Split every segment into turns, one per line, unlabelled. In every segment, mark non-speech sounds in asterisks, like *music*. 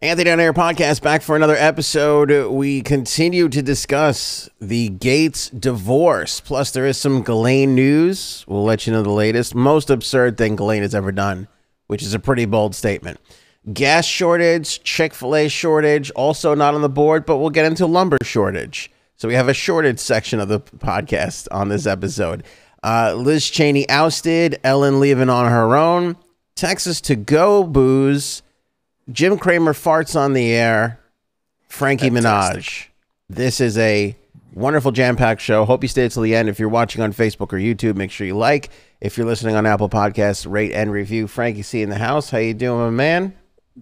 Anthony on Air podcast back for another episode. We continue to discuss the Gates divorce. Plus, there is some Ghislaine news. We'll let you know the latest, most absurd thing Ghislaine has ever done, which is a pretty bold statement. Gas shortage, Chick fil A shortage, also not on the board, but we'll get into lumber shortage. So we have a shortage section of the podcast on this episode. Uh, Liz Cheney ousted, Ellen leaving on her own, Texas to go booze. Jim Kramer farts on the air. Frankie Minaj. This is a wonderful jam-packed show. Hope you stay till the end. If you're watching on Facebook or YouTube, make sure you like. If you're listening on Apple Podcasts, rate and review. Frankie C in the house. How you doing, my man?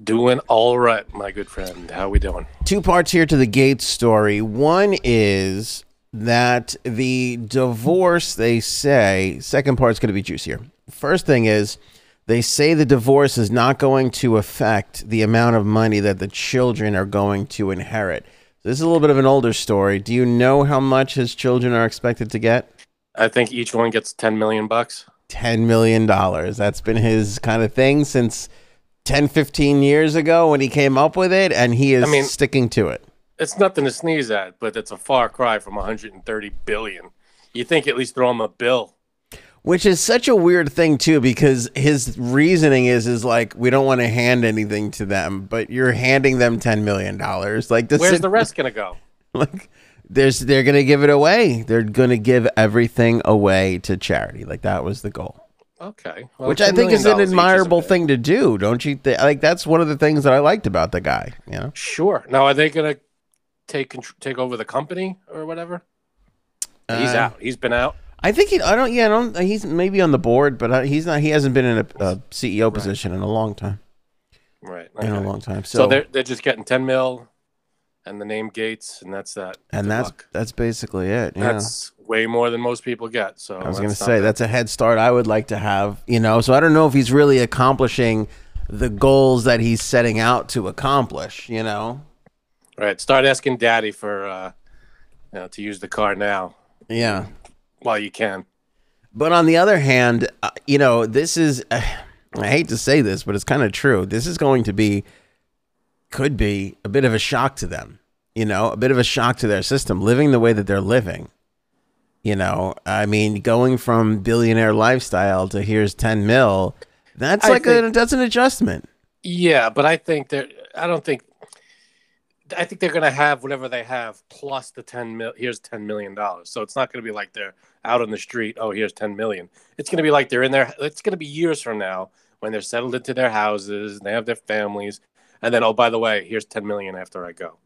Doing all right, my good friend. How we doing?
Two parts here to the Gates story. One is that the divorce, they say, second part's going to be juicier. First thing is, they say the divorce is not going to affect the amount of money that the children are going to inherit. So this is a little bit of an older story. Do you know how much his children are expected to get?
I think each one gets ten million bucks.
$10 million. That's been his kind of thing since 10, 15 years ago when he came up with it, and he is
I mean-
sticking to it.
It's nothing to sneeze at, but it's a far cry from 130 billion. You think at least throw him a bill?
Which is such a weird thing too, because his reasoning is is like we don't want to hand anything to them, but you're handing them ten million dollars. Like this
Where's
is *laughs*
the rest gonna go?
like there's they're gonna give it away. They're gonna give everything away to charity. Like that was the goal,
Okay, well,
which I
$10
think
million
is an
dollars each
admirable
a bit.
thing to do, don't you? think? like that's one of the things that I liked about the guy. You know,
Sure. Now, are they gonna take contr- take over the company or whatever? He's
Uh,
out. He's been out.
I think he. I don't. Yeah, I don't. He's maybe on the board, but uh, he's not. He hasn't been in a, a CEO position in a long time.
Right.
In a
okay.
long time. So,
So, they're they're just getting 10 mil, and the name Gates, and that's that. Good
and that's
luck.
that's basically it. Yeah.
that's way more than most people get. So
I was going to
that's not
say
bad.
that's a head start I would like to have, you know. So I don't know if he's really accomplishing the goals that he's setting out to accomplish, you know.
All right, start asking Daddy for uh, you know, to use the car now
Yeah.
while you can.
But on the other hand, uh, you know, this is *sighs* I hate to say this, but it's kind of true. This is going to be could be a bit of a shock to them, you know, a bit of a shock to their system living the way that they're living. You know, I mean, going from billionaire lifestyle to here's 10 mil, that's
I
like a,
think-
that's an adjustment.
Yeah, but I think they're. I don't think. I think they're gonna have whatever they have plus the ten mil. Here's ten million dollars. So it's not gonna be like they're out on the street. Oh, here's ten million. It's gonna be like they're in their. It's gonna be years from now when they're settled into their houses and they have their families. And then, oh, by the way, here's ten million after I go.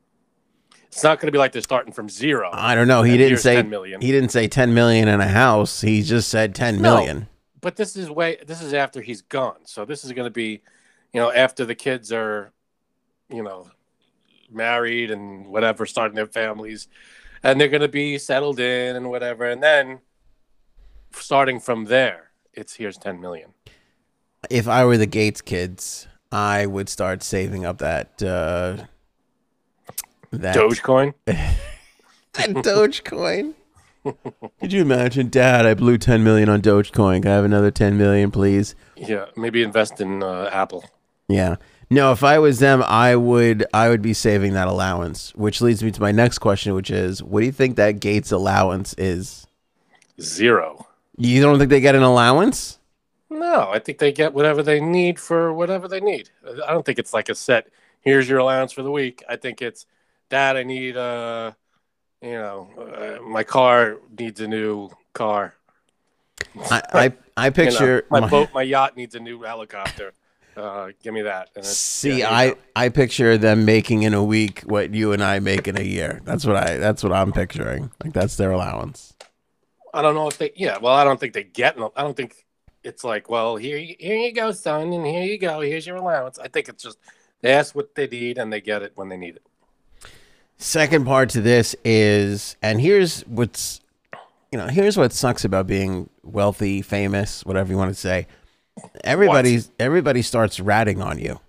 It's not gonna be like they're starting from zero.
I don't know. He
And
didn't
here's
say
10 million.
he didn't say ten million in a house. He just said ten
No.
million.
but this is way this is after he's gone so this is going to be you know after the kids are you know married and whatever starting their families and they're going to be settled in and whatever and then starting from there it's here's 10 million
If I were the Gates kids, I would start saving up that uh, that
dogecoin
*laughs* that
*laughs*
Dogecoin. Could you imagine, Dad? I blew ten million on Dogecoin. Can I have another ten million, please?
yeah maybe invest in uh, apple
Yeah. No, if I was them, I would I would be saving that allowance, which leads me to my next question, which is, what do you think that Gates allowance is?
zero
You don't think they get an allowance?
no i think they get whatever they need for whatever they need i don't think it's like a set here's your allowance for the week i think it's dad i need uh you know uh, my car needs a new car
I I, I
You know,
picture
my,
my-
boat my yacht needs a new helicopter uh give me that And it's-
See,
yeah,
I
there you
I picture them making in a week what you and I make in a year. That's what I that's what I'm picturing. Like that's their allowance.
go. i don't know if they yeah well i don't think they get no, i don't think it's like well here you- here you go son and here you go here's your allowance i think it's just they ask what they need and they get it when they need it
Second part to this is and here's what's you know, here's what sucks about being wealthy, famous, whatever you want to say. Everybody's everybody starts ratting on you.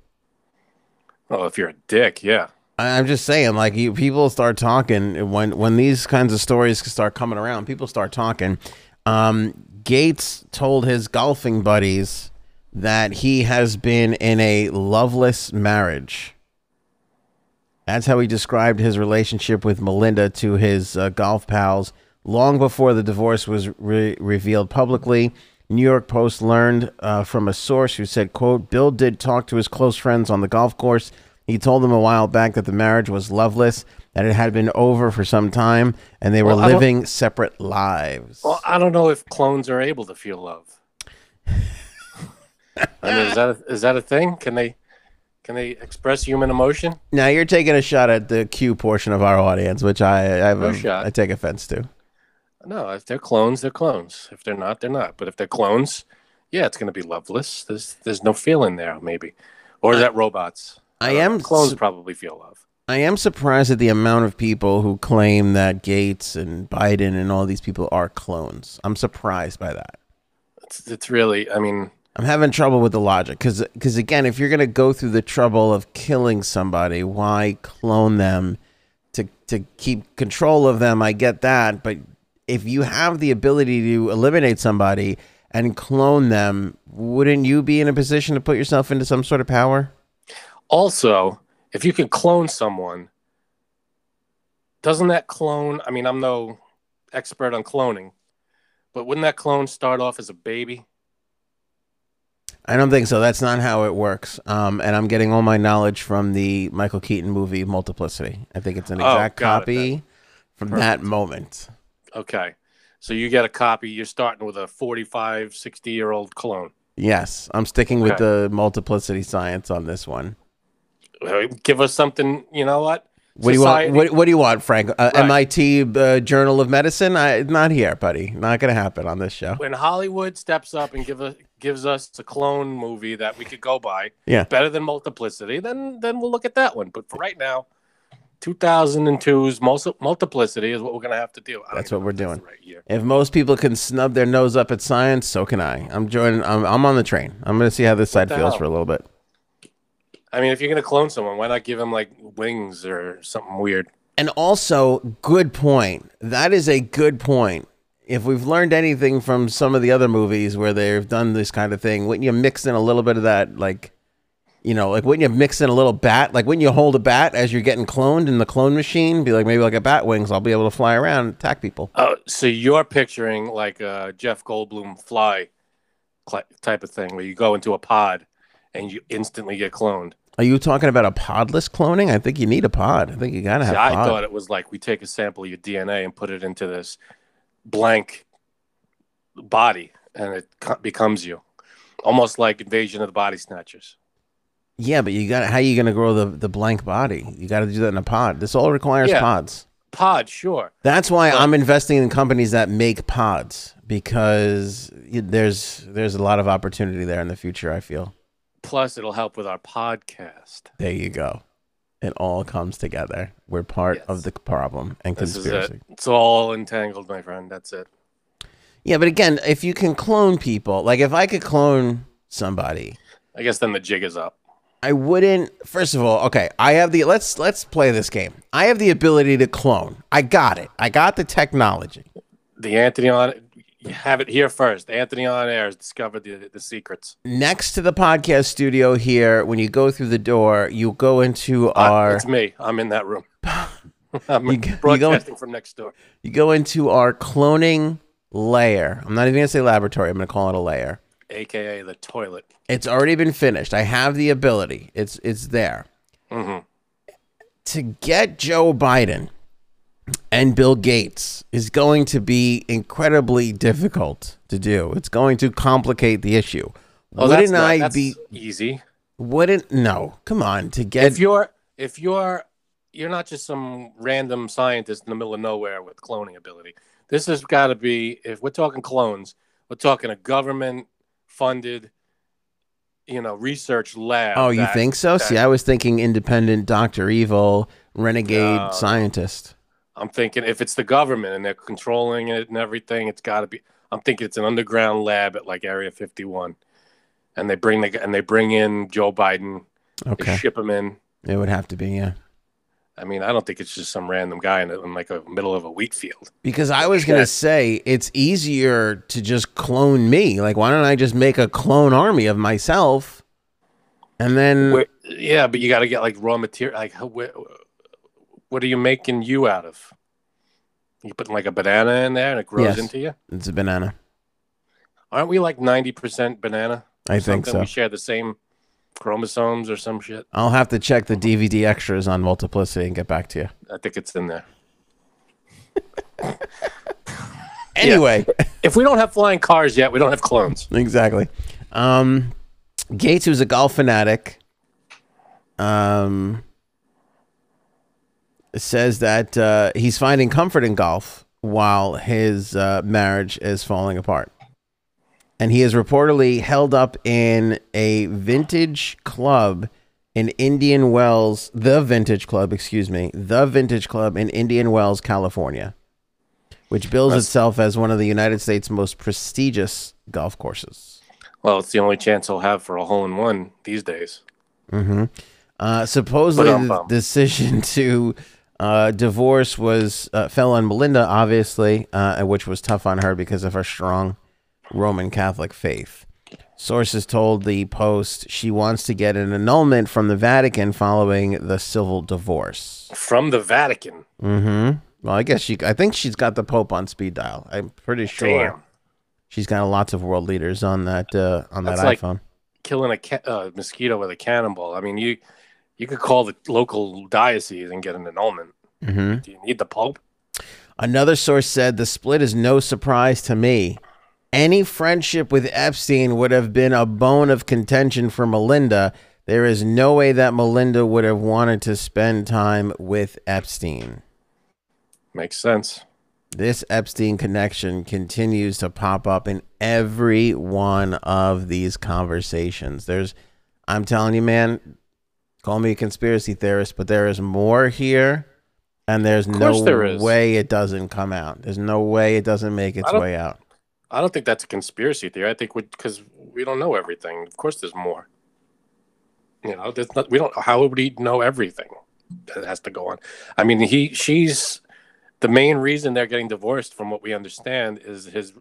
well Oh, if you're a dick yeah
I- I'm just saying, like you, people start talking when when these kinds of stories start coming around. People start talking. Um, Gates told his golfing buddies that he has been in a loveless marriage. That's how he described his relationship with Melinda to his uh, golf pals long before the divorce was re- revealed publicly. New York Post learned uh, from a source who said, "quote Bill did talk to his close friends on the golf course. He told them a while back that the marriage was loveless, that it had been over for some time, and they were
Well, I don't-
living separate lives."
Well, I don't know if clones are able to feel love. I mean, is that a, is that a thing? Can they can they express human emotion?
Now you're taking a shot at the Q portion of our audience, which I I, have
No
a-
shot.
I take offense to.
No, if they're clones, they're clones. If they're not, they're not. But if they're clones, yeah, it's going to be loveless. There's there's no feeling there, maybe. Or is that robots?
I am
Clones probably feel love.
I am surprised at the amount of people who claim that Gates and Biden and all these people are clones. I'm surprised by that.
It's, it's really, I mean,
I'm having trouble with the logic because again, if you're gonna go through the trouble of killing somebody, why clone them to to keep control of them? I get that, but if you have the ability to eliminate somebody and clone them, wouldn't you be in a position to put yourself into some sort of power?
also, if you can clone someone, doesn't that clone? I mean, I'm no expert on cloning, but wouldn't that clone start off as a baby?
I don't think so. That's not how it works. Um, and I'm getting all my knowledge from the Michael Keaton movie Multiplicity. I think it's an
Oh,
exact
got it.
copy from that moment.
Okay. So you get a copy, you're starting with a 45, 60 year old clone.
Yes, I'm sticking with
Okay.
the multiplicity science on this one.
Uh, Give us something, you know what?
What
Society-
do you want? What, what do you want, Frank? Uh,
Right.
MIT uh, Journal of Medicine? I not here, buddy. Not gonna happen on this show.
when Hollywood steps up and give us gives us a clone movie that we could go by,
Yeah.
better than Multiplicity, then then we'll look at that one. But for right now, 2002's Mul- Multiplicity is what we're gonna have to do. I don't
That's
even
what
know
we're
if
doing.
that's the right year.
If most people can snub their nose up at science, so can I. I'm joining. I'm, I'm on the train. I'm gonna see how this side
the
feels
hell?
for a little bit.
I mean, if you're gonna clone someone, why not give him like wings or something weird?
And also, good point. That is a good point. If we've learned anything from some of the other movies where they've done this kind of thing, wouldn't you mix in a little bit of that, like, you know, like wouldn't you mix in a little bat? Like, wouldn't you hold a bat as you're getting cloned in the clone machine? Be like, maybe like a bat wings, I'll be able to fly around and attack people.
Oh, so you're picturing like a Jeff Goldblum fly cl- type of thing where you go into a pod and you instantly get cloned.
Are you talking about a podless cloning? I think you need a pod. I think you gotta have.
See, I
pod.
thought it was like we take a sample of your DNA and put it into this blank body, and it co- becomes you, almost like Invasion of the Body Snatchers.
Yeah, but you got to how you gonna grow the the blank body? You got to do that in a pod. This all requires
Yeah.
pods.
Pod, sure.
That's why
But-
I'm investing in companies that make pods because y- there's there's a lot of opportunity there in the future. I feel.
Plus, it'll help with our podcast.
There you go. It all comes together. We're part of
Yes.
the problem and
This is
conspiracy.
it. It's all entangled, my friend. That's it.
Yeah, but again, if you can clone people, like if I could clone somebody,
I guess then the jig is up.
I wouldn't. First of all, okay, I have the let's let's play this game. I have the ability to clone. I got it. I got the technology.
The Anthony on you have it here first. Anthony on air has discovered the the secrets.
Next to the podcast studio here, when you go through the door, you go into
I-
our
Uh, it's me. I'm
*laughs*
in that room. I'm *laughs*
You go- you go-
broadcasting from next door.
You go into our cloning layer. I'm not even going to say laboratory. I'm going to call it a layer.
AKA the toilet.
It's already been finished. I have the ability. It's it's there.
Mhm.
To get Joe Biden and Bill Gates is going to be incredibly difficult to do. It's going to complicate the issue. wouldn't
not-
I
Oh, that's
be
easy?
wouldn't no. Come on, to get
if you're if you're you're not just some random scientist in the middle of nowhere with cloning ability this has got to be if we're talking clones we're talking a government funded you know research lab
Oh, you
that-
think so? See,
that-
I was thinking independent Dr. Evil, renegade
No.
scientist.
i'm thinking if it's the government and they're controlling it and everything it's got to be i'm thinking it's an underground lab at like area 51 and they bring the g- and they bring in joe biden they
Okay.
ship him in
It would have to be, yeah.
i mean i don't think it's just some random guy in, in like a middle of a wheat field
Because I was going
Yeah.
to say it's easier to just clone me. Like, why don't I just make a clone army of myself? And then
Where, yeah, but you got to get like raw material. Like, how- where, what are you making you out of? You putting like a banana in there and it grows
Yes.
into you?
It's a banana.
Aren't we like ninety percent banana?
I think
Something
so.
We share the same chromosomes or some shit.
I'll have to check the DVD extras on Multiplicity and get back to you.
I think it's in there.
Anyway,
If we don't have flying cars yet, we don't have clones.
exactly. Um, Gates was a golf fanatic. Um, says that uh, he's finding comfort in golf while his uh, marriage is falling apart, and he is reportedly held up in a vintage club in Indian Wells, the Vintage Club, excuse me, the Vintage Club in Indian Wells, California, which bills itself as one of the United States' most prestigious golf courses.
Well, it's the only chance he'll have for a hole in one these days.
Uh, supposedly, the
Ba-dum-bum.
decision *laughs* to uh, divorce was uh, fell on Melinda, obviously, uh, which was tough on her because of her strong Roman Catholic faith. Sources told the Post she wants to get an annulment from the Vatican following the civil divorce.
From the Vatican.
Mm-hmm. Well, I guess she. I think she's got the Pope on speed dial. I'm pretty sure
Damn.
she's got lots of world leaders on that uh, on that
That's like-
iPhone.
Killing a ca- uh, mosquito with a cannonball. I mean, you you could call the local diocese and get an annulment.
Mm-hmm.
Do you need the Pope?
Another source said the split is no surprise to me. Any friendship with Epstein would have been a bone of contention for Melinda. There is no way that Melinda would have wanted to spend time with Epstein.
Makes sense.
This Epstein connection continues to pop up in every one of these conversations. There's, I'm telling you, man, call me a conspiracy theorist, but there is more here, and there's no
course there is.
way it doesn't come out. There's no way it doesn't make its
I don't-
way out.
I don't think that's a conspiracy theory. I think because we don't know everything. Of course, there's more. You know, there's not, we don't. How would we know everything that has to go on? I mean, he, she's the main reason they're getting divorced, from what we understand, is his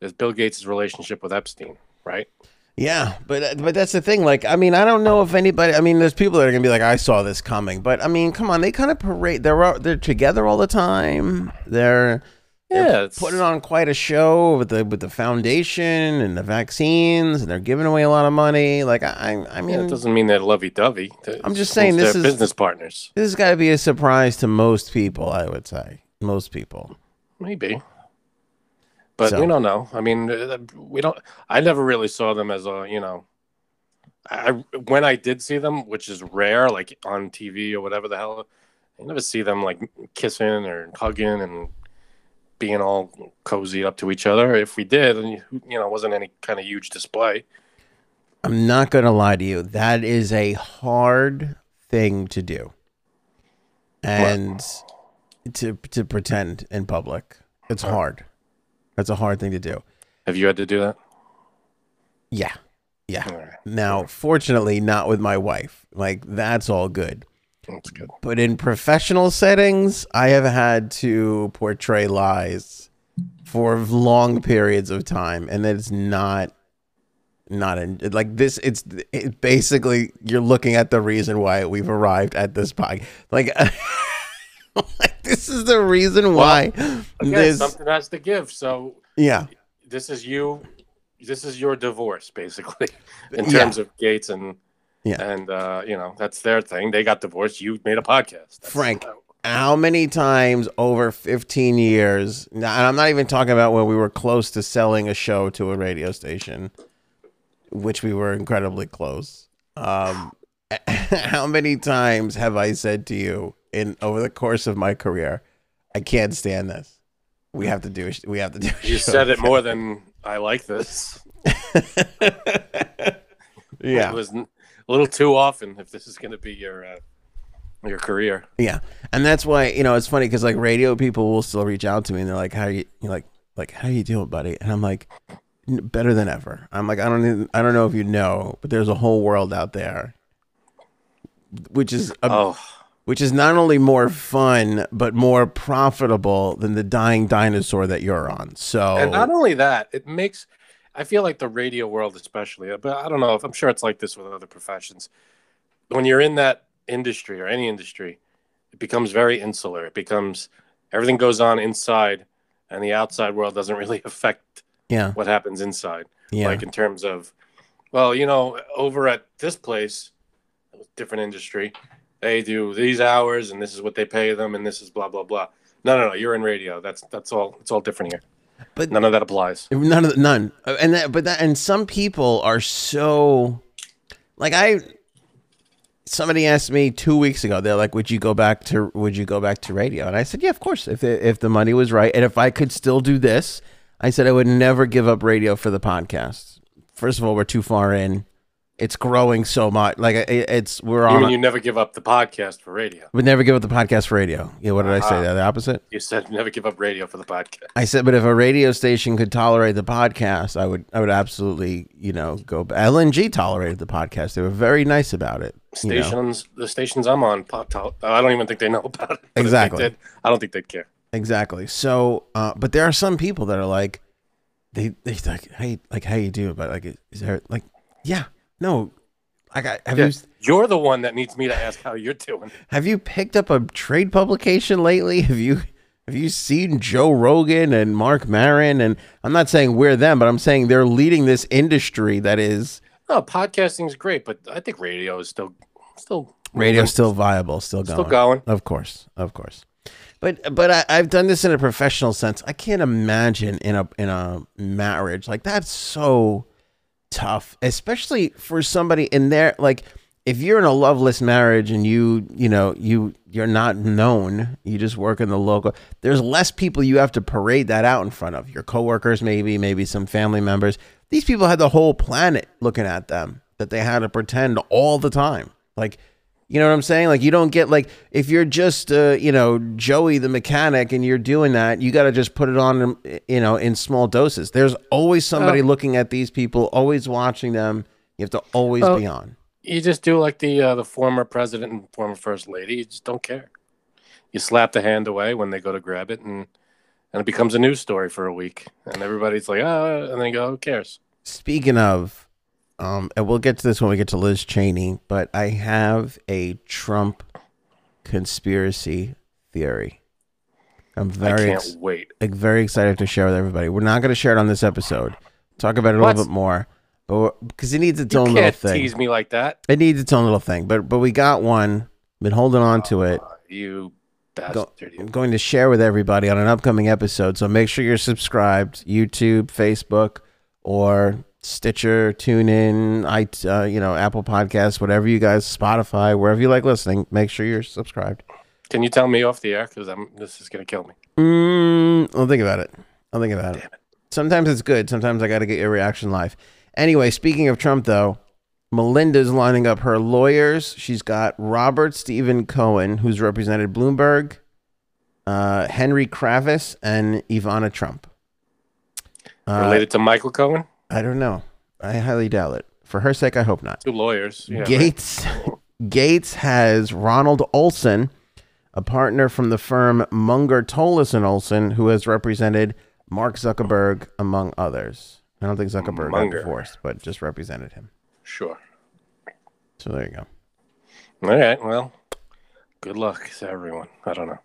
is Bill Gates' relationship with Epstein, right?
Yeah, but but that's the thing. Like, I mean, I don't know if anybody. I mean, there's people that are gonna be like, "I saw this coming," but I mean, come on, they kind of parade. They're all- they're together all the time. They're
Yeah, it's,
putting on quite a show with the with the foundation and the vaccines, and they're giving away a lot of money. Like, I I I
yeah,
mean,
it doesn't mean they're lovey dovey.
I'm just saying this is-
business partners.
this has got to be a surprise to most people. I would say most people.
Maybe. But
So-
we don't know. I mean, uh, we don't. I never really saw them as a, you know, I when I did see them, which is rare, like on TV or whatever the hell, I never see them like kissing or hugging and being all cozy up to each other. If we did, and you know, it wasn't any kind of huge display.
I'm not gonna lie to you. That is a hard thing to do, and to to pretend in public. It's hard. That's a hard thing to do.
Have you had to do that?
Yeah, yeah.
All right,
Now, fortunately, not with my wife. Like that's all good.
that's good.
But in professional settings, I have had to portray lies for long periods of time, and it's not not in like this it's it basically you're looking at the reason why we've arrived at this podcast like, *laughs* like, this is the reason why
Again,
this
something has to give. So
yeah
this is you this is your divorce basically *laughs* in
Yeah.
terms of gates and
Yeah.
and uh you know that's their thing they got divorced you made a podcast That's-
Frank, how many times over 15 years now and i'm not even talking about when we were close to selling a show to a radio station which we were incredibly close um, *laughs* how many times have i said to you in over the course of my career i can't stand this we have to do a sh- we have to do a
you
show."
said it more than i like this
yeah
it was n- a little too often if this is going to be your uh, your career
Yeah, and that's why you know it's funny because like radio people will still reach out to me and they're like, "How you you're like like how you doing, buddy?" And I'm like, "N- "Better than ever." I'm like, "I don't even, I don't know if you know, but there's a whole world out there, which is a,
oh
which is not only more fun but more profitable than the dying dinosaur that you're on." So
and not only that it makes i feel like the radio world especially but i don't know if i'm sure it's like this with other professions when you're in that industry or any industry It becomes very insular. It becomes everything goes on inside, and the outside world doesn't really *laughs* affect
Yeah.
what happens inside.
Yeah.
like in terms of well you know over at this place different industry they do these hours and this is what they pay them and this is blah blah blah no no no you're in radio that's that's all it's all different here
But-
but none of that applies
None of the, none. Uh, And that, but that, and some people are so, like I, somebody asked me two weeks ago. They're like, "Would you go back to Would you go back to radio?" And I said, "Yeah, of course. If the, if the money was right, and if I could still do this, I said I would never give up radio for the podcast. First of all, we're too far in. It's growing so much. Like it, it's we're
you
on.
mean you never give up the podcast for radio
would never give up the podcast for radio. Yeah, what did I say?
Ah.
The opposite.
you said never give up radio for the podcast
I said, but if a radio station could tolerate the podcast, I would, I would absolutely, you know, go. ba- LNG tolerated the podcast; they were very nice about it. you know.
stations the stations i'm on pop top i don't even think they know about it but if they
Exactly.
did, i don't think they'd care
exactly. So, uh, but there are some people that are like, they, they like, hey, like, how you do? But like, is there like, yeah, no, like, I, have
Yeah,
you
you're the one that needs me to ask how you're doing
have you picked up a trade publication lately? Have you? Have you seen Joe Rogan and Mark Marin? And I'm not saying we're them, but I'm saying they're leading this industry that is
no podcasting is great but i think radio is still still
Radio's still viable, still going.
Still going.
Of course, of course. But but I, I've done this in a professional sense. I can't imagine in a in a marriage like that's so tough, especially for somebody in there. Like if you're in a loveless marriage and you you know you you're not known, you just work in the local. There's less people you have to parade that out in front of your coworkers, maybe maybe some family members. These people had the whole planet looking at them that they had to pretend all the time. Like you know what I'm saying? Like you don't get like if you're just uh, you know Joey the mechanic and you're doing that, you got to just put it on um, you know in small doses. There's always somebody
Oh.
looking at these people, always watching them. You have to always
Oh.
be on.
You just do like the uh, the former president and former first lady. You just don't care. You slap the hand away when they go to grab it, and and it becomes a news story for a week, and everybody's like, oh, and they go, who cares?
Speaking of, um, and we'll get to this when we get to Liz Cheney, but I have a Trump conspiracy theory. I'm
I
very
can't
ex-
wait.
like, very excited to share with everybody. We're not going to share it on this episode. Talk about it a little
What?
bit more, but because it needs its
You
own little
can't
thing.
tease me like that.
It needs its own little thing, but but we got one. Been holding on to it.
You
Go-
bastard.
I'm
you.
going to share with everybody on an upcoming episode. So make sure you're subscribed. YouTube, Facebook, or Stitcher, TuneIn, I, uh, you know, Apple Podcasts, whatever you guys, Spotify, wherever you like listening. Make sure you're subscribed.
Can you tell me off the air? Because I'm this is gonna kill me.
Mm, I'll think about it. I'll think about it. Sometimes it's good. Sometimes I got to get your reaction live. Anyway, speaking of Trump, though, Melinda's lining up her lawyers. She's got Robert Stephen Cohen, who's represented Bloomberg, uh, Henry Kravis, and Ivana Trump. Uh,
Related to Michael Cohen,
I don't know. I highly doubt it. For her sake, I hope not.
two lawyers. Yeah, right.
Gates Gates has Ronald Olson, a partner from the firm Munger Tolles and Olson, who has represented Mark Zuckerberg among others. I don't think Zuckerberg got
Munger.
divorced, but just represented him.
Sure.
So there you go.
All right. Well, good luck to everyone. I don't know.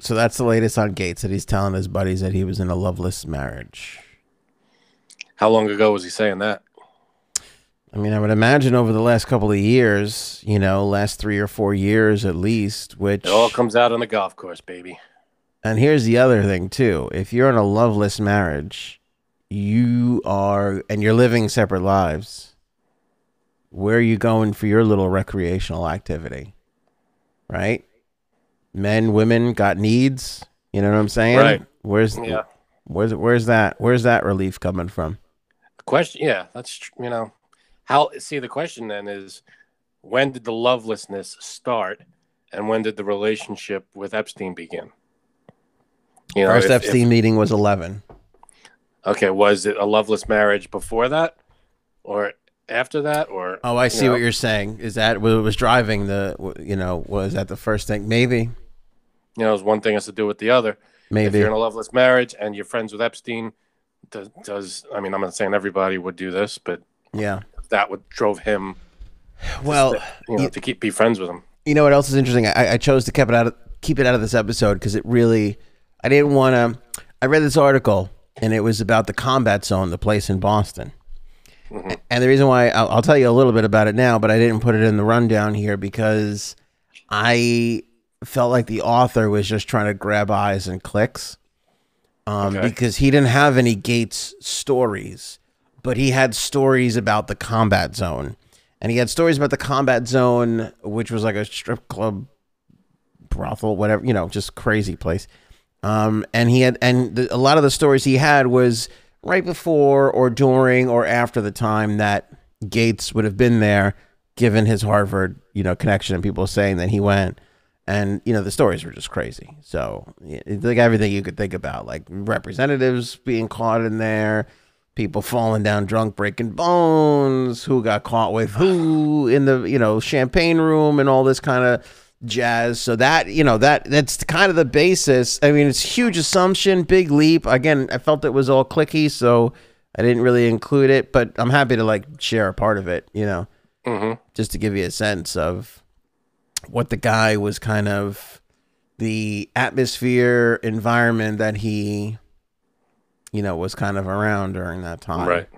So that's the latest on Gates that he's telling his buddies that he was in a loveless marriage.
How long ago was he saying that?
I mean, I would imagine over the last couple of years, you know, last three or four years at least, which
It all comes out on the golf course, baby.
And here's the other thing too. If you're in a loveless marriage, you are and you're living separate lives. Where are you going for your little recreational activity? Right? Men, women got needs, you know what I'm saying?
Right.
Where's
Yeah.
where's where's that where's that relief coming from?
question yeah that's tr- you know how see the question then is when did the lovelessness start and when did the relationship with epstein begin you know
First
if- if-
Epstein meeting was 11.
okay was it a loveless marriage before that or after that or
Oh, I
you
see
know,
what you're saying. Is that what was driving the you know, was that the first thing? Maybe.
you know is one thing has to do with the other if
Maybe.
you're in a loveless marriage and you're friends with epstein does, does i mean i'm not saying everybody would do this but
Yeah.
that would drove him
Well,
you know, to keep be friends with him
You know what else is interesting? I, I chose to keep it out of keep it out of this episode because it really I didn't want to. I read this article and it was about the combat zone, the place in Boston. And the reason why I'll, I'll tell you a little bit about it now, but I didn't put it in the rundown here because I felt like the author was just trying to grab eyes and clicks um,
Okay.
because he didn't have any Gates stories, but he had stories about the combat zone. And he had stories about the combat zone, which was like a strip club brothel, whatever, you know, just crazy place. Um, and he had, and the, a lot of the stories he had was right before or during or after the time that Gates would have been there, given his Harvard, you know, connection and people saying that he went. And, you know, the stories were just crazy. So, yeah, it's like everything you could think about, like representatives being caught in there, people falling down drunk, breaking bones, who got caught with who in the, you know, champagne room and all this kind of jazz. So that, you know, that that's kind of the basis. I mean, it's huge assumption, big leap. Again, I felt it was all clicky, so I didn't really include it, but I'm happy to like share a part of it, you know,
Mm-hmm.
just to give you a sense of what the guy was kind of the atmosphere, environment that he you know, was kind of around during that time.
Right.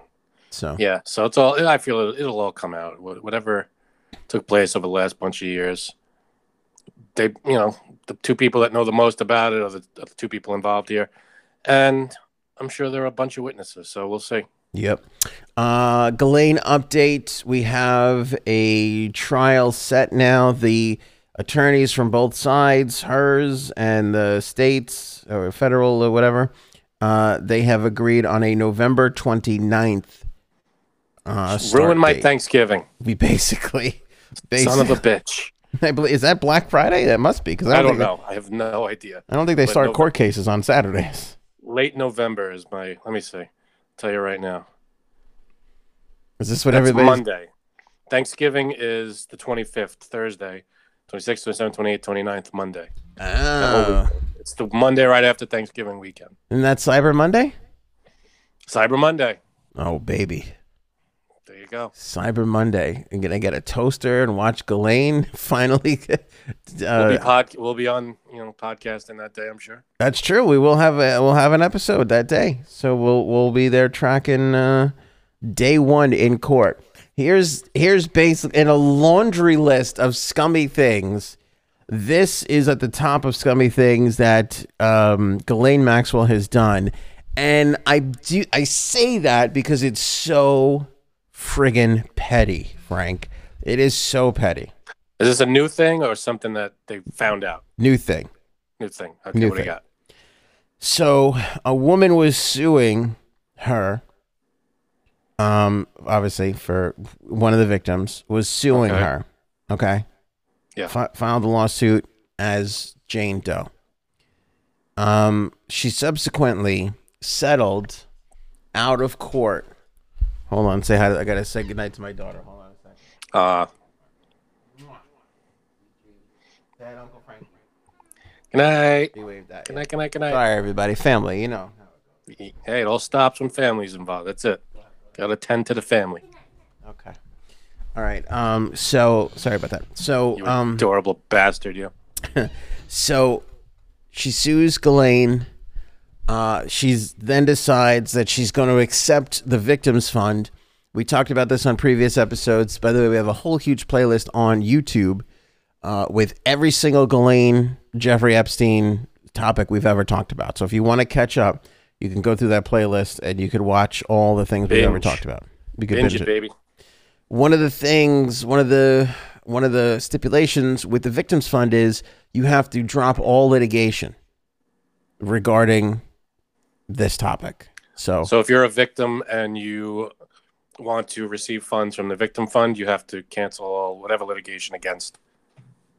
So
Yeah. So it's all. I feel it'll, it'll all come out. Wha- Whatever took place over the last bunch of years, they, you know, the two people that know the most about it are the, are the two people involved here, and I'm sure there are a bunch of witnesses. So we'll see.
Yep. Uh, Ghislaine update. We have a trial set now. The attorneys from both sides, hers and the states or federal or whatever, uh, they have agreed on a November 29th. Uh, start
Ruin my
date.
Thanksgiving,
We *laughs* basically,
son
basically
of a bitch.
*laughs* I believe, is that Black Friday? That must be because I
I
don't,
don't
think
know. I have no idea.
They, I don't think they
But
start
November-
court cases on Saturdays.
Late November is my. Let me see. Tell you right now.
Is this what
That's
everybody's
Monday. Thanksgiving is the 25th, Thursday, 26th, 27th, 28th, 29th, Monday. That whole
Ah.
weekend. Uh, It's the Monday right after Thanksgiving weekend.
and that's Cyber Monday?
Cyber Monday.
Oh, baby.
There you go.
Cyber Monday. I'm gonna get a toaster and watch Ghislaine *laughs* finally.
We'll be
uh,
pod- we'll be on, you know, podcasting that day, I'm sure.
that's true. We will have a we'll have an episode that day, so we'll we'll be there tracking uh, day one in court. Here's here's basically in a laundry list of scummy things. This is at the top of scummy things that um, Ghislaine Maxwell has done, and I do I say that because it's so friggin' petty, Frank. It is so petty.
Is this a new thing or something that they found out?
New thing.
New thing. Okay,
New
what do
thing.
you got?
So a woman was suing her. Um, obviously for one of the victims was suing
Okay.
her. Okay.
Yeah.
Fi- filed a lawsuit as Jane Doe. Um, she subsequently settled out of court. Hold on, say hi. To, I gotta say goodnight to my daughter. Hold on a second.
Uh,
Dad, Uncle Frank.
good night.
He waved at
Good
you.
night, good night, good night.
Sorry, everybody. Family, you know.
Hey, it all stops when family's involved. That's it. Got to tend to the family.
Okay. All right. Um. So sorry about that. So
You
um.
adorable bastard, you.
So she sues Ghislaine. Uh, she's then decides that she's going to accept the victims fund. We talked about this on previous episodes. By the way, we have a whole huge playlist on YouTube uh, with every single Ghislaine Jeffrey Epstein topic we've ever talked about. So if you want to catch up, you can go through that playlist and you could watch all the things we've ever
Binge.
talked about. You could
Binge it, baby.
one of the things one of the one of the stipulations with the victims fund is you have to drop all litigation regarding this topic so,
So if you're a victim and you want to receive funds from the victim fund, you have to cancel all whatever litigation against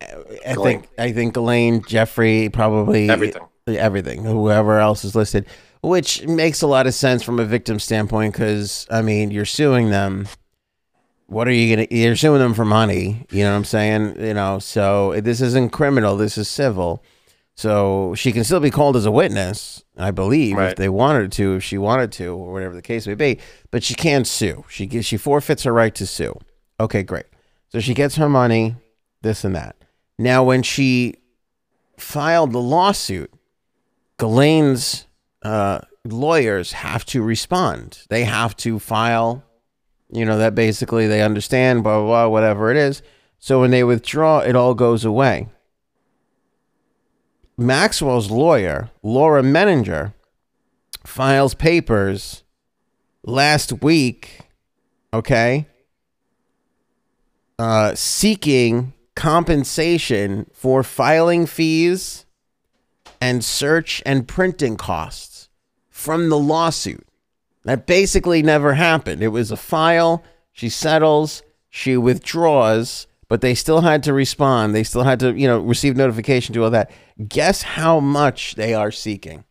i think i think elaine jeffrey probably
everything.
everything whoever else is listed which makes a lot of sense from a victim standpoint because i mean you're suing them what are you gonna you're suing them for money you know what i'm saying you know so this isn't criminal this is civil so she can still be called as a witness i believe if
Right.
they wanted to if she wanted to or whatever the case may be but she can't sue she gets, she forfeits her right to sue okay great so she gets her money this and that Now, when she filed the lawsuit, Ghislaine's uh, lawyers have to respond. They have to file, you know, that basically they understand, blah, blah, blah, whatever it is. So when they withdraw, it all goes away. Maxwell's lawyer, Laura Menninger, files papers last week, okay, uh, seeking compensation for filing fees and search and printing costs from the lawsuit. That basically never happened. It was a file, she settles, she withdraws, but they still had to respond. They still had to, you know, receive notification, do all that. Guess how much they are seeking?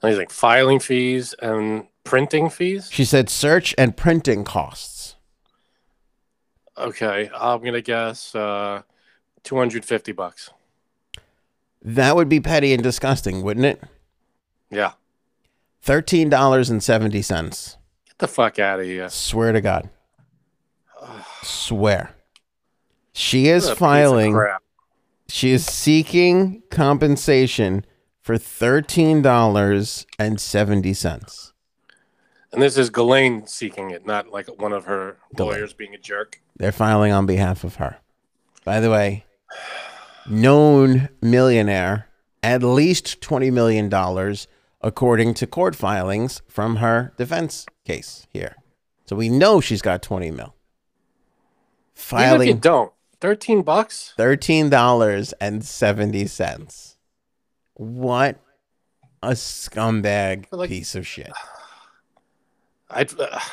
I think filing fees and printing fees.
She said search and printing costs.
Okay, I'm gonna guess uh, 250 bucks.
That would be petty and disgusting, wouldn't it?
Yeah,
$13.70.
get the fuck out of here.
Swear to God. Swear. She
What
is
a piece of
filing,
crap.
she is seeking compensation for $13.70.
And this is Ghislaine seeking it, not like one of her
Ghislaine.
lawyers being a jerk.
They're filing on behalf of her. By the way, known millionaire, at least $20 million, according to court filings from her defense case here. So we know she's got 20 mil.
Even if you
Filing
don't, 13 bucks.
$13.70. What a scumbag
But like-
piece of shit.
I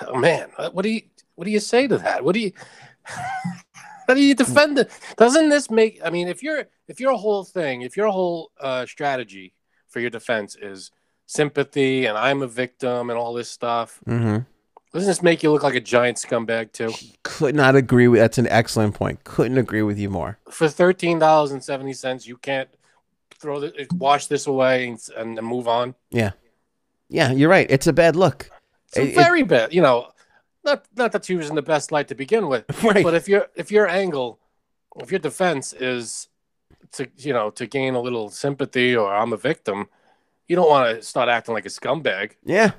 uh, man, uh, what do you what do you say to that? What do you *laughs* how do you defend it? Doesn't this make? I mean, if your if your whole thing, if your whole uh, strategy for your defense is sympathy and I'm a victim and all this stuff,
Mm-hmm.
doesn't this make you look like a giant scumbag too?
Could not agree with that's an excellent point. Couldn't agree with you more.
For thirteen dollars and seventy cents, you can't throw the, eh, wash this away and, and then move on.
Yeah, you're right. It's a bad look. *laughs*
It's a
It- it-
very bad, you know. Not not that she was in the best light to begin with,
Right.
but uh, if your if your angle, if your defense is to you know to gain a little sympathy or I'm a victim, you don't want to start acting like a scumbag.
Yeah.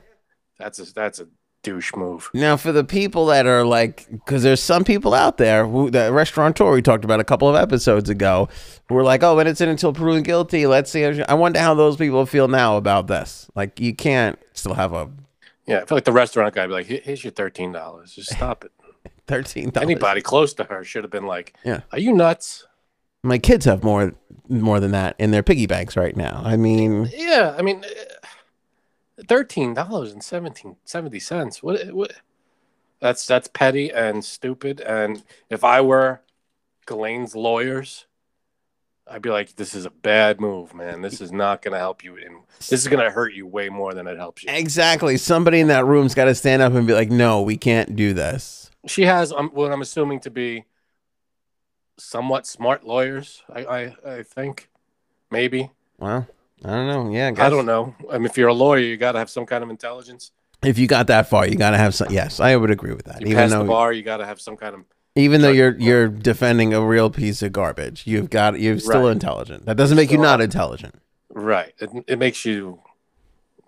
That's a that's a douche move.
Now, for the people that are like, because there's some people out there who that restaurateur we talked about a couple of episodes ago, who were like, "Oh, innocent until proven guilty." Let's see. I wonder how those people feel now about this. Like, you can't still have a
Yeah, I feel like the restaurant guy would be like, "Here- here's your thirteen dollars. Just stop
*laughs*
it.
thirteen.
Anybody close to her should have been like,
Yeah.
are you nuts?
My kids have more more than that in their piggy banks right now. I mean,
Yeah, I mean, uh, thirteen dollars and 17, 70 cents. What, what? That's that's petty and stupid. And if I were Ghislaine's lawyers, I'd be like, "This is a bad move, man. This is not going to help you. In this is going to hurt you way more than it helps you."
exactly. Somebody in that room's got to stand up and be like, "No, we can't do this."
She has um, what I'm assuming to be somewhat smart lawyers. I I, I think maybe
Well, I don't know. Yeah,
I
guess.
don't know. I mean, if you're a lawyer, you got to have some kind of intelligence.
If you got that far, you got to have some. Yes, I would agree with that.
You pass the bar, you got to have some kind of
Even though
Sure.
you're you're defending a real piece of garbage, you've got you're still
Right.
intelligent. That doesn't make you
Still
not intelligent.
Right. It, it makes you.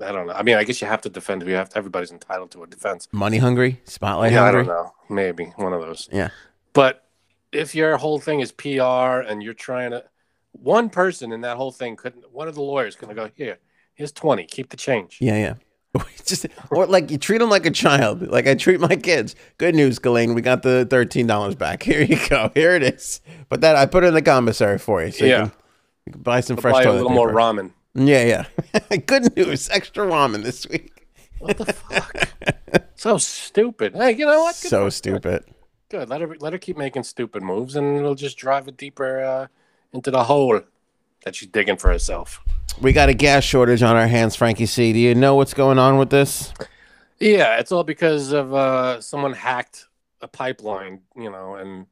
I don't know. I mean, I guess you have to defend. You have to, everybody's entitled to a defense.
Money hungry, spotlight
yeah, I
hungry.
don't know. Maybe one of those.
Yeah.
But if your whole thing is PR and you're trying to, one person in that whole thing couldn't. One of the lawyers couldn't go here. Here's twenty. Keep the change.
Yeah, *laughs* yeah. Just or like you treat them like a child, like I treat my kids. Good news, Ghislaine, we got the thirteen dollars back. *laughs* Here you go. Here it is. But that I put it in the commissary for you, so
Yeah.
you, can, you can buy some fresh
Buy a
toilet
little
paper.
more ramen.
yeah, yeah. *laughs* Good news, extra ramen this week.
What
*laughs*
the fuck? so stupid. Hey, you know what? Good,
so stupid.
good. Let her let her keep making stupid moves, and it'll just drive it deeper uh, into the hole that she's digging for herself.
We got a gas shortage on our hands, Frankie C. Do you know what's going on with this?
Yeah, it's all because of uh, someone hacked a pipeline, you know, and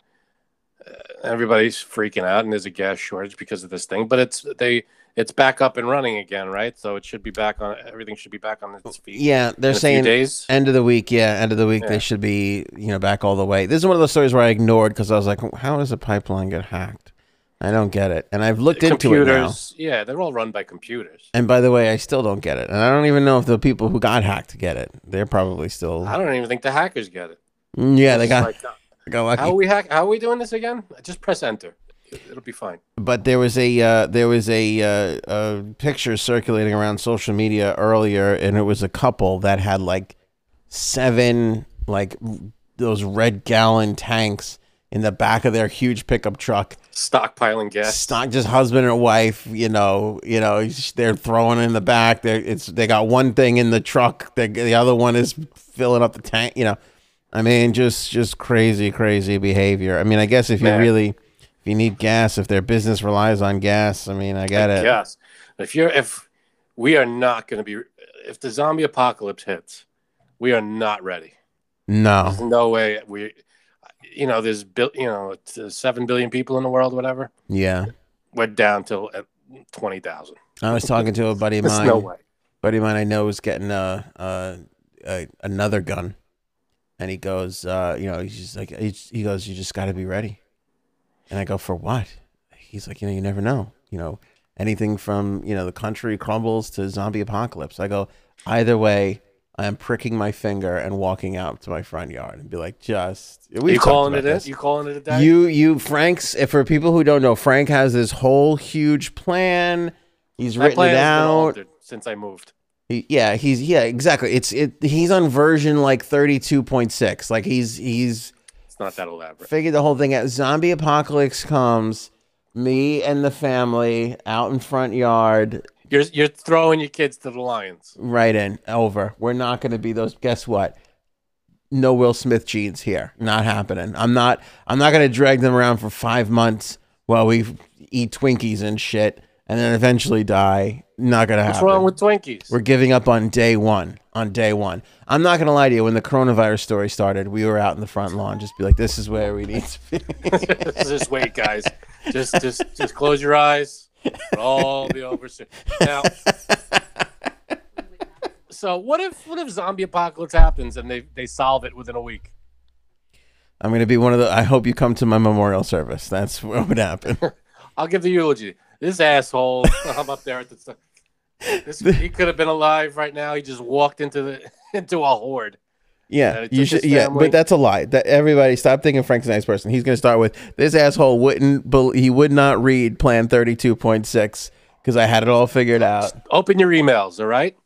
uh, everybody's freaking out, and there's a gas shortage because of this thing. But it's they, it's back up and running again, right? So it should be back on. Everything should be back on its feet.
Yeah, they're
in a
saying
few days.
End of the week, yeah. End of the week, they
Yeah.
should be, you know, back all the way. This is one of those stories where I ignored because I was like, how does a pipeline get hacked? I don't get it. And I've looked into it now.
computers. Yeah, they're all run by computers.
And by the way, I still don't get it. And I don't even know if the people who got hacked get it. They're probably still.
I don't even think the hackers get it.
Mm, Yeah, they
It's
got,
like,
got lucky.
how are we hack? How are we doing this again? Just press enter. It- It'll be fine.
but there was a uh, there was a, uh, a picture circulating around social media earlier, and it was a couple that had like seven like r- those red gallon tanks in the back of their huge pickup truck.
Stockpiling gas.
It's not just husband and wife, you know. You know, they're throwing in the back. They it's they got one thing in the truck. They, the other one is filling up the tank. You know, I mean, just just crazy, crazy behavior. I mean, I guess if you
Man.
really if you need gas, if their business relies on gas, I mean, I get it.
Yes. If you're if we are not going to be if the zombie apocalypse hits, we are not ready.
No,
There's no way we you know there's bil- you know it's, uh, 7 billion people in the world whatever.
yeah.
We're down till uh, 20,000.
I was talking to a buddy of
There's
mine.
no way.
buddy of mine I know is getting a, a, a another gun, and he goes, uh, you know, he's just like he he goes, you just got to be ready. And I go, for what? He's like, you know, you never know, you know, anything from you know the country crumbles to zombie apocalypse. I go, either way, I am pricking my finger and walking out to my front yard and be like, just
Are
we
you calling it it? You calling it a day?
you you Frank's if for people who don't know, Frank has this whole huge plan. He's
My
written
plan
it
has been
out.
altered since I moved.
He- Yeah, he's yeah, exactly. It's it. He's on version like thirty two point six. Like he's he's
It's not that elaborate.
figured the whole thing out. Zombie apocalypse comes. Me and the family out in front yard,
You're you're throwing your kids to the lions.
right in over. We're not going to be those. Guess what? No Will Smith jeans here. Not happening. I'm not. I'm not going to drag them around for five months while we eat Twinkies and shit, and then eventually die. Not going to
What's
happen.
wrong with Twinkies?
We're giving up on day one. On day one, I'm not gonna lie to you. When the coronavirus story started, we were out in the front lawn, just be like, "This is where we need to be." *laughs*
just wait, guys. Just just just close your eyes. It'll all be over soon. Now, so what if what if zombie apocalypse happens and they they solve it within a week?
I'm gonna be one of the. I hope you come to my memorial service. That's *laughs* what would
*laughs*
happen.
I'll give the eulogy. This asshole, I'm up there at the. This, he could have been alive right now. He just walked into the into a horde.
Yeah,
Yeah, it
you
took
should.
his
Yeah,
family-
but that's a lie. That everybody stop thinking Frank's a nice person. He's gonna start with this asshole wouldn't. bel he would not read Plan 32.6 because I had it all figured out.
Open your emails, all right?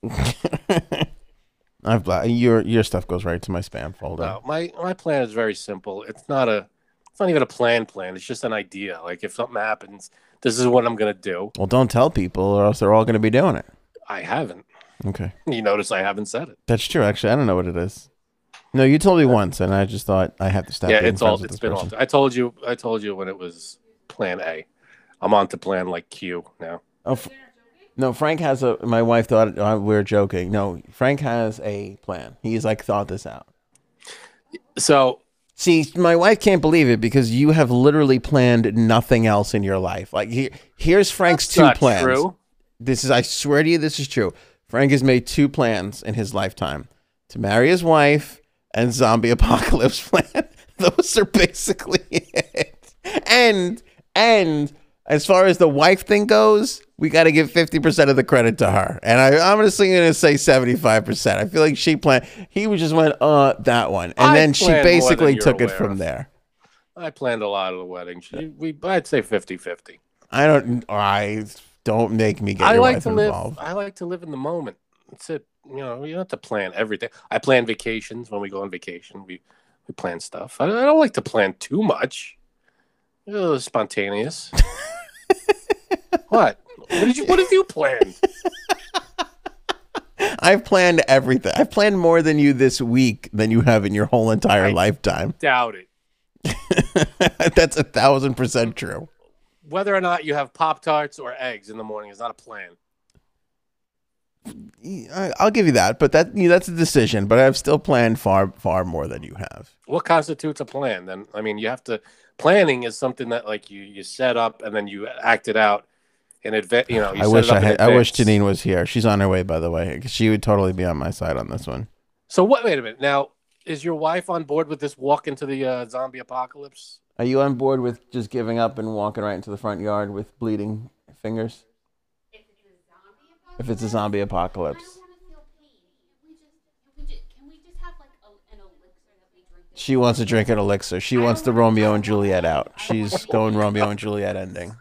I've bla- your your stuff goes right to my spam folder.
No, my my plan is very simple. It's not a, it's not even a plan. Plan. It's just an idea. Like if something happens, this is what I'm gonna do.
Well, don't tell people, or else they're all gonna be doing it.
I haven't.
Okay.
You notice I haven't said it.
That's true. Actually, I don't know what it is. No, you told me once, and I just thought I have to stop.
yeah,
being
it's
friends
all.
with
It's
this
been
person.
all. I told you. I told you when it was Plan A. I'm on to Plan like Q now.
Oh, f- no, Frank has a. My wife thought uh, we were joking. No, Frank has a plan. He's like thought this out.
So
See, my wife can't believe it because you have literally planned nothing else in your life. Like he, here's Frank's
it's
two
not
plans.
true.
This is I swear to you this is true. Frank has made two plans in his lifetime. To marry his wife and zombie *laughs* apocalypse plan. *laughs* Those are basically *laughs* it. And and as far as the wife thing goes, we got to give 50% of the credit to her. And I, I'm honestly going to say 75%. I feel like she planned, he was just went, uh, that one. And
I
then she
planned more than
basically
you're
took it
aware
from
of.
there.
I planned a lot of the wedding. She, we, I'd say 50-50.
I don't, I don't make me get
I
your
like
wife
to live.
involved.
I like to live in the moment. That's it. You know, you don't have to plan everything. I plan vacations when we go on vacation. We we plan stuff. I, I don't like to plan too much. You're a
*laughs*
little spontaneous. what? What did you? What have you planned?
I've planned everything. I've planned more than you this week than you have in your whole entire
I-
lifetime. *laughs*
Doubt it.
That's a thousand percent true.
Whether or not you have Pop Tarts or eggs in the morning is not a plan.
I- I'll give you that, but that you know, that's a decision. But I've still planned far far more than you have.
What constitutes a plan? Then I mean, you have to. Planning is something that like you you set up and then you act it out in advance. You know, you
I
set
wish
it up
I
in
had. I wish
advance.
Janine was here. She's on her way, by the way. She would totally be on my side on this one.
So what? Wait a minute. Now, is your wife on board with this walk into the uh, zombie apocalypse?
Are you on board with just giving up and walking right into the front yard with bleeding fingers?
If
If it's
it's a zombie apocalypse,
a zombie apocalypse,
I don't want to feel pain. We just, we just, can we just have like a, an elixir that we drink?
she wants to drink an elixir. She wants the Romeo and Juliet out. She's going Romeo and Juliet ending.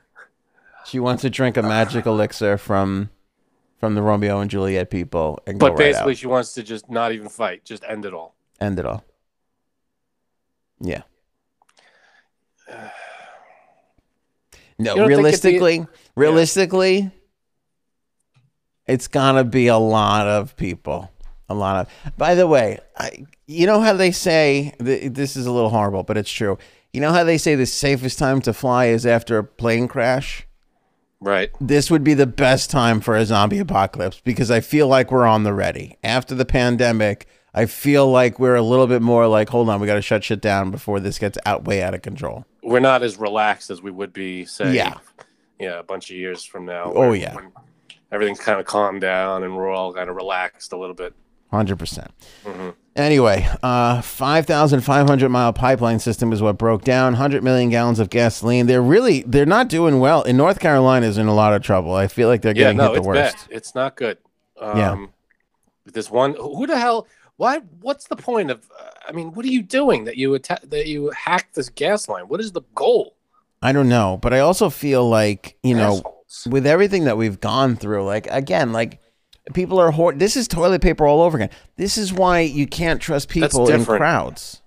She wants to drink a magic elixir from from the Romeo and Juliet people and go
But
right
basically,
out.
she wants to just not even fight, just end it all.
End it all. Yeah. *sighs* No,
You don't think it'd be-
realistically, realistically, it's gonna be a lot of people. A lot of. By the way, I, you know how they say th- this is a little horrible, but it's true. You know how they say the safest time to fly is after a plane crash.
Right.
This would be the best time for a zombie apocalypse because I feel like we're on the ready after the pandemic. I feel like we're a little bit more like, hold on, we got to shut shit down before this gets out way out of control.
We're not as relaxed as we would be, say,
Yeah.
yeah, a bunch of years from now.
Oh, yeah.
When everything's kind of calmed down and we're all kind of relaxed a little bit.
Hundred percent.
Mm-hmm.
Anyway, uh, five thousand five hundred mile pipeline system is what broke down. Hundred million gallons of gasoline. They're really they're not doing well. And North Carolina is in a lot of trouble. I feel like they're
Yeah,
getting
no,
hit the
it's
worst.
bad. It's not good. Um,
Yeah.
This one, who the hell? Why? What's the point of? Uh, I mean, what are you doing that you atta- that you hack this gas line? What is the goal?
I don't know, but I also feel like you know
Assholes.
with everything that we've gone through. Like again, like people are hoard. This is toilet paper all over again. This is why you can't trust people in
different.
crowds.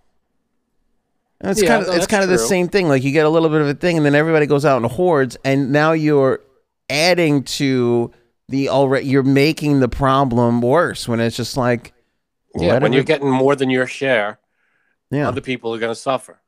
And it's
Yeah,
kind of
no,
it's
that's
kind of the
true.
same thing. Like you get a little bit of a thing, and then everybody goes out in hordes, and now you're adding to the already. You're making the problem worse when it's just like,
yeah,
let
when you're
every-
getting more than your share,
yeah.
other people are going to suffer.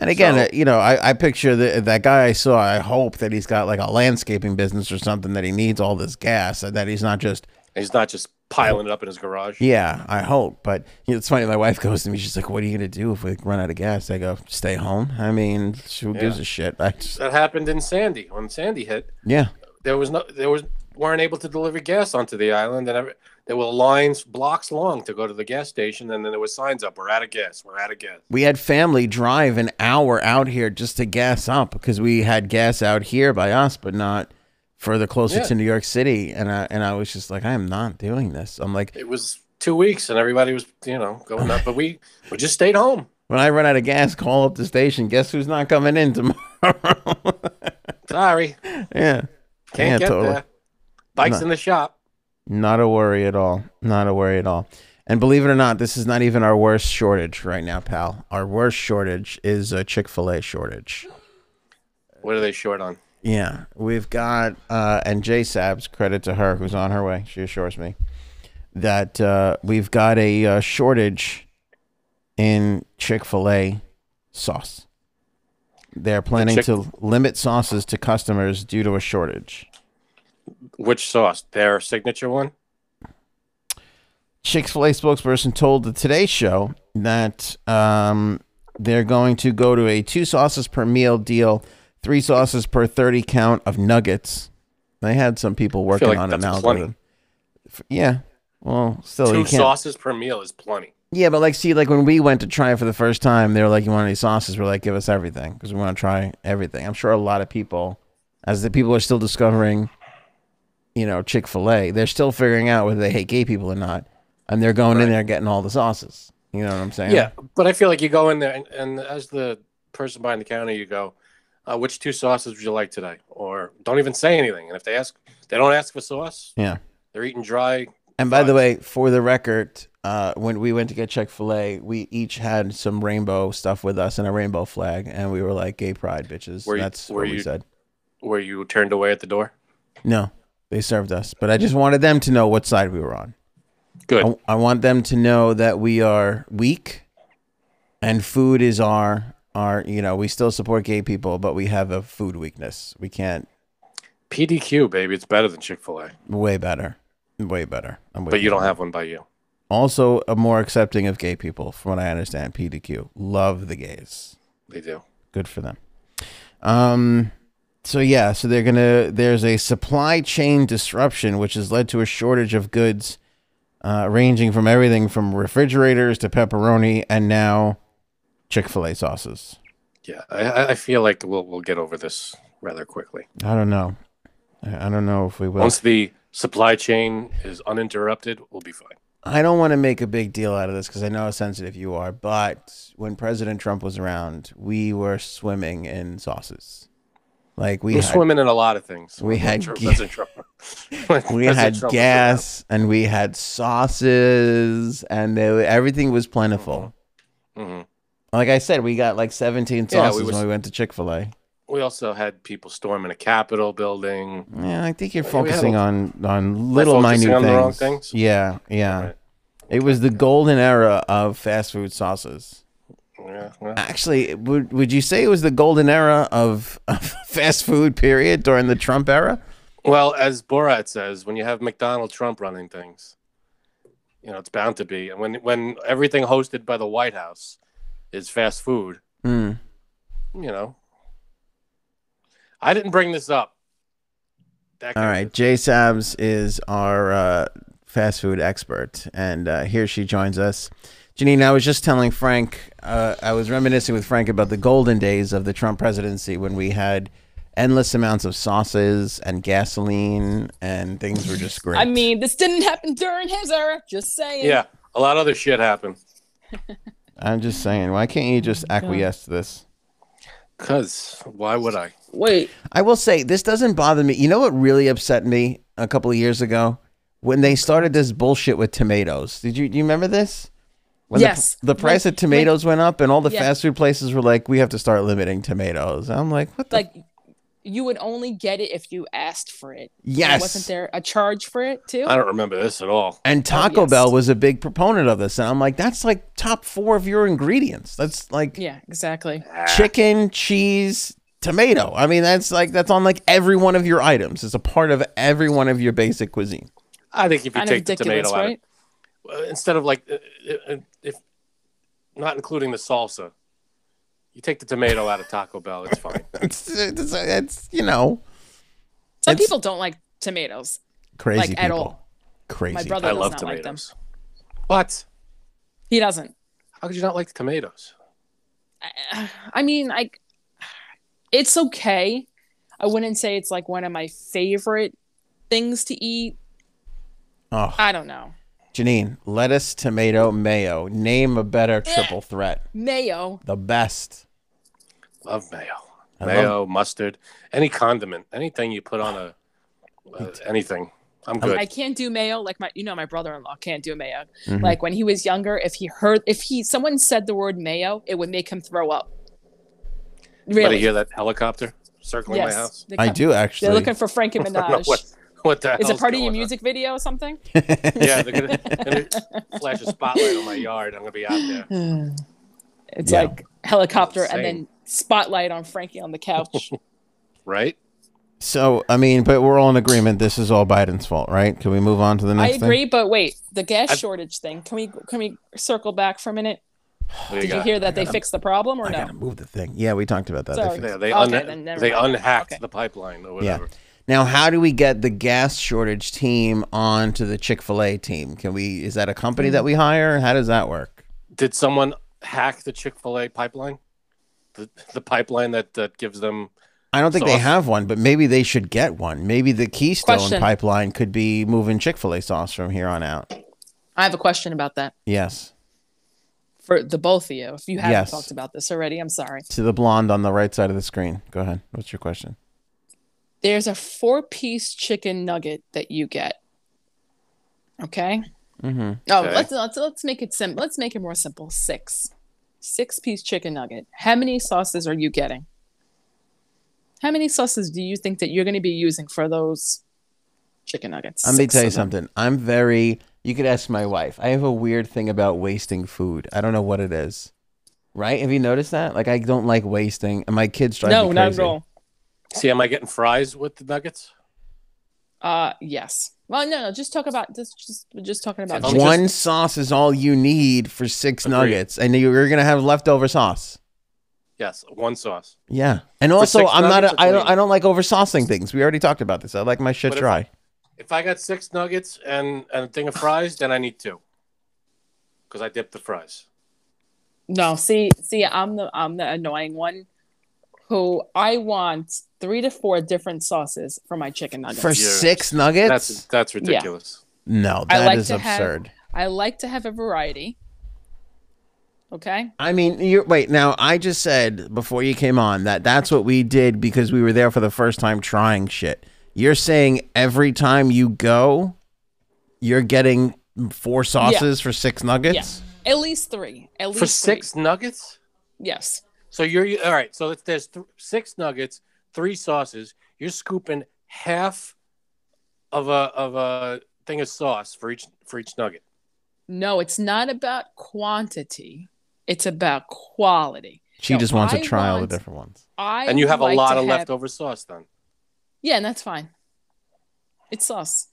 And again,
So-
uh, you know, I, I picture the, that guy I saw. I hope that he's got like a landscaping business or something that he needs all this gas and that he's not just,
And he's not just piling it up in his garage.
yeah, I hope. But you know, it's funny. My wife goes to me. She's like, what are you going to do if we run out of gas? I go, stay home. I mean, who gives a shit? I just,
That happened in Sandy when Sandy hit.
yeah.
There was no, there was weren't able to deliver gas onto the island, and every, there were lines blocks long to go to the gas station, and then there were signs up: "We're out of gas. We're out of gas."
We had family drive an hour out here just to gas up because we had gas out here by us, but not further closer
Yeah.
to New York City. And I, and I was just like, I am not doing this. I'm like,
it was two weeks and everybody was you know going up but we we just stayed home
When I run out of gas, call up the station. Guess who's not coming in tomorrow? *laughs*
sorry
yeah.
can't get there bikes in the shop
Not a worry at all. Not a worry at all. And believe it or not, this is not even our worst shortage right now, pal. Our worst shortage is a Chick fil A shortage.
what are they short on
Yeah. We've got, uh, and J Sabs, credit to her, who's on her way, she assures me, that uh, we've got a uh, shortage in Chick fil A sauce. They're planning
Chick-
to limit sauces to customers due to a shortage.
which sauce their signature one
Chick fil A spokesperson told the Today Show that um, they're going to go to a two sauces per meal deal, three sauces per 30 count of nuggets. They had some people working
like
on an
that's
algorithm. F- Yeah. Well, still, Oh, you
two
can't.
sauces per meal is plenty
Yeah, but like, see, like when we went to try it for the first time, they were like, "You want any sauces?" We're like, "Give us everything," because we want to try everything. I'm sure a lot of people, as the people are still discovering, you know, Chick Fil A, they're still figuring out whether they hate gay people or not, and they're going in there getting all the sauces. You know what I'm saying?
yeah but i feel like you go in there and, and as the person behind the counter you go uh, which two sauces would you like today or don't even say anything and if they ask they don't ask for sauce
yeah.
they're eating dry
And by the
Fries.
way, for the record, uh, when we went to get Chick Fil A, we each had some rainbow stuff with us and a rainbow flag, and we were like, "Gay pride, bitches."
Were you-
That's
were
what we
you-
said.
where you turned away at the door
No, they served us, but I just wanted them to know what side we were on.
good
I, I want them to know that we are weak and food is our our you know we still support gay people but we have a food weakness we can't
pdq baby it's better than chick-fil-a
way better way better I'm with
but you don't have one by you
also a more accepting of gay people from what i understand pdq love the gays
they do
good for them um so yeah so they're gonna there's a supply chain disruption which has led to a shortage of goods uh, ranging from everything from refrigerators to pepperoni and now Chick fil A sauces.
Yeah, I- I, I feel like we'll we'll get over this rather quickly
I don't know. I I don't know if we will.
once the supply chain is uninterrupted. We'll be fine.
I don't want to make a big deal out of this because I know how sensitive you are, but when President Trump was around, we were swimming in sauces. Like we
We're
had,
swimming in a lot of things.
We had
Trump,
ga-
President Trump.
*laughs* we
President
had
Trump was around.
gas and we had sauces and they, were- everything was plentiful.
Mhm.
Like I said, we got like 17
Yeah, we
sauces
was-
when we went to Chick fil A.
We also had people storming a Capitol building.
Yeah, I think you're
we had a-
focusing on, on little
focusing
minute
on
things.
the wrong things?
Yeah, yeah.
Right.
It was the golden era of fast food sauces.
Yeah, well,
Actually, would would you say it was the golden era of, of *laughs* fast food period during the Trump era?
Well, as Borat says, when you have McDonald Trump running things, you know it's bound to be. And when when everything hosted by the White House is fast food,
Hmm.
you know. I didn't bring this up. That
All
guy
right,
did.
Jay Sabs is our uh, fast food expert, and uh, here she joins us. Janine, I was just telling Frank, uh, I was reminiscing with Frank about the golden days of the Trump presidency when we had endless amounts of sauces and gasoline, and things were just great.
I mean, this didn't happen during his era. Just saying.
Yeah, a lot of other shit happened.
I'm just saying, why can't you
Oh
just acquiesce to this?
Cause why would I?
Wait.
I will say this doesn't bother me. You know what really upset me a couple of years ago when they started this bullshit with tomatoes. Did you do you remember this? When the-
Yes.
The, price
Like-
of tomatoes went up, and all the
Yeah.
fast food places were like, "We have to start limiting tomatoes." I'm like, "What the?
Like, you would only get it if you asked for it.
yes."
Wasn't there a charge for it too?
I don't remember this at all.
and Taco
oh, yes.
Bell was a big proponent of this, and I'm like, "That's like top four of your ingredients. That's like
Yeah, exactly.
chicken, cheese, tomato. I mean, that's like that's on like every one of your items. It's a part of every one of your basic cuisine." *laughs*
I think if you
Kind of
take the
ridiculous,
tomato out,
right?
of, uh, instead of like, uh, uh, uh, if not including the salsa, you take the tomato out of Taco Bell. It's fine.
It's it's, it's you know.
Some
It's-
people don't like tomatoes.
crazy
Like,
people.
at all.
Crazy.
My brother
I
does
love
not like them.
tomatoes. What?
He doesn't.
How could you not like tomatoes?
I, I mean, like, it's okay. I wouldn't say it's like one of my favorite things to eat.
Oh,
I don't know.
Janine, lettuce, tomato, mayo. Name a better
Eh.
triple threat.
Mayo.
The best.
Love mayo.
I
mayo, mustard, any condiment, anything you put on a uh, anything. I'm good.
I can't do mayo like my you know my brother-in-law can't do mayo.
Mm-hmm.
Like when he was younger, if he heard if he someone said the word mayo, it would make him throw up.
Anybody
Really?
hear that helicopter circling my house? *laughs*
They
I
come-
do actually.
They're looking for Frankie
I don't know
Minaj.
what, what the
Is it
hell's
part of
going
your
on.
music video
*laughs*
or something?
Yeah, they're
*laughs*
gonna, gonna flash a spotlight on my yard. I'm gonna be out there.
*laughs* It's
Yeah.
like helicopter
Insane.
and then spotlight on Frankie on the
*laughs*
couch.
Right?
so, I mean, but we're all in agreement. This is all Biden's fault, right? Can we move on to the
I
next
agree, but wait, the gas
I-
shortage thing. Can we can we circle back for a minute?
What do
Did you
got?
hear that they fixed the problem or
thing? I gotta
no?
move the thing. Yeah, we talked about that. They
Sorry.
fixed it.
Yeah, they
Okay,
un-
then never
they
mind.
unhacked
Okay.
the pipeline or
Yeah.
whatever.
Now, how do we get the gas shortage team onto the Chick Fil A team? Can we? Is that a company
Mm.
that we hire? How does that work?
Did someone hack the Chick Fil A pipeline? The the pipeline that that gives them.
I don't think
Sauce.
they have one, but maybe they should get one. Maybe the Keystone
Question.
pipeline could be moving Chick Fil A sauce from here on out.
I have a question about that
Yes,
for the both of you. If you haven't
Yes.
talked about this already, I'm sorry.
to the blonde on the right side of the screen. Go ahead. What's your question?
there's a four piece chicken nugget that you get. Okay.
Mm-hmm.
Oh,
Okay.
let's let's let's make it simple. Let's make it more simple. Six, six piece chicken nugget. How many sauces are you getting? How many sauces do you think that you're going to be using for those chicken nuggets?
Let me
Six
tell you
of them.
something. I'm very. You could ask my wife. I have a weird thing about wasting food. I don't know what it is. Right? Have you noticed that? Like, I don't like wasting, and my kids drive
No,
me
not
crazy.
at all.
See, am I getting fries with the nuggets?
Uh, yes. Well, no, no. Just talk about this. Just we're just talking about
Tell me
chicken.
One sauce is all you need for six
Agreed.
nuggets, and you're gonna have leftover sauce.
Yes, one sauce.
Yeah, and also
six
I'm not.
nuggets
A,
or
I don't.
clean?
I don't like oversaucing things. We already talked about this. I like my shit
What if-
dry.
If I got six nuggets and, and a thing of fries, then I need two. Because I dipped the fries.
No, see, see, I'm the I'm the annoying one who I want three to four different sauces for my chicken nuggets.
For
Yeah.
six nuggets?
That's that's ridiculous.
no,
I
that is
like to have-
absurd.
I like to have a variety. Okay.
I mean, you wait. Now, I just said before you came on that that's what we did because we were there for the first time trying shit. You're saying every time you go, you're getting four sauces for six nuggets?
At least three. At least
For
three.
six nuggets?
Yes.
So you're all right. So if there's th- six nuggets, three sauces, you're scooping half of a of a thing of sauce for each for each nugget.
No, it's not about quantity. It's about quality.
She
No,
just wants
I
to try all the
want-
different ones.
I
and you have
like
a lot
to
of
have-
leftover sauce then.
Yeah, and that's fine. It's sauce.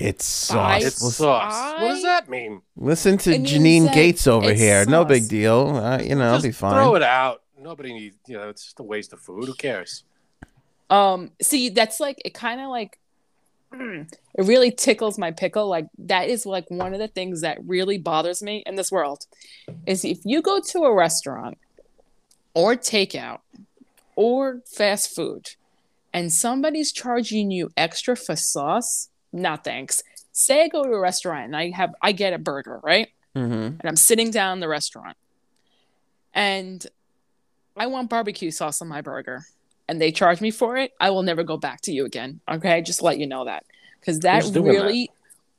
It's
I-
sauce.
It's
Listen-
sauce. What
I-
does that mean?
Listen to
It means
Janine
that
Gates over
it's
here. No
sauce.
big deal. Uh, you know, I'll
Just
be fine.
Throw it out. Nobody needs. You know, it's just a waste of food. Who cares?
Um, see, that's like it kind of like *clears throat* mm, it really tickles my pickle. Like that is like one of the things that really bothers me in this world is if you go to a restaurant or takeout or fast food and somebody's charging you extra for sauce, not thanks. Say I go to a restaurant and I have I get a burger, right?
Mhm.
and I'm sitting down in the restaurant and I want barbecue sauce on my burger and they charge me for it, I will never go back to you again. Okay. Just let you know that because that
Who's doing that?
really,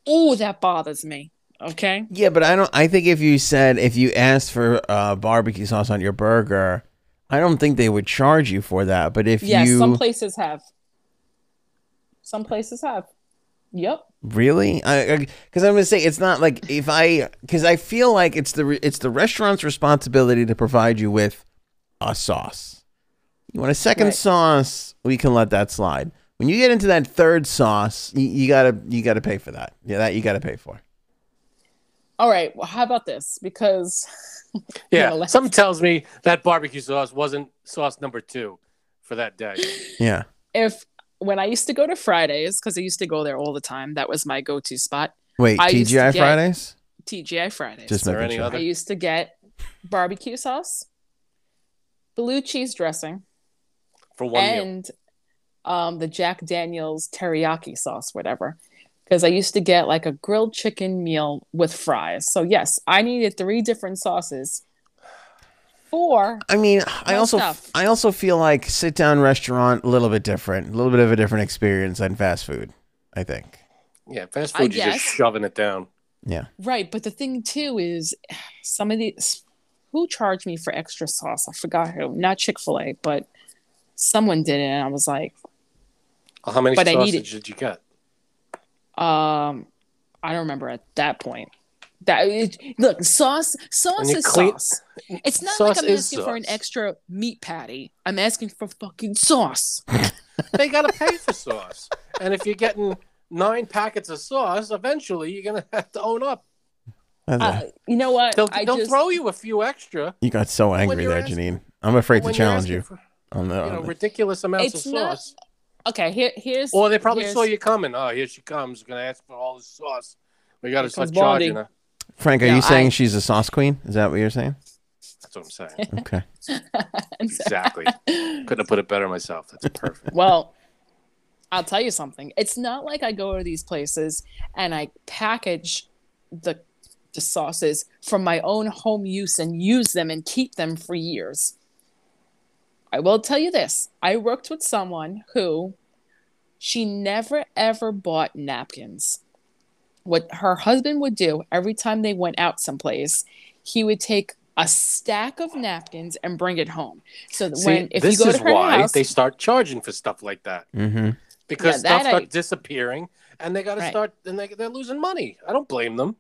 oh, that bothers me. Okay.
Yeah, but I don't. I think if you said if you asked for uh, barbecue sauce on your burger, I don't think they would charge you for that. But if
Yes.
you
Some places have. Some places have. Yep.
Really? I because I'm gonna say it's not like if I because I feel like it's the re- it's the restaurant's responsibility to provide you with a sauce. You want a second
Right.
sauce? We can let that slide. When you get into that third sauce, you, you gotta you gotta pay for that. Yeah, that you gotta pay for.
All right. Well, how about this? Because
Yeah.
know, let's-
Something tells me that barbecue sauce wasn't sauce number two for that day.
Yeah.
if when I used to go to Fridays, because I used to go there all the time, that was my go to spot,
Wait,
I used to
TGI
get-
Fridays?
TGI Fridays.
Just
there
making
any
sure.
other-
I used to get barbecue sauce, blue cheese dressing,
For one meal.
and um, the Jack Daniels teriyaki sauce, whatever. Because I used to get like a grilled chicken meal with fries. So, yes, I needed three different sauces. Four.
I mean, I
No
also
stuff.
I also feel like sit down restaurant a little bit different, a little bit of a different experience than fast food. I think.
Yeah, fast
I
food. You're just
guess.
shoving it down.
Yeah.
Right. But the thing too is some of these, who charged me for extra sauce? I forgot who. Not Chick fil A, but someone did it. And I was like,
How many
But I need
sausages
it.
did you get?
Um, I don't remember at that point. That it, look sauce, sauce
And you
is
clean-
sauce. It's not
Sauce
like I'm
is
asking for an
sauce.
extra meat patty. I'm asking for fucking sauce.
they gotta pay for sauce. And if you're getting nine packets of sauce, eventually you're gonna have to own up.
That's it.
Uh, you know what?
They'll,
I
they'll
just-
throw you a few extra.
You got so
when
angry
you're
there,
ask-
Janine. I'm afraid
when
to
you're
challenge
asking
you Um,
for,
on the.
you know,
on the-
ridiculous amounts
It's
of
not-
sauce.
Okay, here, here's.
Or they probably
here's- *laughs*
saw you coming. Oh, here she comes. Gonna ask for all this sauce. We gotta
Here
start
comes Blondie.
charging her.
Frank, are
No,
you saying
I-
she's a sauce queen? Is that what you're
*laughs*
saying?
That's what I'm saying.
*laughs*
Okay.
exactly. Couldn't have put it better myself. That's perfect.
Well, I'll tell you something. It's not like I go to these places and I package the the sauces from my own home use and use them and keep them for years. I will tell you this. I worked with someone who she never ever bought napkins. What her husband would do every time they went out someplace, he would take a stack of napkins and bring it home. So that
See,
when if you
this
go
is
to her
why
house,
they start charging for stuff like that
Mm-hmm.
because
Yeah, that
stuff starts
I-
disappearing and they got to
Right.
start and they, they're losing money i don't blame them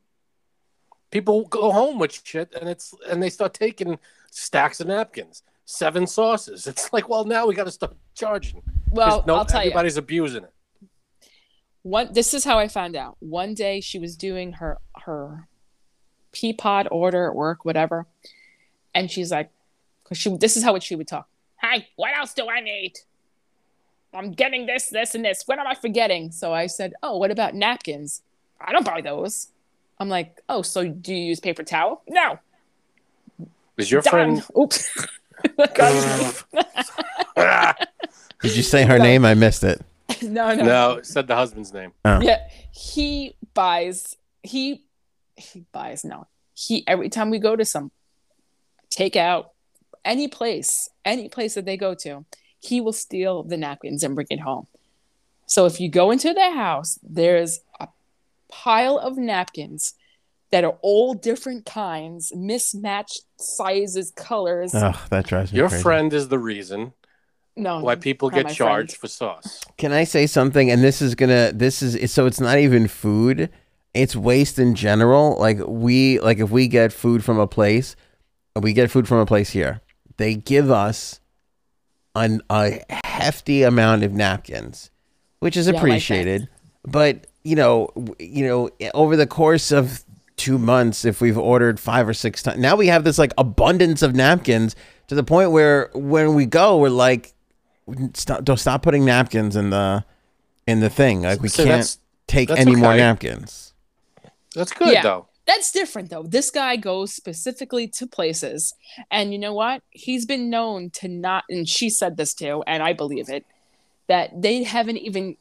people go home with shit and it's and they start taking stacks of napkins seven sauces it's *laughs* like well now we got to start charging 'cause
well,
no,
I'll tell you.
everybody's abusing it
one this is how i found out one day she was doing her her peapod order at work whatever and she's like because she this is how she would talk hi what else do i need I'm getting this, this, and this. What am I forgetting? So I said, Oh, what about napkins? I don't buy those. I'm like, Oh, so do you use paper towel? No.
Is your
Done. *laughs*
friend?
Oops. Like, I'm-
*laughs*
*laughs*
Did you say her name? I missed it.
no, no.
no, said the husband's name.
Yeah. He buys, he, he buys, no. He, every time we go to some takeout, any place, any place that they go to, he will steal the napkins and bring it home. So if you go into their house, there's a pile of napkins that are all different kinds, mismatched sizes, colors.
Oh, that drives me
Your
crazy.
friend is the reason
no,
why people
not
get
my
charged
friend.
for sauce.
Can I say something? And this is gonna. This is so. It's not even food. It's waste in general. Like we like if we get food from a place, we get food from a place here. They give us an a hefty amount of napkins, which is
Yeah, I like that.
appreciated. but you know, w- you know, over the course of two months, if we've ordered five or six times, now we have this like abundance of napkins to the point where when we go, we're like, stop, don't stop putting napkins in the in the thing. Like we
So
can't
that's-
take
that's
any more
okay.
napkins.
That's good
Yeah.
though.
That's different though. This guy goes specifically to places, and you know what? He's been known to not, and she said this too, and I believe it, that they haven't even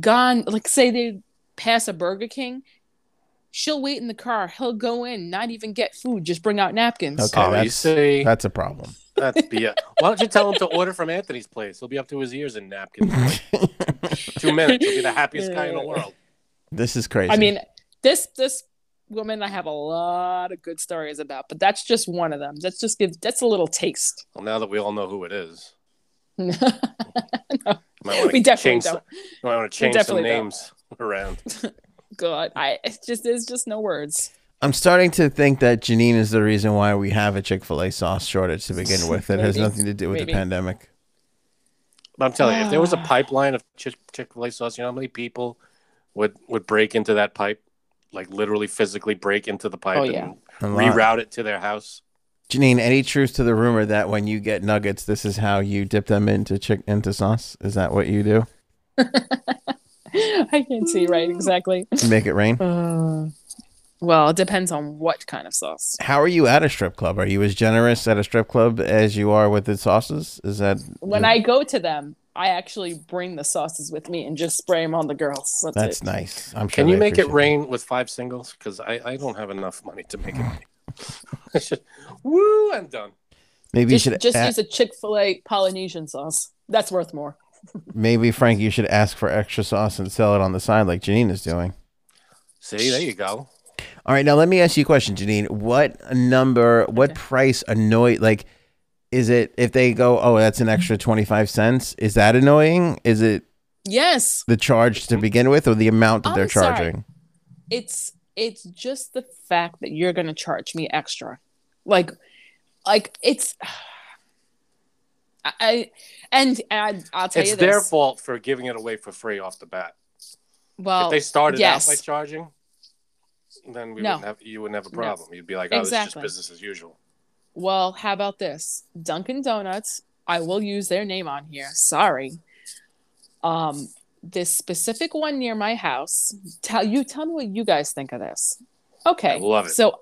gone. Like, say they pass a Burger King, she'll wait in the car. He'll go in, not even get food, just bring out napkins.
Okay,
oh, you
that's
see,
that's a problem.
that's
*laughs*
BS. Why don't you tell him to order from Anthony's place? He'll be up to his ears in napkins. in
*laughs*
like Two minutes, he'll be the happiest guy in the world.
This is crazy.
I mean, this this woman I have a lot of good stories about, but that's just one of them. That's just give that's a little taste. *laughs*
Well, now that we all know who it is,
we
you might wanna
definitely
change
don't.
Some, you might want to change some
definitely don't.
names around.
God, I it's just there's just no words.
I'm starting to think that Janine is the reason why we have a Chick Fil A sauce shortage to begin with. It has
Maybe.
nothing to do with
Maybe.
the pandemic.
But I'm telling you, if there
*sighs*
was a
Ah.
pipeline of Chick Fil A sauce, you know how many people would would break into that pipe, like literally physically break into the pipe
Oh,
and
yeah.
A lot.
reroute it to their house?
Janine, any truth to the rumor that when you get nuggets, this is how you dip them into chick into sauce? Is that what you do?
*laughs* I can't see right exactly.
You make it rain?
Mm. Uh, well, it depends on what kind of sauce.
How are you at a strip club? Are you as generous at a strip club as you are with the sauces? Is that
When I go to them, I actually bring the sauces with me and just spray them on the girls. That's,
that's
it.
nice? I'm sure.
Can you
they
make it
appreciate
rain with five singles? Because I, I don't have enough money to make it *laughs* rain. It's just, woo, I'm done.
Maybe
Just,
you should
just
a-
use a Chick Fil A Polynesian sauce. That's worth more.
maybe Frank, you should ask for extra sauce and sell it on the side like Janine is doing.
See, there you go.
All right, now let me ask you a question, Janine. What number, what
Okay.
price annoy like is it if they go, "Oh, that's an extra 25 cents." Is that annoying? Is it
Yes,
the charge to begin with or the amount that
Mm-hmm. I'm
they're
sorry.
charging?
it's it's just the fact that you're going to charge me extra. Like, like it's. *sighs* I, I and, and I'll tell
It's
you
their
this.
fault for giving it away for free off the bat.
well,
if they started
Oh, yes.
out by charging, then we
No.
wouldn't have you wouldn't have a
No.
problem. You'd be like, oh, this
Exactly.
is just business as usual.
Well, how about this? Dunkin' Donuts, I will use their name on here. Sorry. Um, this specific one near my house. Tell you tell me what you guys think of this. Okay.
I love it.
So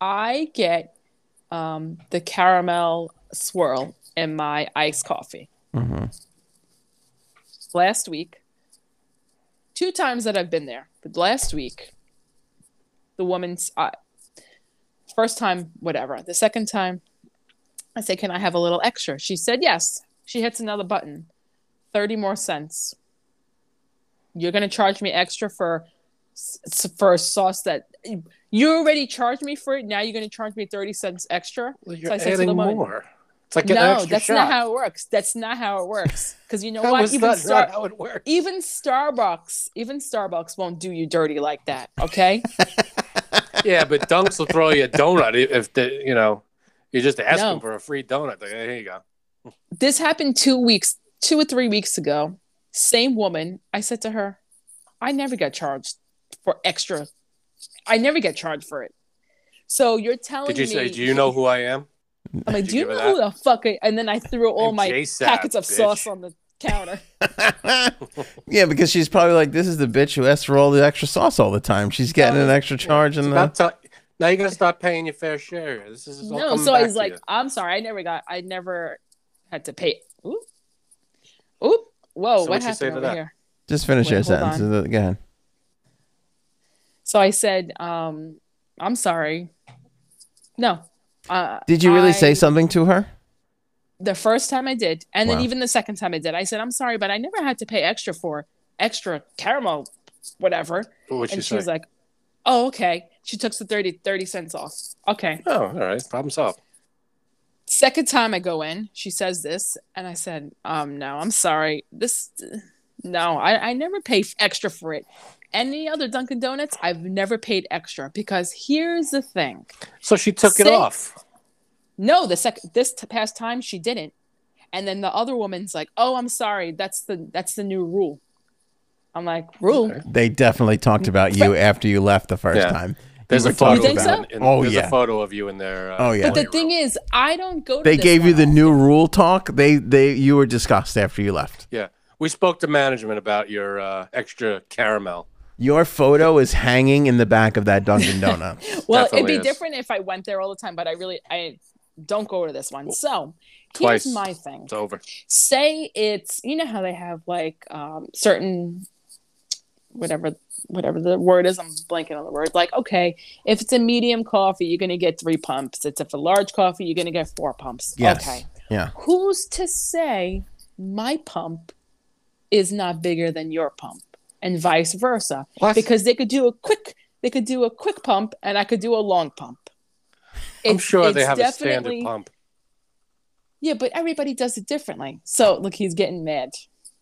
I get um the caramel swirl in my iced coffee
hmm
last week. Two times that I've been there, but last week, the woman's uh, first time, whatever. The second time, I say, "Can I have a little extra?" She said, "Yes." She hits another button, thirty more cents. You're gonna charge me extra for s- s- for a sauce that you already charged me for it. Now you're gonna charge me thirty cents extra.
Well,
I
you're
said to the
adding
woman-
more. It's like an
No,
extra
that's
shot.
not how it works. That's not how it works. Because you know
That
what?
was
Even
not,
Star-
not how it
*laughs*
works.
even Starbucks, even Starbucks won't do you dirty like that. Okay. *laughs*
yeah, but Dunks will throw you a donut i- if the you know you're just asking
No.
for a free donut. Like, hey, here you go.
this happened two weeks, two or three weeks ago. Same woman. I said to her, I never get charged for extra. I never get charged for it. So you're telling
Did you
me?
say? Do you know who I am?
I'm like,
did
do
you
you
give
know
her
who the fuck? I-" And then I threw all
I'm
my
JSAP,
packets of
bitch.
sauce on the
*laughs*
counter.
yeah, because she's probably like, this is the bitch who asks for all the extra sauce all the time. She's getting
Oh,
an extra charge in the.
That's how- now you're gonna start paying your fair share. This is all
no,
coming
so
back
he's
to
like,
you.
I'm sorry, I never got, I never had to pay. Oop, oop, whoa,
So
what
what'd you say
happened
to
over
that?
here?
Just finish
Wait,
your
hold
sentence. Uh, Go ahead.
So I said, um, I'm sorry. No. Uh,
Did you really
I-
say something to her?
The first time I did, and
Wow.
then even the second time I did, I said, I'm sorry, but I never had to pay extra for extra caramel, whatever.
What'd she
and she
say?
was like, oh, okay. She took the 30, 30 cents off. Okay.
oh, all right, problem solved.
Second time I go in, she says this, and I said, um, no, I'm sorry. This, no, I, I never pay f- extra for it. Any other Dunkin' Donuts, I've never paid extra because here's the thing.
So she took it
Six.
off.
No, the second this t- past time she didn't, and then the other woman's like, "Oh, I'm sorry. That's the that's the new rule." I'm like, "Rule?
Okay.
They definitely talked about you after you left the first
Yeah.
time.
There's
You
a
were talking
photo.
You think
of
about
so?
you in- in-
Oh,
there's
yeah.
a photo of you in there. uh,
Oh, yeah.
But the
playroom.
thing is, I don't go. To
They
this
gave you the
one-off.
new rule talk. They they you were discussed after you left.
yeah, we spoke to management about your uh, extra caramel.
Your photo is hanging in the back of that Dunkin' Donut. *laughs*
Well, it'd
Definitely
be
is.
different if I went there all the time, but I really I don't go to this one. So
Twice.
here's my thing.
It's over.
Say it's you know how they have like um, certain whatever whatever the word is. I'm blanking on the word. Like okay, if it's a medium coffee, you're gonna get three pumps. It's if a large coffee, you're gonna get four pumps.
Yes.
Okay.
Yeah.
Who's to say my pump is not bigger than your pump, and vice versa?
What?
Because they could do a quick, they could do a quick pump, and I could do a long pump.
I'm
It's-
sure they
it's
have a standard
definitely-
pump.
Yeah, but everybody does it differently. So look, he's getting mad.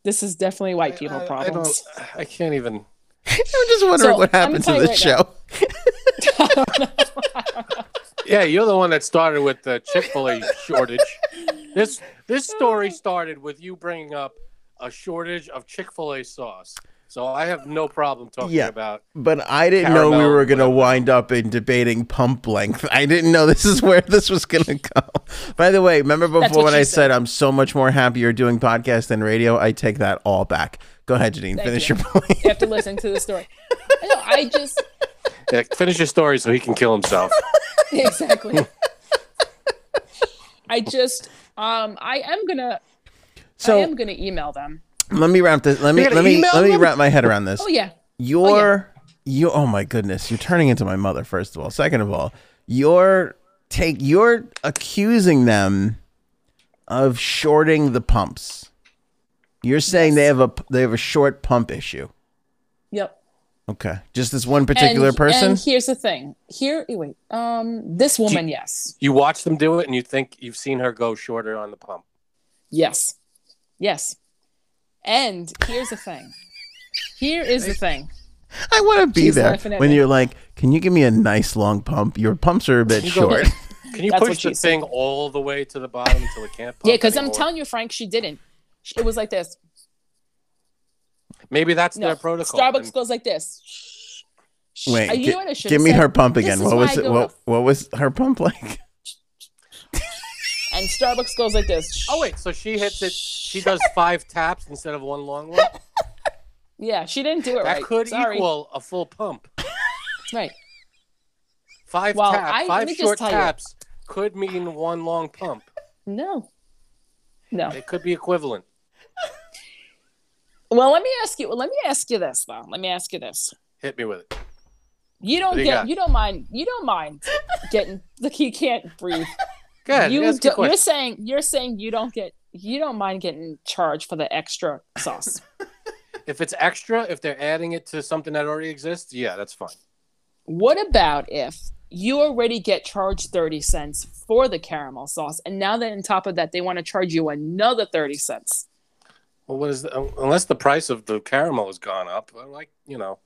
This is definitely white people
I- I,
problems.
don't. I can't even.
*laughs* I'm just wondering
So,
what
let me
happened to
tell
this
you right
show.
now.
Yeah, you're the one that started with the Chick Fil
*laughs*
A shortage. This this story
Oh.
started with you bringing up a shortage of Chick Fil A sauce. So I have no problem talking
Yeah.
about.
But I didn't know we
Caramel,
were going to
whatever.
wind up in debating pump length. I didn't know this is where this was going to *laughs* go. By the way, remember before
what
when
she
I
said.
said I'm so much more happier doing podcast than radio? I take that all back. Go ahead, Janine. finish
you. *laughs*
your point.
You have to listen to the story. No, I just *laughs*
Yeah, finish your story so he can kill himself.
exactly. I just um I am gonna I
So
am gonna email them.
let me wrap this. Let me
You're gonna
let me
email
let me
them?
wrap my head around this.
Oh yeah.
your you oh my goodness you're turning into my mother first of all second of all you're take you're accusing them of shorting the pumps you're saying they have a they have a short pump issue
Yep.
okay just this one particular
and,
person
And here's the thing. Here wait. Um this woman, yes.
You watch them do it, and you think you've seen her go shorter on the pump.
Yes. Yes. And here's the thing. Here is the thing.
i want to be
She's
there
laughing at
when
me.
you're like can you give me a nice long pump your pumps are a bit
go
short
*laughs*
Can you
That's what
push
she
the
said.
thing all the way to the bottom until it can't? Pump
Yeah, because I'm
anymore?
telling you, Frank, she didn't. She- It was like this.
Maybe that's
No,
their protocol.
Starbucks
and
goes like this. Shh.
wait
Uh, you
gi-
know what I should
give
have
me
said?
her pump
This
again
is
what
why
was
I
it
go
what,
to-
what was her pump *laughs* like
And Starbucks goes like this.
Oh wait, so she hits it. She does five taps instead of one long
*laughs*
one.
Yeah, she didn't do it
That
right.
could
Sorry.
equal a full pump.
That's right.
Five
Well,
tap,
I- let
five
me just
short
tell you.
taps could mean one long pump.
No. No.
It could be equivalent.
Well, let me ask you. Let me ask you this though. Let me ask you this.
Hit me with it.
You
What
don't
do you
get.
got?
You don't mind. You don't mind getting. *laughs* Look, he can't breathe.
Go ahead.
you
*laughs* ask your
don't, you're
question.
saying you're saying you don't get. You don't mind getting charged for the extra sauce.
If it's extra, if they're adding it to something that already exists, yeah, that's fine.
What about if you already get charged 30 cents for the caramel sauce, and now that on top of that, they want to charge you another 30 cents?
Well, what is the, unless the price of the caramel has gone up? I Like you know,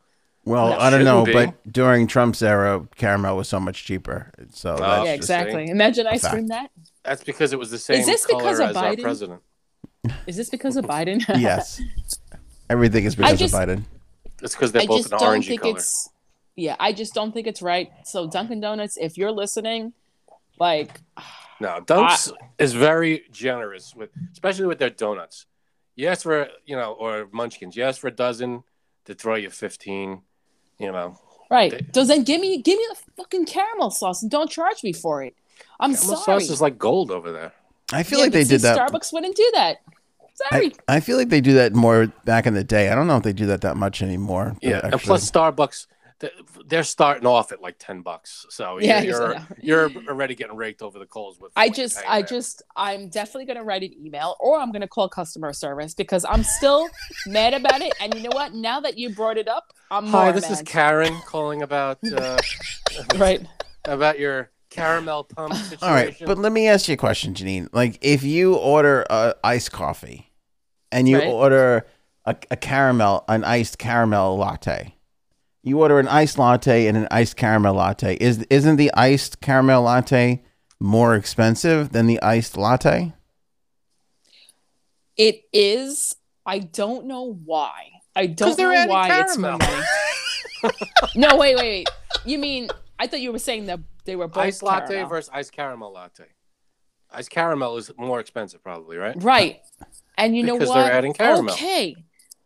well
No.
i don't know
Shouldn't
but during trump's era caramel was so much cheaper so that's
yeah,
just
exactly.
saying.
Imagine ice
fact.
cream that.
that's because it was the same
this
color
because of
as our
Biden?
president.
Is this because of
*laughs*
Biden? *laughs*
yes. Everything is
I
because
just-
of Biden.
It's because they're
I
both
just
an
don't
orangey
think
color.
it's. Yeah, I just don't think it's right. So Dunkin' Donuts, if you're listening, like
No, Dunks is very generous with, especially with their donuts. You ask for you know, or munchkins. You ask for a dozen, to throw you fifteen. You know,
Right.
They-
so then give me give me the fucking caramel sauce and don't charge me for it. I'm
Caramel
sorry.
sauce is like gold over there.
I feel
Yeah,
like
but
they
see,
did that.
Starbucks wouldn't do that. Sorry.
I, I feel like they do that more back in the day. I don't know if they do that that much anymore.
Yeah,
actually.
and plus Starbucks, th- they're starting off at like ten bucks. So
Yeah,
yeah, you're
yeah.
you're, already getting raked over the coals with.
I
like,
just,
paying
I
that.
just, I'm definitely going to write an email or I'm going to call customer service because
*laughs*
I'm still mad about it. And you know what? Now that you brought it up, I'm
Hi,
more
this
mad.
is Karen calling about uh,
*laughs* right.
about your caramel pump situation.
All right, but let me ask you a question, Janine. Like, if you order a iced coffee, and you
Right.
order a, a caramel, an iced caramel latte, you order an iced latte and an iced caramel latte. Is isn't the iced caramel latte more expensive than the iced latte?
It is. I don't know why. I
'Cause
don't
they're
know
adding
why it's more
caramel.
money. no, wait, wait, wait. You mean, I thought you were saying that they were both
ice latte
caramel.
versus ice caramel latte. Ice caramel is more expensive, probably, right?
Right. And you know
Because
what?
they're adding caramel.
Okay.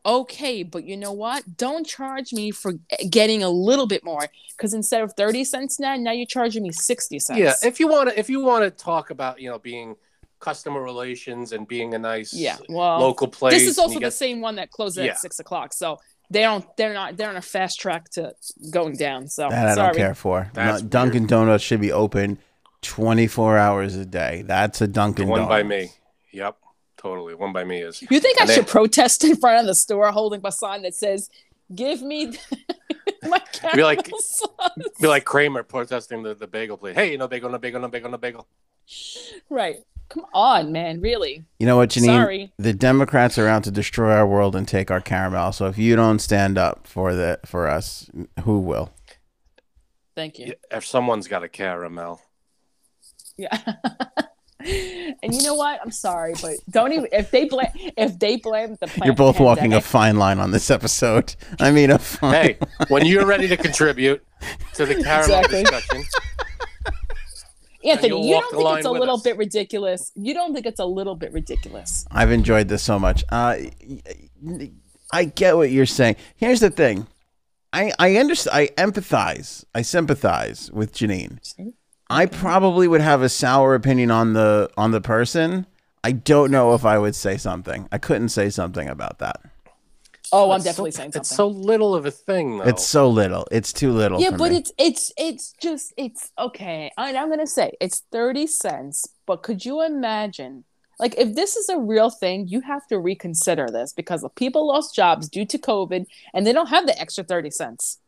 Okay, but you know what? Don't charge me for getting a little bit more because instead of 30 cents now, now you're charging me 60 cents.
Yeah. If you want to, if you want to talk about, you know, being customer relations and being a nice
yeah. Well,
local place,
this is
and
also
you
the
get-
same one that closes
Yeah.
at six o'clock. So they don't, they're not, they're on a fast track to going down. So
That I
Oh, sorry.
don't care for.
That's
No, Dunkin' Donuts should be open twenty four hours a day. That's a Dunkin'
one by
Donuts.
me. Yep. Totally. One by me is.
You think I
And they-
should protest in front of the store holding a sign that says, give me *laughs* my caramel
You're like-
sauce."
Be like Kramer protesting the, the bagel plate. Hey, no bagel, no bagel, no bagel, no bagel.
right. Come on, man. Really?
You know what, Janine?
Sorry.
The Democrats are out to destroy our world and take our caramel. So if you don't stand up for the for us, who will?
Thank you.
If someone's got a caramel,
Yeah. *laughs* and you know what? I'm sorry, but don't even if they blame if they blame the plant
You're both walking a
pandemic-
fine line on this episode. *laughs* I mean, a fine. *laughs*
hey, when you're ready to contribute to the caramel
Exactly.
discussion, and
Anthony,
you'll
you
walk
don't
the
think
line
it's a
with
little
us.
bit ridiculous. You don't think it's a little bit ridiculous.
I've enjoyed this so much. Uh, I get what you're saying. Here's the thing. I I understand. I empathize. I sympathize with Janine. I probably would have a sour opinion on the on the person. I don't know if I would say something. I couldn't say something about that.
Oh, I'm
It's so-
definitely saying something.
It's so little of a thing, though.
It's so little. It's too little.
yeah,
for
but
me.
it's it's it's just it's okay. And I'm gonna say it's 30 cents, but could you imagine? Like if this is a real thing, you have to reconsider this because people lost jobs due to COVID and they don't have the extra 30 cents.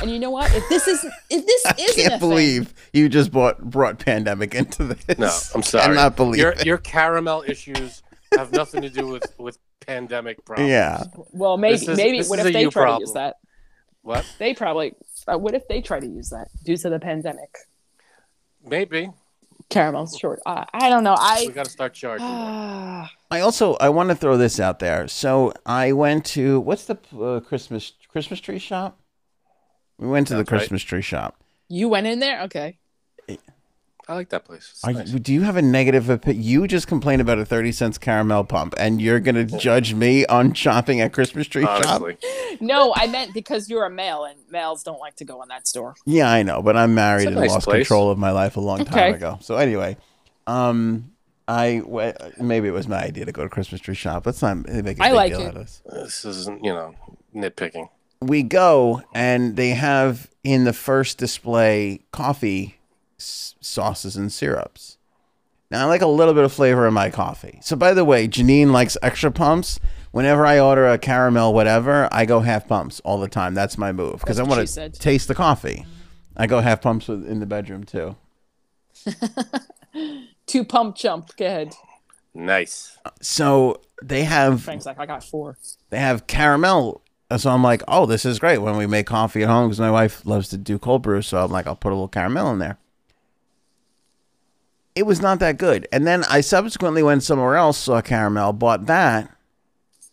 And you know what? If this is
*laughs*
if this
I
isn't a
can't
thing-
believe you just brought brought pandemic *laughs* into this.
No, I'm sorry.
Cannot believe
your
it.
your caramel issues have nothing to do with with pandemic problems.
yeah,
Well, maybe,
This is-
maybe.
this
What
is
if
a
they
you
try to
problem.
use that?
What?
They probably. Uh, what if they try to use that due to the pandemic?
Maybe
Caramel's short. Uh, I don't know.
we
I.
got to start charging. more.
Ah,
I also I want to throw this out there. So I went to what's the uh, Christmas Christmas tree shop? We went to the
Sounds right.
Christmas tree shop.
*sighs* you went in there. Okay.
I like that place. It's
Are
nice.
you, do you have a negative opinion? You just complained about a thirty cents caramel pump, and you're gonna judge me on shopping at Christmas tree shop?
Honestly,
No, I meant because you're a male and males don't like to go in that store.
Yeah, I know, but I'm married
It's
and
a nice
lost
place.
control of my life a long time
Okay.
ago. So anyway, um, I w- maybe it was my idea to go to Christmas tree shop. Let's not make a
I
big
like
deal
it.
out of this.
this isn't you know nitpicking.
We go and they have in the first display coffee s- sauces and syrups. Now I like a little bit of flavor in my coffee. So by the way, Janine likes extra pumps. Whenever I order a caramel whatever, I go half pumps all the time. That's my move because I
That's what
want to
she said.
taste the coffee. I go half pumps with- in the bedroom too.
Two pump jump. Go ahead,
Nice.
Uh, so they have
Frank's like I got four.
they have caramel And so i'm like oh this is great when we make coffee at home because my wife loves to do cold brew so i'm like i'll put a little caramel in there it was not that good and then i subsequently went somewhere else saw caramel bought that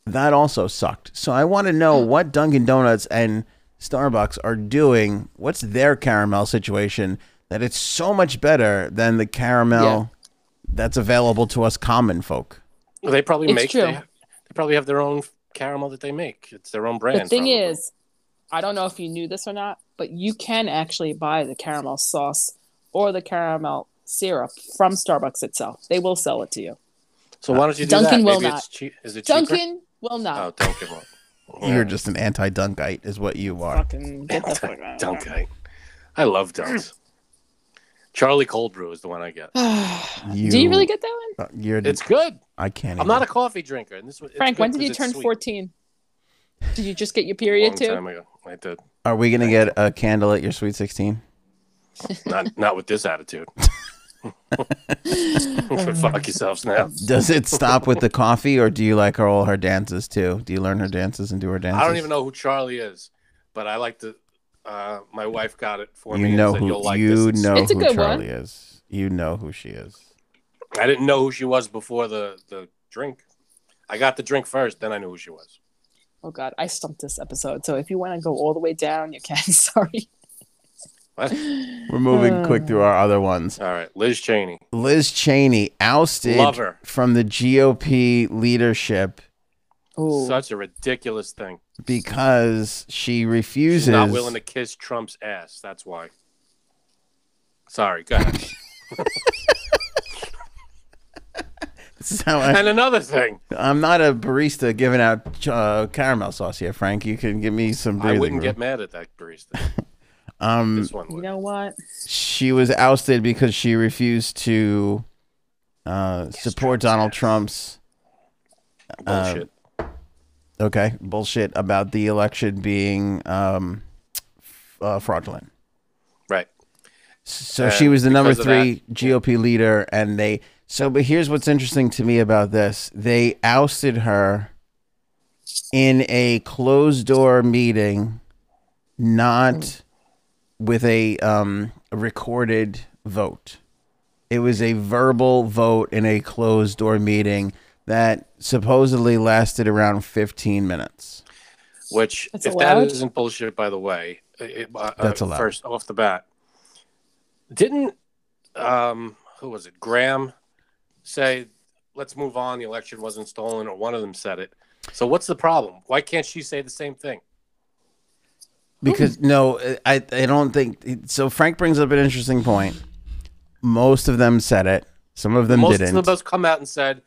that also sucked so i want to know what dunkin' donuts and starbucks are doing what's their caramel situation that it's so much better than the caramel that's available to us common folk
They probably
It's
make
true.
They, They probably have their own caramel that they make. It's their own brand.
The thing
probably.
is, I don't know if you knew this or not, but you can actually buy the caramel sauce or the caramel syrup from Starbucks itself. They will sell it to you.
so why don't you do
Dunkin'
that?
will
Maybe
not.
it's cheap. Is it cheaper?
Duncan will
Oh,
not.
Dunkin' will.
You're just an anti-dunkite, is what you are.
Fucking *laughs* get the fuck out.
Oh, Dunkin'. I love Dunks. Charlie Cold Brew is the one I get.
Hmm. *sighs* Do you really get that one?
Uh, You're.
It's good.
I can't.
I'm not a coffee drinker, and this was, it's
Frank,
good
when did
'cause
you
it's
turn
sweet.
14? Did you just get your
A
period
long
too?
time ago. I did.
Are we gonna get a candle at your sweet sixteen?
*laughs*
Not not with this attitude. *laughs* but fuck yourselves now.
Does it stop with
*laughs*
the coffee, or do you like her, all her dances too? Do you learn her dances and do her dances?
I don't even know who Charlie is, but I like to. Uh, my wife got it for
You
me.
know
and said,
who
You'll like
you
this. It's-
know
It's a
who
good one.
Charlie is. You know who she is.
I didn't know who she was before the the drink. I got the drink first, then I knew who she was.
Oh god, I stumped this episode. So if you want to go all the way down, you can. *laughs* Sorry. *laughs*
What?
We're moving
Uh.
quick through our other ones.
All right, Liz Cheney.
Liz Cheney ousted
Love her.
from the GOP leadership
Ooh.
Such a ridiculous thing.
because she refuses.
She's not
*laughs*
willing to kiss Trump's ass. That's why. Sorry, go ahead.
This is how I,
and another thing,
I'm not a barista giving out uh, caramel sauce here, Frank. You can give me some
I
breathing
wouldn't
room.
get mad at that barista.
*laughs* um,
This one would.
You know what?
she was ousted because she refused to uh, support Donald Trump's
Bullshit.
Uh, okay bullshit about the election being um, f- uh, fraudulent.
right.
So
Uh,
she was the number
because of
three GOP leader, and they. So, but here's what's interesting to me about this: they ousted her in a closed door meeting, not with a um, recorded vote. It was a verbal vote in a closed door meeting that supposedly lasted around 15 minutes.
Which,
That's
if
allowed?
that isn't bullshit, by the way, it, uh,
That's
uh,
allowed.
First off the bat, didn't um, who was it? Graham say, "Let's move on. The election wasn't stolen," or one of them said it. So what's the problem? Why can't she say the same thing?
Because no, I I don't think so. Frank brings up an interesting point. Most of them said it. Some of them
Most
didn't.
of those come out and said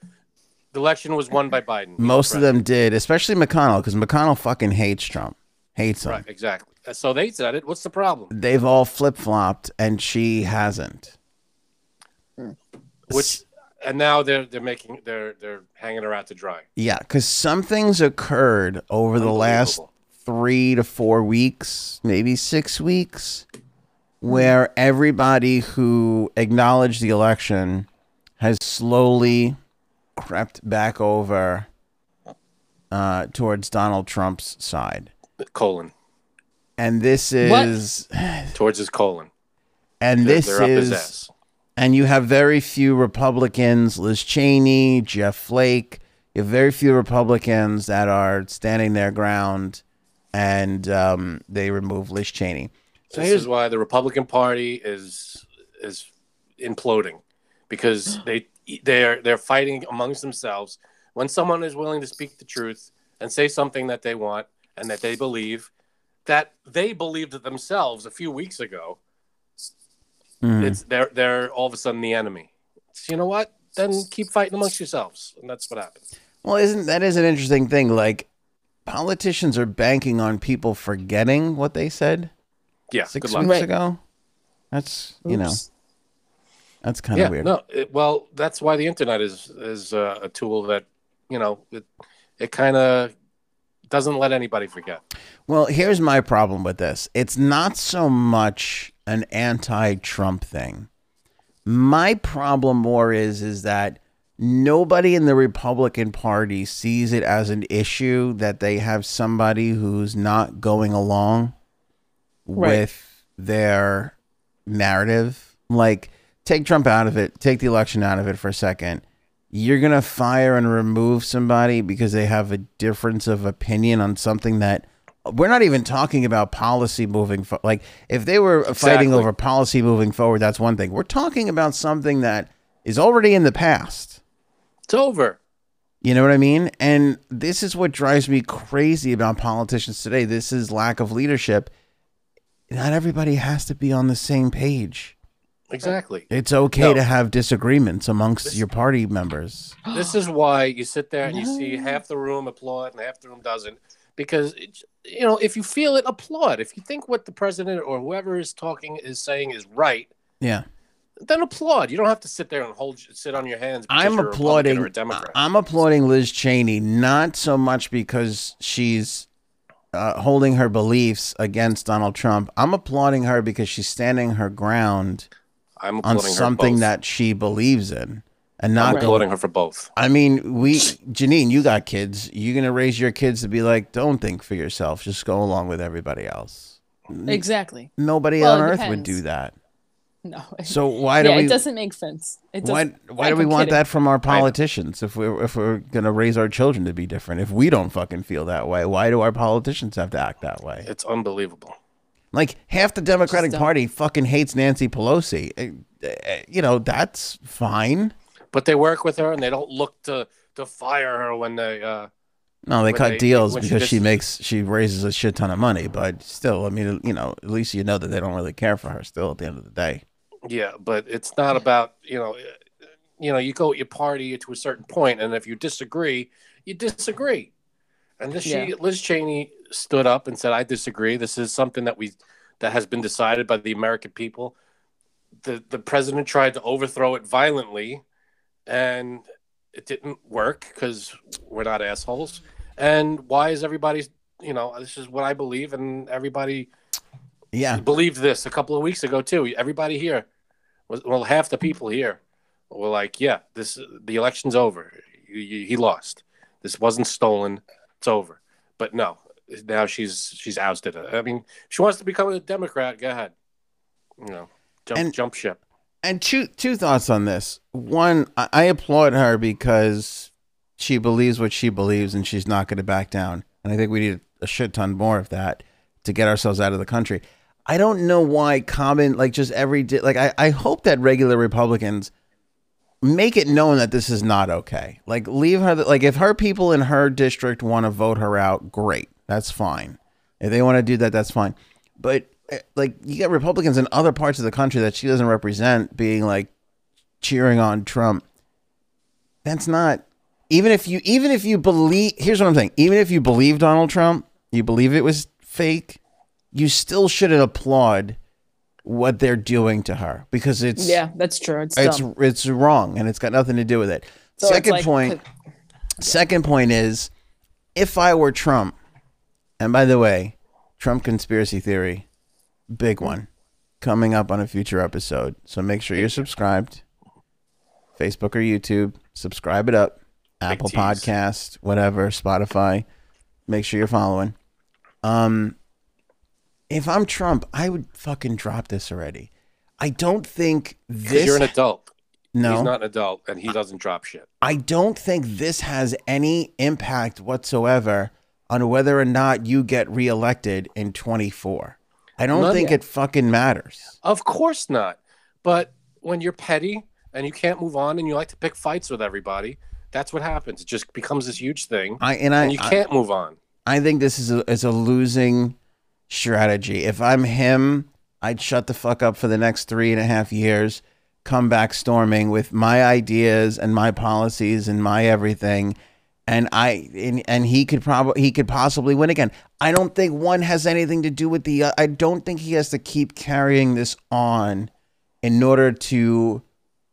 the election was won by Biden.
Most of
Right.
them did, especially McConnell, because McConnell fucking hates Trump, hates him.
right? Exactly. So they said it. What's the problem?
They've all flip flopped, and she hasn't.
Which and now they're they're making they're they're hanging her out to dry.
Yeah, because some things occurred over the last
Unbelievable.
three to four weeks, maybe six weeks, where everybody who acknowledged the election has slowly crept back over uh, towards Donald Trump's side.
Colon
And this
What?
is,
towards his colon.
and
They're-
this
they're up
is,
his ass.
and you have very few Republicans, Liz Cheney, Jeff Flake. You have very few Republicans that are standing their ground, and um, they remove Liz Cheney. So
this
here's
is why the Republican Party is is imploding because
*sighs*
they they're they're fighting amongst themselves. When someone is willing to speak the truth and say something that they want and that they believe, that they believed it themselves a few weeks ago,
Mhm.
Mm-hmm.
it's they're they're all of a sudden the enemy. So you know what? Then keep fighting amongst yourselves, and that's what happens.
well, isn't that is an interesting thing? Like politicians are banking on people forgetting what they said
Yeah,
six
good luck.
weeks
Right.
ago. That's you know
Oops.
that's kind of
yeah,
weird.
no. It, well, that's why the internet is is uh, a tool that you know it it kind of doesn't let anybody forget.
Well, here's my problem with this. It's not so much an anti-Trump thing. My problem more is is that nobody in the Republican Party sees it as an issue that they have somebody who's not going along
Right.
with their narrative. Like take Trump out of it, take the election out of it for a second. You're going to fire and remove somebody because they have a difference of opinion on something that we're not even talking about policy moving forward. Like if they were fighting
Exactly.
over policy moving forward, that's one thing. We're talking about something that is already in the past.
It's over.
You know what I mean? And this is what drives me crazy about politicians today. This is lack of leadership. Not everybody has to be on the same page. *gasps*
Exactly.
It's okay
No.
to have disagreements amongst
This-
your party members.
This is why you sit there and you see
No.
half the room applaud and half the room doesn't. Because, it, you know, if you feel it, applaud. If you think what the president or whoever is talking is saying is right,
Yeah.
then applaud. You don't have to sit there and hold, sit on your hands. because
I'm
you're a Republican
applauding uh,
Or a Democrat.
I'm applauding Liz Cheney not so much because she's uh, holding her beliefs against Donald Trump. I'm applauding her because she's standing her ground
I'm
on
applauding her
something
both.
that she believes in and not
I'm
Right.
going
applauding her for both.
I mean, we, Janine, you got kids. You're going to raise your kids to be like, don't think for yourself. Just go along with everybody else.
Exactly.
Nobody on
Well, it
earth would
depends.
do that.
No. *laughs*
So why do
yeah,
we,
it doesn't make sense. It
why,
doesn't.
why
like,
do we
I'm
want
kidding.
that from our politicians? If we're, if we're going to raise our children to be different, if we don't fucking feel that way, why do our politicians have to act that way?
It's unbelievable.
Like half the Democratic
don't.
party fucking hates Nancy Pelosi. Eh, eh, You know, that's fine.
But they work with her and they don't look to to fire her when they. Uh,
No, they
when
cut
they-
deals
when she
because she
dis-
makes she raises a shit ton of money, but still, I mean, you know, at least you know that they don't really care for her still at the end of the day.
yeah, but it's not about you know, uh, you know, you go at your party to a certain point, and if you disagree, you disagree. And this, she,
Yeah.
Liz Cheney stood up and said, "I disagree. This is something that we that has been decided by the American people." The the president tried to overthrow it violently, and it didn't work because we're not assholes. And why is everybody? You know, this is what I believe, and everybody
Yeah.
believed this a couple of weeks ago too. Everybody here was well, half the people here were like, "Yeah, this the election's over. You, you, he lost. This wasn't stolen. It's over." But no, now she's she's ousted. I mean, she wants to become a Democrat. Go ahead, you know, jump
And-
jump ship.
And two two thoughts on this. One, I, I applaud her because she believes what she believes and she's not going to back down. And I think we need a shit ton more of that to get ourselves out of the country. I don't know why common like just every day like I, I hope that regular Republicans make it known that this is not okay. Like leave her like if her people in her district want to vote her out, great. That's fine. If they want to do that, that's fine. But eh, like you got Republicans in other parts of the country that she doesn't represent being like cheering on Trump. That's not even if you even if you believe here's what I'm saying. Even if you believe Donald Trump, you believe it was fake, you still shouldn't applaud what they're doing to her because it's
Yeah, that's true. It's,
it's
dumb.
it's wrong and it's got nothing to do with it.
So it's
second
like-
point. Second point is, if I were Trump, and by the way, Trump conspiracy theory, big one, coming up on a future episode. So make sure you're subscribed, Facebook or YouTube. Subscribe it up, Apple
tease.
Podcast, whatever, Spotify. Make sure you're following. Um, if I'm Trump, I would fucking drop this already. I don't think
'Cause
this.
You're an adult.
no,
He's not an adult, and he doesn't drop shit.
I don't think this has any impact whatsoever on whether or not you get reelected in 24. I don't
None.
think it fucking matters.
Of course not. But when you're petty and you can't move on, and you like to pick fights with everybody, that's what happens. It just becomes this huge thing,
I and I
and you can't move on.
I think this is a, is a losing strategy. If I'm him, I'd shut the fuck up for the next three and a half years, come back storming with my ideas and my policies and my everything. And I and, and he could probably he could possibly win again. I don't think one has anything to do with the. uh, I don't think he has to keep carrying this on in order to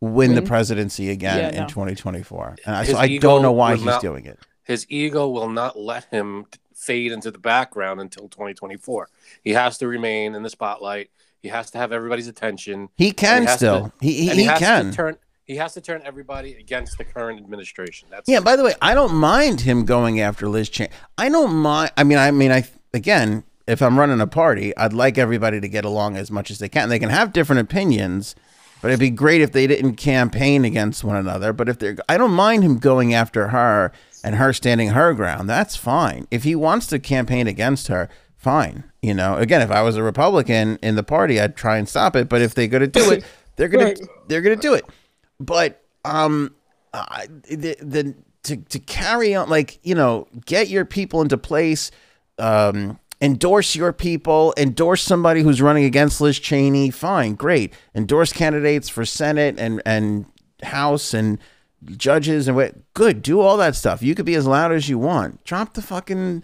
win, the
Win?
presidency again
Yeah,
in
no.
2024. And I,
His
so I
ego
don't know why
will
he's
not-
doing it.
his ego will not let him fade into the background until 2024. He has to remain in the spotlight. He has to have everybody's attention.
He can
has to-
still. he he,
and
he,
has
can.
to turn he has to turn everybody against the current administration. That's
Yeah. By the way, I don't mind him going after Liz Cheney. I don't mind. I mean, I mean, I again, if I'm running a party, I'd like everybody to get along as much as they can. They can have different opinions, but it'd be great if they didn't campaign against one another. But if they're, I don't mind him going after her and her standing her ground. That's fine. If he wants to campaign against her. Fine, you know. Again, if I was a Republican in the party, I'd try and stop it. But if they're going to do it, they're going
Right.
to they're going to do it. But um, I the the to to carry on like you know get your people into place um endorse your people endorse somebody who's running against liz cheney fine great endorse candidates for senate and and house and judges and what good do all that stuff you could be as loud as you want drop the fucking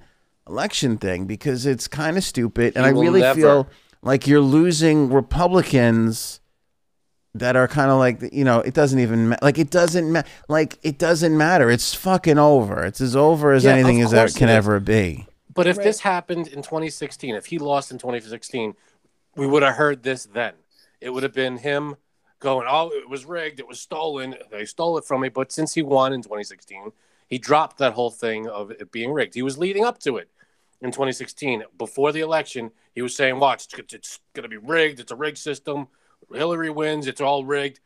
election thing because it's kind of stupid and
You
i
will
really
never-
feel like you're losing republicans that are kind of like you know it doesn't even ma- like it doesn't ma- like it doesn't matter it's fucking over it's as over as
Yeah, of
anything as that
course it
can
is.
ever be
But if
Right.
this happened in 2016, if he lost in 2016, we would have heard this then. It would have been him going, "Oh, it was rigged. It was stolen. They stole it from me." But since he won in 2016, he dropped that whole thing of it being rigged. He was leading up to it in 2016 before the election. He was saying, "Watch, it's, it's going to be rigged. It's a rigged system. Hillary wins. It's all rigged."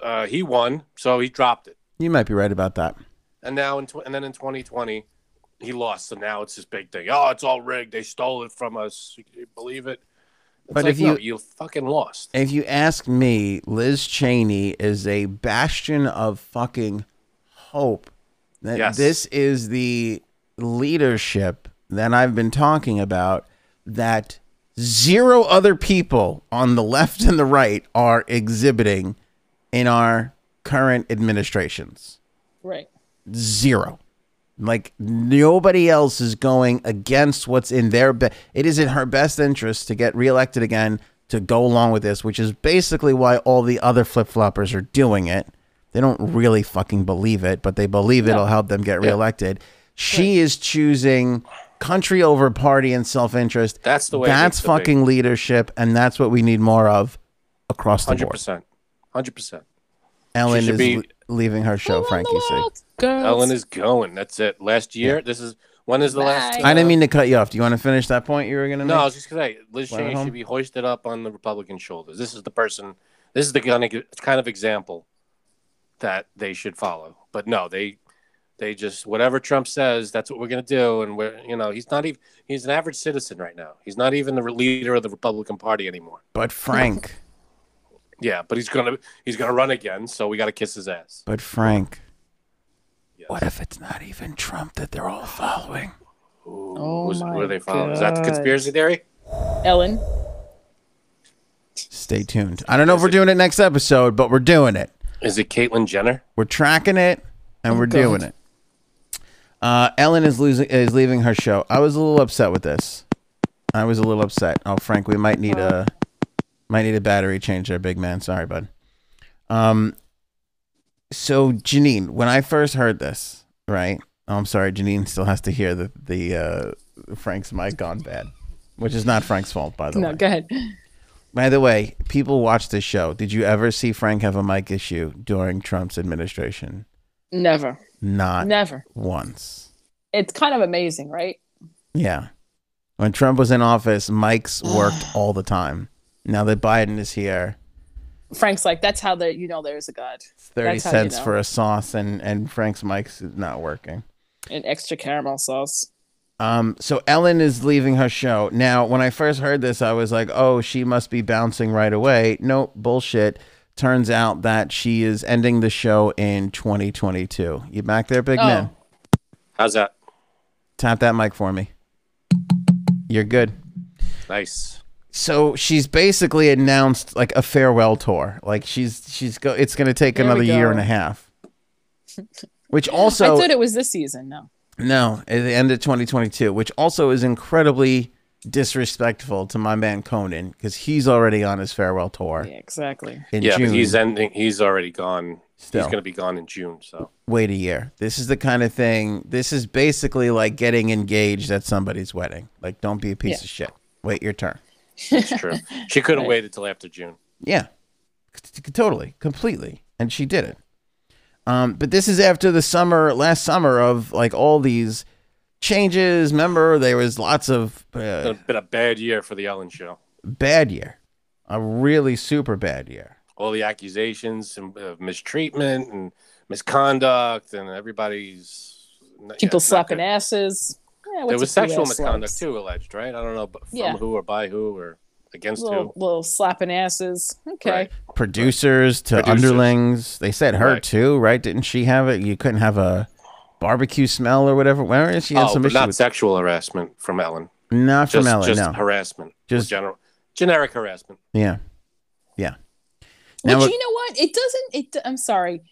Uh, he won, so he dropped it.
you might be right about that
And now, in tw- and then in 2020, he lost. So now it's this big thing. Oh, it's all rigged. They stole it from us. You can believe it? It's
But
like,
if
no,
you-
you fucking lost.
if you ask me liz cheney is a bastion of fucking hope that
Yes.
this is the leadership that i've been talking about that zero other people on the left and the right are exhibiting in our current administrations
Right.
zero. Like nobody else is going against what's in their best. It is in her best interest to get reelected again to go along with this, which is basically why all the other flip floppers are doing it. They don't really fucking believe it, but they believe it'll help them get reelected. She is choosing country over party and self interest.
That's the way it
That's
needs to be.
fucking leadership, and that's what we need more of across the board.
100%. 100%.
Ellen
should
is
be-
le- leaving her show,
Around
Frankie.
the
C.
world, girls.
Ellen is going. That's it. Last year, this is when is the last?
Bye.
I didn't mean to cut you off. Do you want to finish that point you were going to
No,
make?
I was just gonna say Liz
Went
Cheney
home?
should be hoisted up on the Republican shoulders. This is the person. This is the kind of kind of example that they should follow. But no, they they just whatever Trump says, that's what we're gonna do. And we're you know he's not even he's an average citizen right now. He's not even the leader of the Republican Party anymore.
But
*laughs*
Frank,
Yeah, but he's gonna he's gonna run again. So we gotta kiss his ass.
but Frank,
Yes.
what if it's not even Trump that they're all following?
Ooh,
Oh
who's- who
my
are they following? Is that the conspiracy theory?
Ellen.
Stay tuned. I don't know if we're doing it next episode, but we're doing it.
Is it Caitlyn Jenner?
We're tracking it and we're
Oh, God.
doing it. Uh, Ellen is losing is leaving her show. I was a little upset with this. I was a little upset. Oh, Frank, we might need a might need a battery change there, big man. Sorry, bud. Um so Janine, when I first heard this, right? Oh, I'm sorry, Janine still has to hear the the uh, Frank's mic gone bad. Which is not Frank's fault, by the
No,
way.
go ahead. *laughs*
By the way, people watch this show. Did you ever see Frank have a mic issue during Trump's administration?
Never.
Not
Never.
once.
It's kind of amazing, right?
Yeah. When Trump was in office, mics
*sighs*
worked all the time. Now that Biden is here,
Frank's like, that's how the you know there's a god.
it's 30
That's how you
cents
know.
for a sauce and, and Frank's mic's is not working.
An extra caramel sauce.
Um, so Ellen is leaving her show. Now, when I first heard this, I was like, oh, she must be bouncing right away. Nope, bullshit. Turns out that she is ending the show in 2022. You back there, big
Oh.
man?
How's that?
Tap that mic for me. You're good.
Nice.
So she's basically announced like a farewell tour. Like she's she's go. It's going to take
There we
another year
go.
and a half. Which
*laughs* I
also
thought it was this season. No.
no at the end of 2022, which also is incredibly disrespectful to my man Conan because he's already on his farewell tour
Yeah, exactly.
in
yeah,
June.
but he's ending. He's already gone.
Still.
He's gonna be gone in June. So
Wait a year. This is the kind of thing. This is basically like getting engaged at somebody's wedding. Like don't be a piece
Yeah.
of shit. Wait your turn.
it's
*laughs*
true. she could have
Right.
waited till after June.
Yeah, C- c- totally, completely, and she did it. Um, but this is after the summer, last summer of like all these changes. Remember, there was lots of uh,
It's been a bad year for the Ellen show.
bad year, a really super bad year.
All the accusations and uh, mistreatment and misconduct and everybody's
People slapping
at.
asses. Yeah,
There
what's
was
a few
sexual
ass
misconduct
slaps?
too alleged, right? I don't know but from
Yeah.
who or by who or against
Little,
who.
little slapping asses. Okay.
Right.
Producers to
Producers.
underlings, they said her
Right.
too, right? Didn't she have it? You couldn't have a barbecue smell or whatever? Where is she had
oh,
some
but
issue
not
with?
sexual harassment from Ellen.
Not
Just,
from Ellen,
just
no.
harassment.
Just-
Just general, generic harassment.
yeah, yeah. Now
Which
it-
you know what? It doesn't. It. I'm sorry.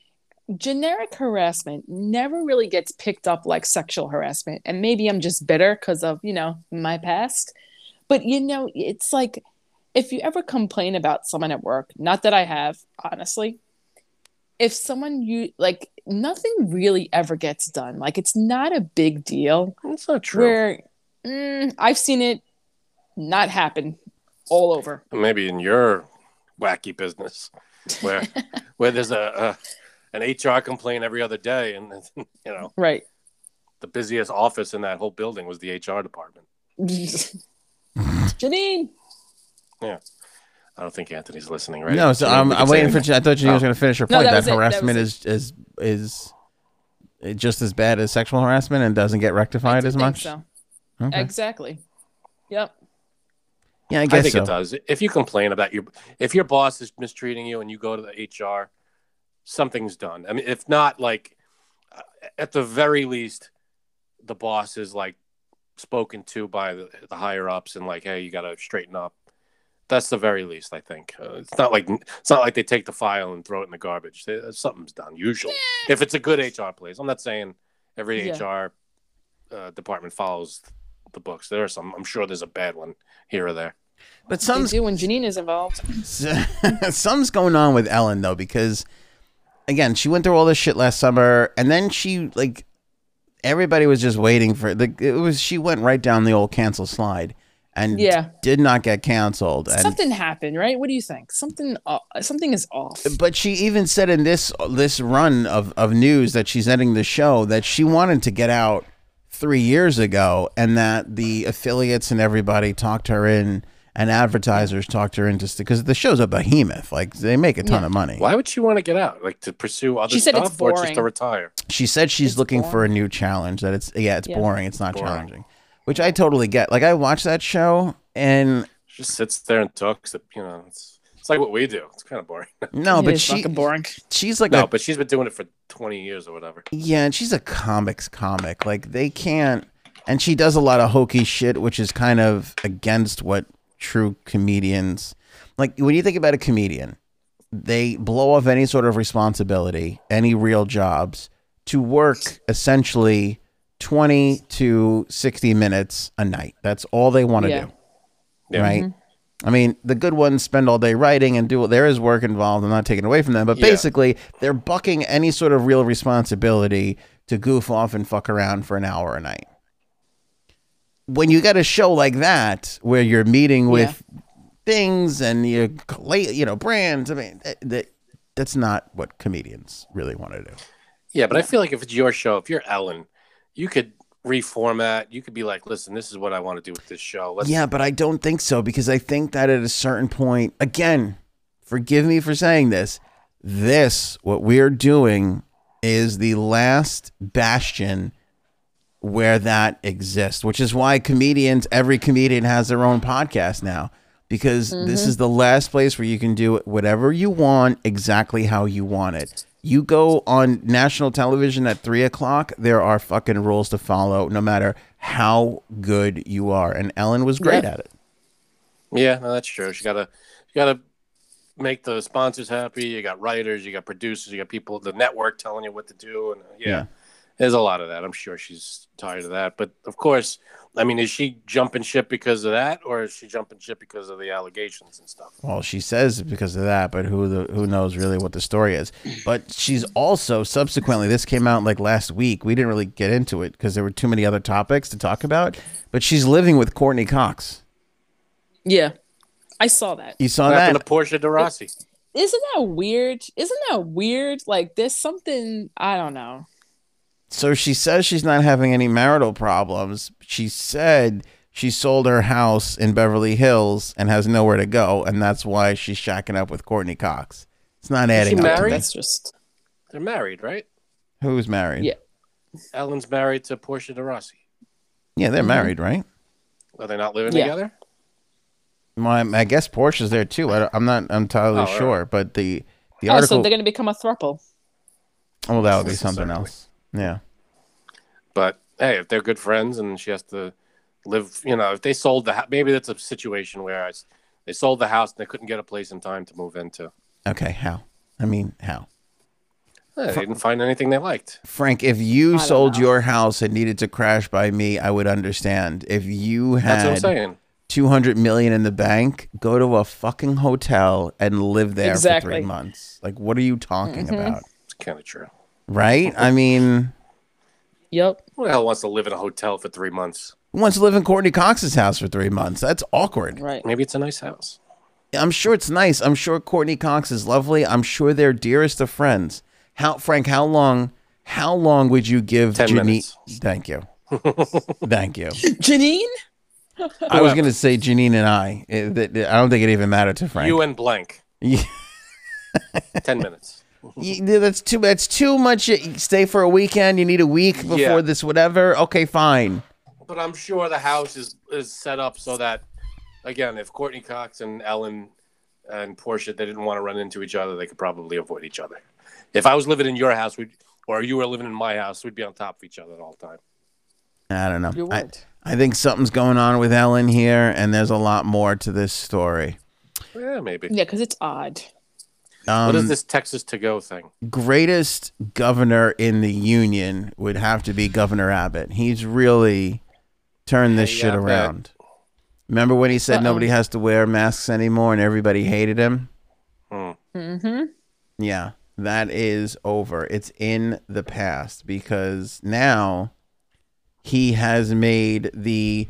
Generic harassment never really gets picked up like sexual harassment, and maybe I'm just bitter because of you know my past. But you know, it's like if you ever complain about someone at work, not that I have, honestly. If someone you like, nothing really ever gets done. Like it's not a big deal.
That's not true.
Where mm, I've seen it not happen all over.
Maybe in your wacky business, where where there's a, a an HR complaint every other day, and *laughs* you know
Right. *laughs*
the busiest office in that whole building was the HR department.
Janine.
I don't think Anthony's listening right
No, so I'm,
We can
I'm
say
waiting for.
anything.
Jan- I thought Janine was
Oh.
going to finish her
No,
point.
that
that
was it, that was
harassment is is is is just as bad as sexual harassment and doesn't get rectified
do
as
think
much.
so.
Okay.
Exactly. Yep.
yeah, I
I,
guess
think
so.
it does. If you complain about your, if your boss is mistreating you and you go to the HR, something's done. I mean, if not, like uh, at the very least, the boss is like spoken to by the, the higher ups and like, hey, you got to straighten up. That's the very least, I think. Uh, it's not like it's not like they take the file and throw it in the garbage. They, uh, something's done usually. If it's a good HR place, I'm not saying every
Yeah.
HR uh, department follows the books. There are some. I'm sure there's a bad one here or there.
But
They
some's
do when Janine is involved.
*laughs* some's going on with Ellen though because again, she went through all this shit last summer and then she like everybody was just waiting for like it was she went right down the old cancel slide and
Yeah.
did not get canceled and
Something happened, right? What do you think? Something o- something is off.
But she even said in this this run of, of news that she's ending the show that she wanted to get out three years ago, and that the affiliates and everybody talked her in, and advertisers talked her into because the show's a behemoth. Like they make a ton
Yeah.
of money.
Why would she want to get out? Like to pursue other
She said it's
stuff or just to
boring.
retire?
She said she's
It's
looking for a new challenge. That it's yeah, it's
Yeah.
boring. It's not
Boring.
challenging, which I totally get. Like I watched that show, and
She just sits there and talks. You know, it's, it's like what we do. It's kind of boring.
no,
It
but
is
she
fucking boring.
she's like a
No, but she's been doing it for 20 years or whatever.
Yeah, and she's a comics comic. Like they can't and she does a lot of hokey shit, which is kind of against what true comedians like when you think about a comedian, they blow off any sort of responsibility, any real jobs, to work essentially twenty to sixty minutes a night. That's all they want to
Yeah.
do.
Yeah.
Right? I mean, the good ones spend all day writing and do there is work involved. I'm not taking away from them, but
Yeah.
basically, they're bucking any sort of real responsibility to goof off and fuck around for an hour a night. When you got a show like that where you're meeting with things and you collate, you know, brands, I mean, that, that that's not what comedians really want to do.
Yeah, but I feel like if it's your show, if you're Ellen, you could reformat. You could be like, listen, this is what I want to do with this show. Let's,
Yeah, but I don't think so because I think that at a certain point, again, forgive me for saying this, this, what we're doing is the last bastion where that exists, which is why comedians, every comedian has their own podcast now because this is the last place where you can do whatever you want exactly how you want it. You go on national television at three o'clock, there are fucking rules to follow no matter how good you are. And Ellen was great
Yeah.
at it.
Yeah, no, that's true. She gotta, you gotta make the sponsors happy. You got writers, you got producers, you got people, at the network telling you what to do, and uh, yeah,
Yeah.
there's a lot of that. I'm sure she's tired of that. But of course, I mean, is she jumping ship because of that, or is she jumping ship because of the allegations and stuff?
Well, she says it's because of that, but who the who knows really what the story is. But she's also subsequently this came out like last week. We didn't really get into it because there were too many other topics to talk about. But she's living with Courtney Cox.
Yeah. I saw that.
You saw
What
that?
happened to Portia de Rossi?
Isn't that weird? Isn't that weird? Like there's something I don't know.
So she says she's not having any marital problems. She said she sold her house in Beverly Hills and has nowhere to go, and that's why she's shacking up with Courtney Cox. It's not adding
she
up. to
married?
me.
That's just
They're married, right?
Who's married?
Yeah.
Ellen's married to Portia de Rossi.
Yeah,
Mm-hmm.
they're married, right?
Are they not living
Yeah.
together?
Well, I, I guess Portia's there too. I am not entirely
Oh, all right.
sure, but the the
Oh, so
article.
they're gonna become a thruple.
well, that would be
Necessarily.
something else. Yeah.
But hey, if they're good friends and she has to live, you know, if they sold the house, maybe that's a situation where I s they sold the house and they couldn't get a place in time to move into.
Okay, how? I mean, how?
Eh, They didn't find anything they liked.
Frank, if you
don't
sold
know.
your house and needed to crash by me, I would understand. If you
That's what I'm
had
saying.
200 million in the bank, go to a fucking hotel and live there for
Exactly. Mm-hmm.
3 months. Like what are you talking about?
It's kind of true.
Right? I mean,
Yep.
Who the hell wants to live in a hotel for three months?
who wants to live in Courtney Cox's house for 3 months? That's awkward.
Right.
Maybe it's a nice house.
I'm sure it's nice. I'm sure Courtney Cox is lovely. I'm sure they're dearest of friends. How Frank, how long how long would you give
10
Janie-
minutes.
Thank
*laughs*
you. Thank you.
*clears throat* Janine?
I was going to say Janine and I. It- that- that- I don't think it even mattered to Frank.
You and blank.
Yeah.
Ten minutes.
You- that's too. That's too much. You Stay for a weekend. You need a week before
Yeah.
this. Whatever. Okay, fine.
But I'm sure the house is, is set up so that, again, if Courtney Cox and Ellen and Portia they didn't want to run into each other, they could probably avoid each other. If I was living in your house, we'd, or you were living in my house, we'd be on top of each other all the time.
I don't know.
You
I,
would.
I think something's going on with Ellen here, and there's a lot more to this story.
Yeah, maybe.
Yeah, because it's odd.
Um,
what is this Texas to go thing?
greatest governor in the union would have to be Governor Abbott. He's really turned this
Hey,
shit
Abbott.
around. Remember when he said
Uh-oh.
nobody has to wear masks anymore, and everybody hated him?
Hmm.
Mm-hmm.
Yeah, that is over. It's in the past because now he has made the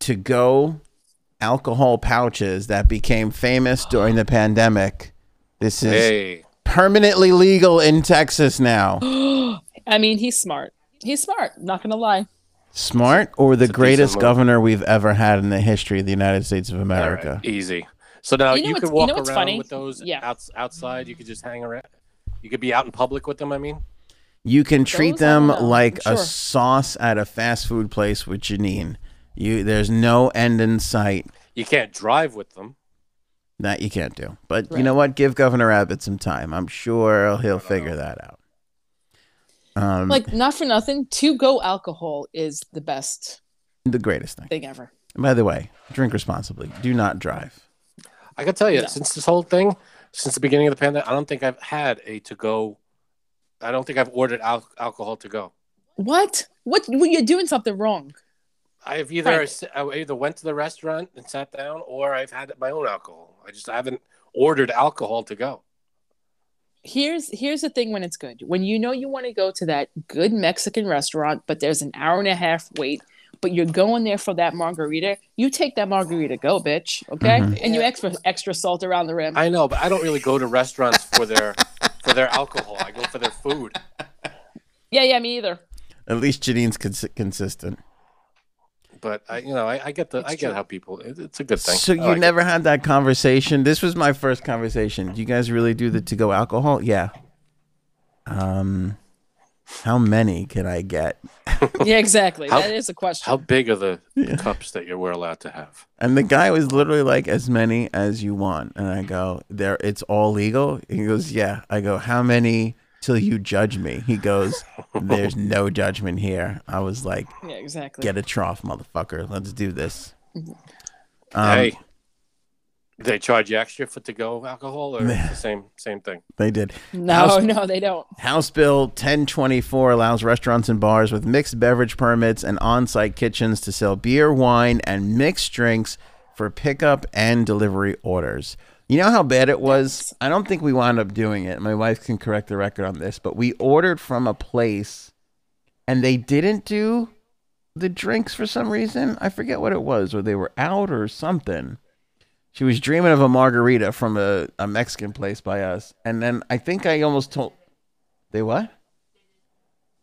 to go alcohol pouches that became famous during
*gasps*
the pandemic. This is
Hey,
permanently legal in Texas
*gasps*
now.
I mean, he's smart. He's smart. Not gonna lie.
Smart or the
decent
greatest
move.
governor we've ever had in the history of the United States of
all right,
America.
easy. So now
You know
you,
what's-
could
you
walk
know what's
around
funny?
with those
Yeah.
outs- outside. You could just hang around. You could be out in public with them. I mean,
You can treat
Those I don't
them
know,
like
I'm
a
sure.
sauce at a fast food place with Janine. You there's no end in sight.
you can't drive with them.
That you can't do. But you
Right.
know what? Give Governor Abbott some time. I'm sure he'll figure that out. Um,
Like, not for nothing. To go alcohol is the best
the greatest thing.
thing ever.
By the way, drink responsibly. Do not drive.
I can tell you,
No.
since this whole thing, since the beginning of the pandemic, I don't think I've had a to go. I don't think I've ordered al- alcohol to go.
What? What? Well, you're doing something wrong.
I've either
Right.
s- I either went to the restaurant and sat down, or I've had my own alcohol. I just haven't ordered alcohol to go.
Here's here's the thing when it's good. When you know you want to go to that good Mexican restaurant, but there's an hour and a half wait, but you're going there for that margarita, you take that margarita, go, bitch. Okay?
Mhm.
And you extra extra salt around the rim.
I know, but I don't really go to restaurants for their for their alcohol. I go for their food.
yeah, yeah, me either.
At least Janine's cons- consistent.
But I, you know, I, I get the I get how people. It, it's a good thing.
So
I
you
like it.
never had that conversation. This was my first conversation. Do you guys really do the to-go alcohol? Yeah. Um, how many can I get?
Yeah, exactly.
How-
that is a question.
How big are the cups that you were allowed to have?
And the guy was literally like, as many as you want. And I go, there, it's all legal. And he goes, yeah. I go, how many till you judge me? He goes, there's
*laughs*
no judgment here. I was like,
yeah, exactly.
get a trough, motherfucker. Let's do this. Um,
hey, they charge you extra for to go alcohol, or it's the same same thing.
They did.
No,
How's-
no, they don't.
House Bill 1024 allows restaurants and bars with mixed beverage permits and on site kitchens to sell beer, wine, and mixed drinks for pickup and delivery orders. You know how bad it was? I don't think we wound up doing it. My wife can correct the record on this, but we ordered from a place and they didn't do the drinks for some reason. I forget what it was, or they were out or something. She was dreaming of a margarita from a, a Mexican place by us. And then I think I almost told. They what?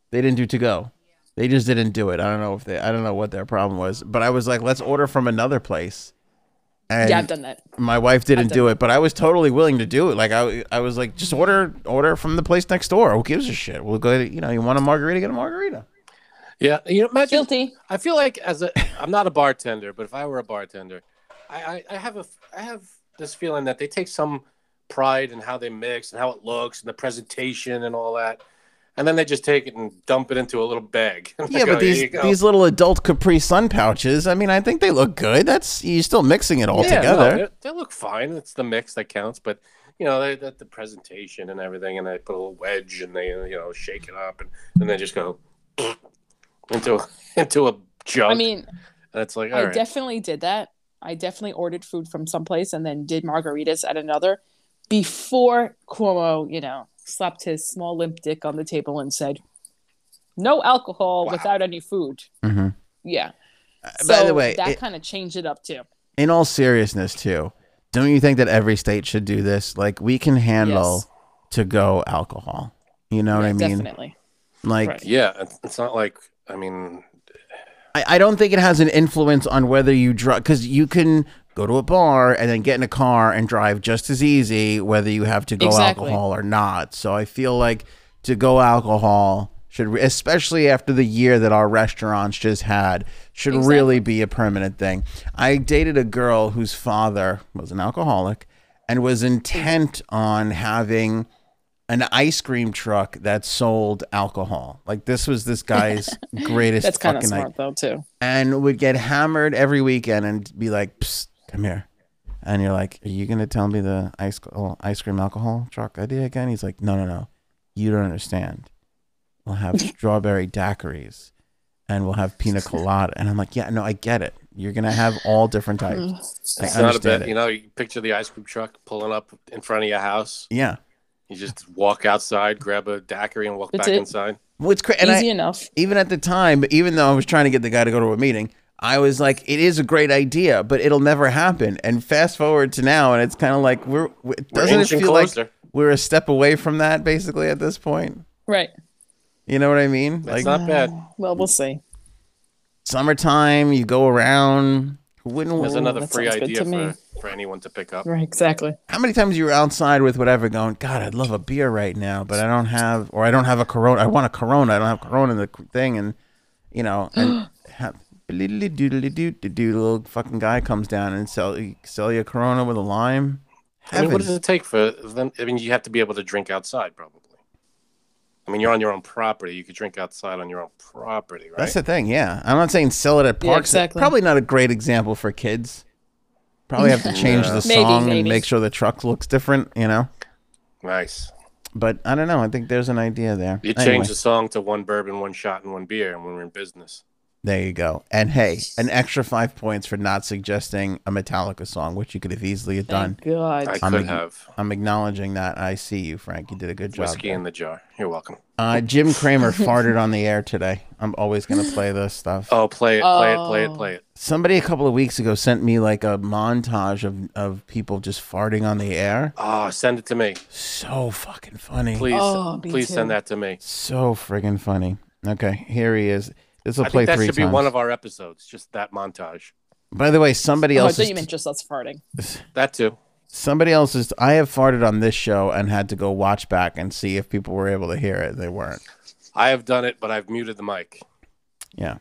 They didn't do to go. They just didn't do it. I don't know if they. I don't know what their problem was. But I was like, let's order from another place. And
yeah, I've done that.
my wife didn't
done
do it, but I was totally willing to do it. Like I, I was like, just order, order from the place next door. Who gives a shit? We'll go. To, you know, you want a margarita? Get a margarita.
Yeah, you know, imagine
Guilty.
I feel like as a I'm not a bartender, but if I were a bartender, I, I, I have a I have this feeling that they take some pride in how they mix and how it looks and the presentation and all that. and then they just take it and dump it into a little bag. *laughs* And I
Yeah,
go,
but
oh, "Here
these
you go."
these little adult Capri Sun pouches. I mean, I think they look good. That's you're still mixing it all
Yeah, no,
together.
they- they look fine. It's the mix that counts, but you know, they, that the presentation and everything, and they put a little wedge and they you know shake it up and and they just go *laughs* into into a *laughs* jug.
I mean,
that's like all
I
right.
definitely did that. I definitely ordered food from someplace and then did margaritas at another before Cuomo, you know, slapped his small limp dick on the table and said, "No alcohol
Wow.
without any food."
Mhm.
Yeah.
Uh, By the
So
way,
that
it-
kind of changed it up too.
in all seriousness, too, don't you think that every state should do this? Like, we can handle
Yes.
to go alcohol. You know what
Yeah,
I mean?
Definitely.
Like,
Right.
yeah, it's- it's not like I mean,
I, I don't think it has an influence on whether you drive because you can go to a bar and then get in a car and drive just as easy whether you have to go
Exactly.
alcohol or not. So I feel like to go alcohol should, re- especially after the year that our restaurants just had, should really be a permanent thing. I dated a girl whose father was an alcoholic and was intent on having an ice cream truck that sold alcohol. Like this was this guy's greatest
*laughs* That's kind of
fucking idea
smart though too.
and would get hammered every weekend and be like, Psst, "Come here," and you're like, "Are you gonna tell me the ice oh, ice cream alcohol truck idea again?" He's like, "No, no, no, you don't understand. We'll have strawberry daiquiris, and we'll have pina colada." And I'm like, "Yeah, no, I get it. You're gonna have all different
Mm.
types. I
it's not a
understand
bit.
it.
You know, you picture the ice cream truck pulling up in front of your house.
Yeah,
You just walk outside, grab a daiquiri, and walk
That's
back
it.
inside.
what's crazy?
Easy enough.
even at the time, even though I was trying to get the guy to go to a meeting, I was like, it is a great idea, but it'll never happen. And fast forward to now, and it's kind of like we're, we- doesn't it
inching
feel like
closer.
we're a step away from that basically at this point?
Right.
You know what I mean?
That's
Like
not bad.
Well, we'll see.
summertime, you go around. Who Wouldn't
There's
Ooh,
another
that
free
sounds good
idea
to me.
for, for anyone to pick up.
Right. Exactly.
how many times you were outside with whatever going? God, I'd love a beer right now, but I don't have, or I don't have a Corona. I want a Corona. I don't have Corona in the thing, and you know, and have, doodly-doo-doodly-doo-doo-doo, little fucking guy comes down and sell sell you a Corona with a lime.
I mean, what
Heaven.
does it take for them? I mean, you have to be able to drink outside, probably. I mean, you're on your own property. You could drink outside on your own property, right?
That's the thing, yeah. I'm not saying sell it at
Yeah,
parks.
exactly.
Probably not a great example for kids. Probably have to change the
Maybe,
song and
maybe.
make sure the truck looks different, you know.
nice.
But I don't know. I think there's an idea there.
You change
Anyway.
the song to one bourbon, one shot, and one beer, and when we're in business.
There you go. And hey, an extra five points for not suggesting a Metallica song, which you could have easily have done.
Thank God.
I
I'm
could
a-
have
I'm acknowledging that. I see you, Frank. You did a good job.
whiskey in the jar. You're welcome.
Uh,
*laughs*
Jim Kramer farted on the air today. I'm always going to play this stuff.
Oh, play it, play it, play it,
Oh.
play it.
Somebody a couple of weeks ago sent me like a montage of, of people just farting on the air.
Oh, send it to me,
So fucking funny.
please.
Oh, me
please
too.
send that to me.
So friggin' funny. Okay, here he is. This will
I
play
think that
three
should be
times.
one of our episodes. Just that montage.
By the way, somebody
Oh, I
else.
thought
is-
you meant just us farting.
That too.
Somebody else's. I have farted on this show and had to go watch back and see if people were able to hear it. They weren't.
I have done it, but I've muted the mic.
Yeah.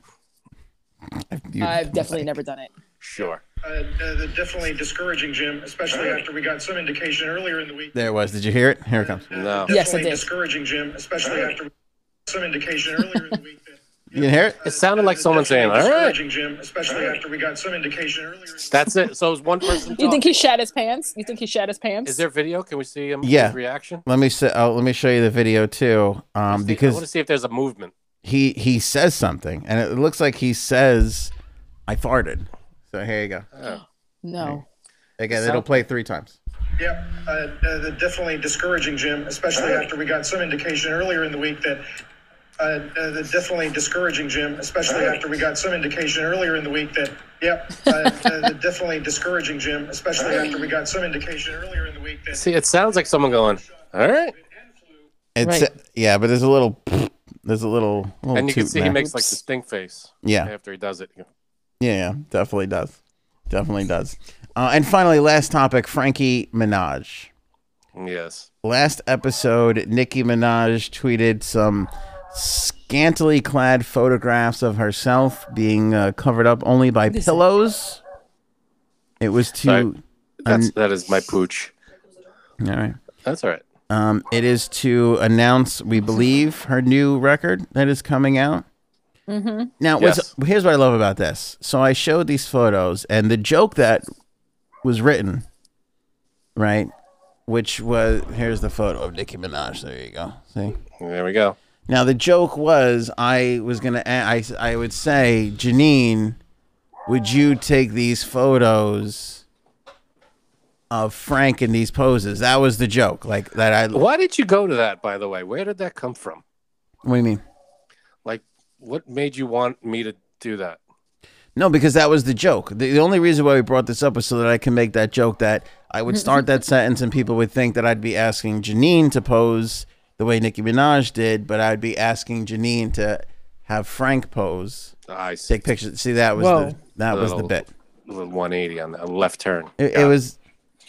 I've, muted
I've
them.
definitely never done
Oh.
it.
Sure.
Uh, uh, definitely discouraging, Jim, especially after we got some indication earlier in the week. uh,
There it was. Did you hear it? Here it comes.
No.
Yes, I
Definitely
did.
Discouraging, Jim, especially after we got some indication earlier in the week. That, uh,
You can hear it.
*laughs* It sounded like someone saying, "All right."
Discouraging, Jim, especially after we got some indication earlier. in the
That's it. So it was one person.
You
talking.
think he shat his pants? You think he shat his pants?
Is there video? Can we see him?
Yeah.
His reaction.
Let me say, oh, let me show you the video too, um,
I want to
because
see if there's a movement.
he he says something, and it looks like he says, "I farted." So here you go.
no.
Again,
So-
it'll play three times.
week. Yep. Uh, uh, definitely discouraging, Jim, especially after we got some indication earlier in the week that. Uh, uh, definitely discouraging, Jim, especially after we got some indication earlier in the week that. Yep.
*laughs*
Uh, uh, definitely discouraging, Jim, especially after we got some indication earlier in the week that.
See, it sounds like someone going, "All right,"
It's
Right.
yeah, but there's a little, there's a little, little
and you can
toot
see he
there.
makes like the stink face
yeah,
after he does it.
yeah, yeah, definitely does, definitely does. Uh, and finally, last topic: Frankie Minaj.
Yes.
last episode, Nicki Minaj tweeted some scantily clad photographs of herself being uh, covered up only by pillows. It was to.
Sorry. That's that is my pooch.
All right.
That's all right.
Um, it is to announce, we believe, her new record that is coming out. Mm-hmm. Now, what's, here's what I love about this. So I showed these photos, and the joke that was written, right, which was here's the photo of Nicki Minaj. There you go. See.
There we go.
Now the joke was I was gonna a- I I would say Janine, would you take these photos of Frank in these poses? That was the joke. Like that I. What
Why did you go to that, by the way? Where did that come from?
do you mean?
Like, what made you want me to do that?
No, because that was the joke. The, the only reason why we brought this up was so that I can make that joke that I would start that sentence and people would think that I'd be asking Janine to pose the way Nicki Minaj did, but I'd be asking Janine to have Frank pose,
I see.
take pictures. See, that was
Whoa.
the, that was the
Little-
bit.
A little 180 on the a left turn.
It, it was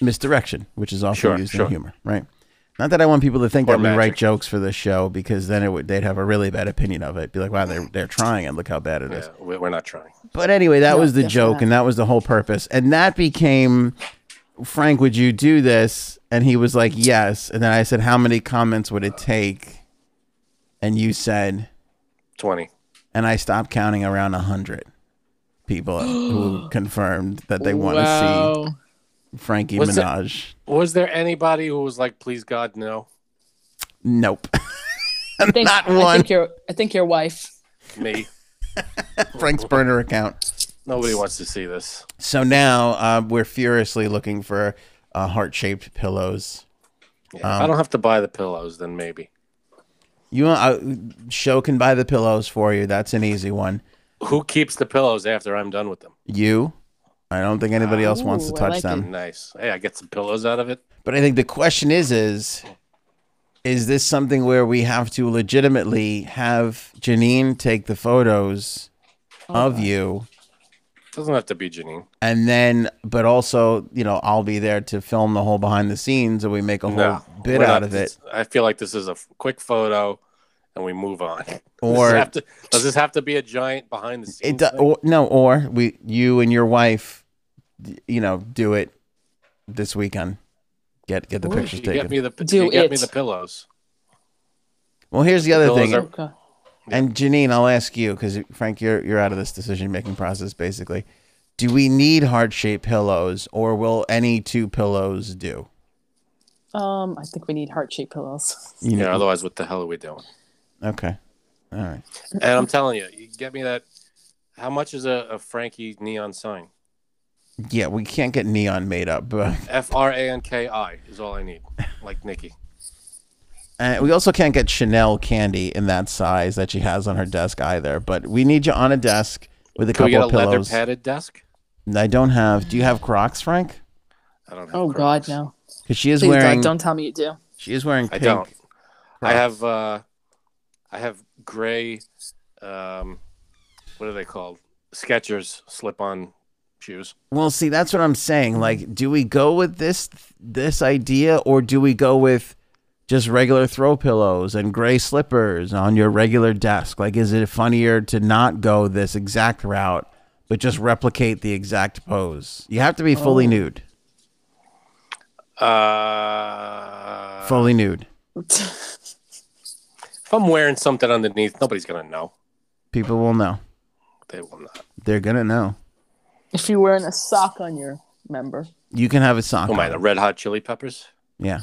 misdirection, which is often
Sure,
used
sure.
in humor, right? Not that I want people to think
Or
that we write
magic.
jokes for this show because then it would they'd have a really bad opinion of it. Be like, wow, they're they're trying and look how bad it is.
Yeah, we- we're not trying.
But anyway, that
No,
was the
definitely
joke,
not.
and that was the whole purpose. And that became, Frank, would you do this? And he was like, yes. And then I said, how many comments would it take? And you said,
20.
and I stopped counting around 100 people who confirmed that they want to
Wow.
see Frankie
Was it-
Minaj.
Was there anybody who was like, please God, no?
Nope. *laughs*
I think,
Not
I
one.
think your I think your wife.
*laughs*
Me.
Frank's burner account.
Nobody wants to see this.
So now uh, we're furiously looking for uh, heart shaped pillows.
Yeah,
Um,
if I don't have to buy the pillows, then maybe.
You uh, show can buy the pillows for you. That's an easy one.
Who keeps the pillows after I'm done with them? Mm,
You, I don't think anybody else wants to
Ooh, I
touch
like
them.
Nice. Hey, I get some pillows out of it.
But I think the question is is is this something where we have to legitimately have Janine take the photos
Oh,
of you
Doesn't have to be Janine.
and then but also, you know, I'll be there to film the whole behind the scenes and we make a whole bit
we're
out
not-
of it.
I feel like this is a f- quick photo, and we move on. *laughs* Does this
Or-
have to- does this have to be a giant behind the
It
scenes?
do, oh, or, no, or we you and your wife d- you know, do it this weekend. Get get the
Ooh.
pictures
you get
taken.
me the
Do
you get
it.
me the pillows.
well, here's the other
Those
thing.
are-
Okay.
And Janine, I'll ask you because Frank, you're you're out of this decision making process basically. Do we need heart shaped pillows, or will any two pillows do?
Um, I think we need heart shaped pillows.
You
Yeah.
know-
Otherwise, what the hell are we doing?
Okay. All right.
And I'm telling you, you get me that. How much is a, a Frankie neon sign?
Yeah, we can't get neon made up, but
F R A N K I is all I need, like Nikki.
uh, we also can't get Chanel candy in that size that she has on her desk either. But we need you on a desk with a
Can
couple
we get a
of
leather
pillows.
padded desk?
I don't have. Do you have Crocs, Frank?
I don't have.
Oh
Crocs.
God, no!
Because she is
Please
wearing.
God, don't tell me you do. *laughs*
She is wearing.
I
Pink.
don't. I
Crocs.
have uh I have gray um what are they called? Skechers slip on shoes.
Well, see, that's what I'm saying.
Mm-hmm.
Like, do we go with this this idea, or do we go with just regular throw pillows and gray slippers on your regular desk? Like, is it funnier to not go this exact route, but just replicate the exact pose? You have to be fully
Oh.
nude,
Uh
fully nude.
if I'm wearing something underneath, nobody's gonna know.
People will know.
They will not.
They're gonna know.
if you're wearing a sock on your member,
You can have a sock.
Oh my
on.
the red hot chili peppers?
Yeah.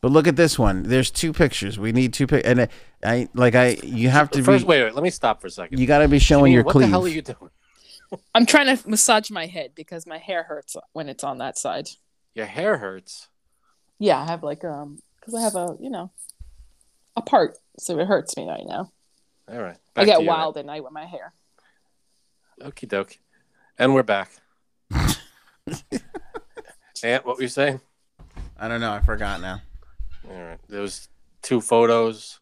But look at this one. There's two pictures. We need two pictures, and I, I like I. You have to
First
be.
wait, wait, let me stop for a second.
You got to be showing
Janine,
your
what
cleave.
the hell are you doing?
I'm trying to massage my head because my hair hurts when it's on that side.
Your hair hurts.
Yeah, I have like um, because I have a you know, a part, so it hurts me right now.
All right.
I get
wild.
wild at night with my hair.
Okie doke. And
*laughs*
we're back. and what were you saying?
I don't know. I forgot now.
All right. There was two photos.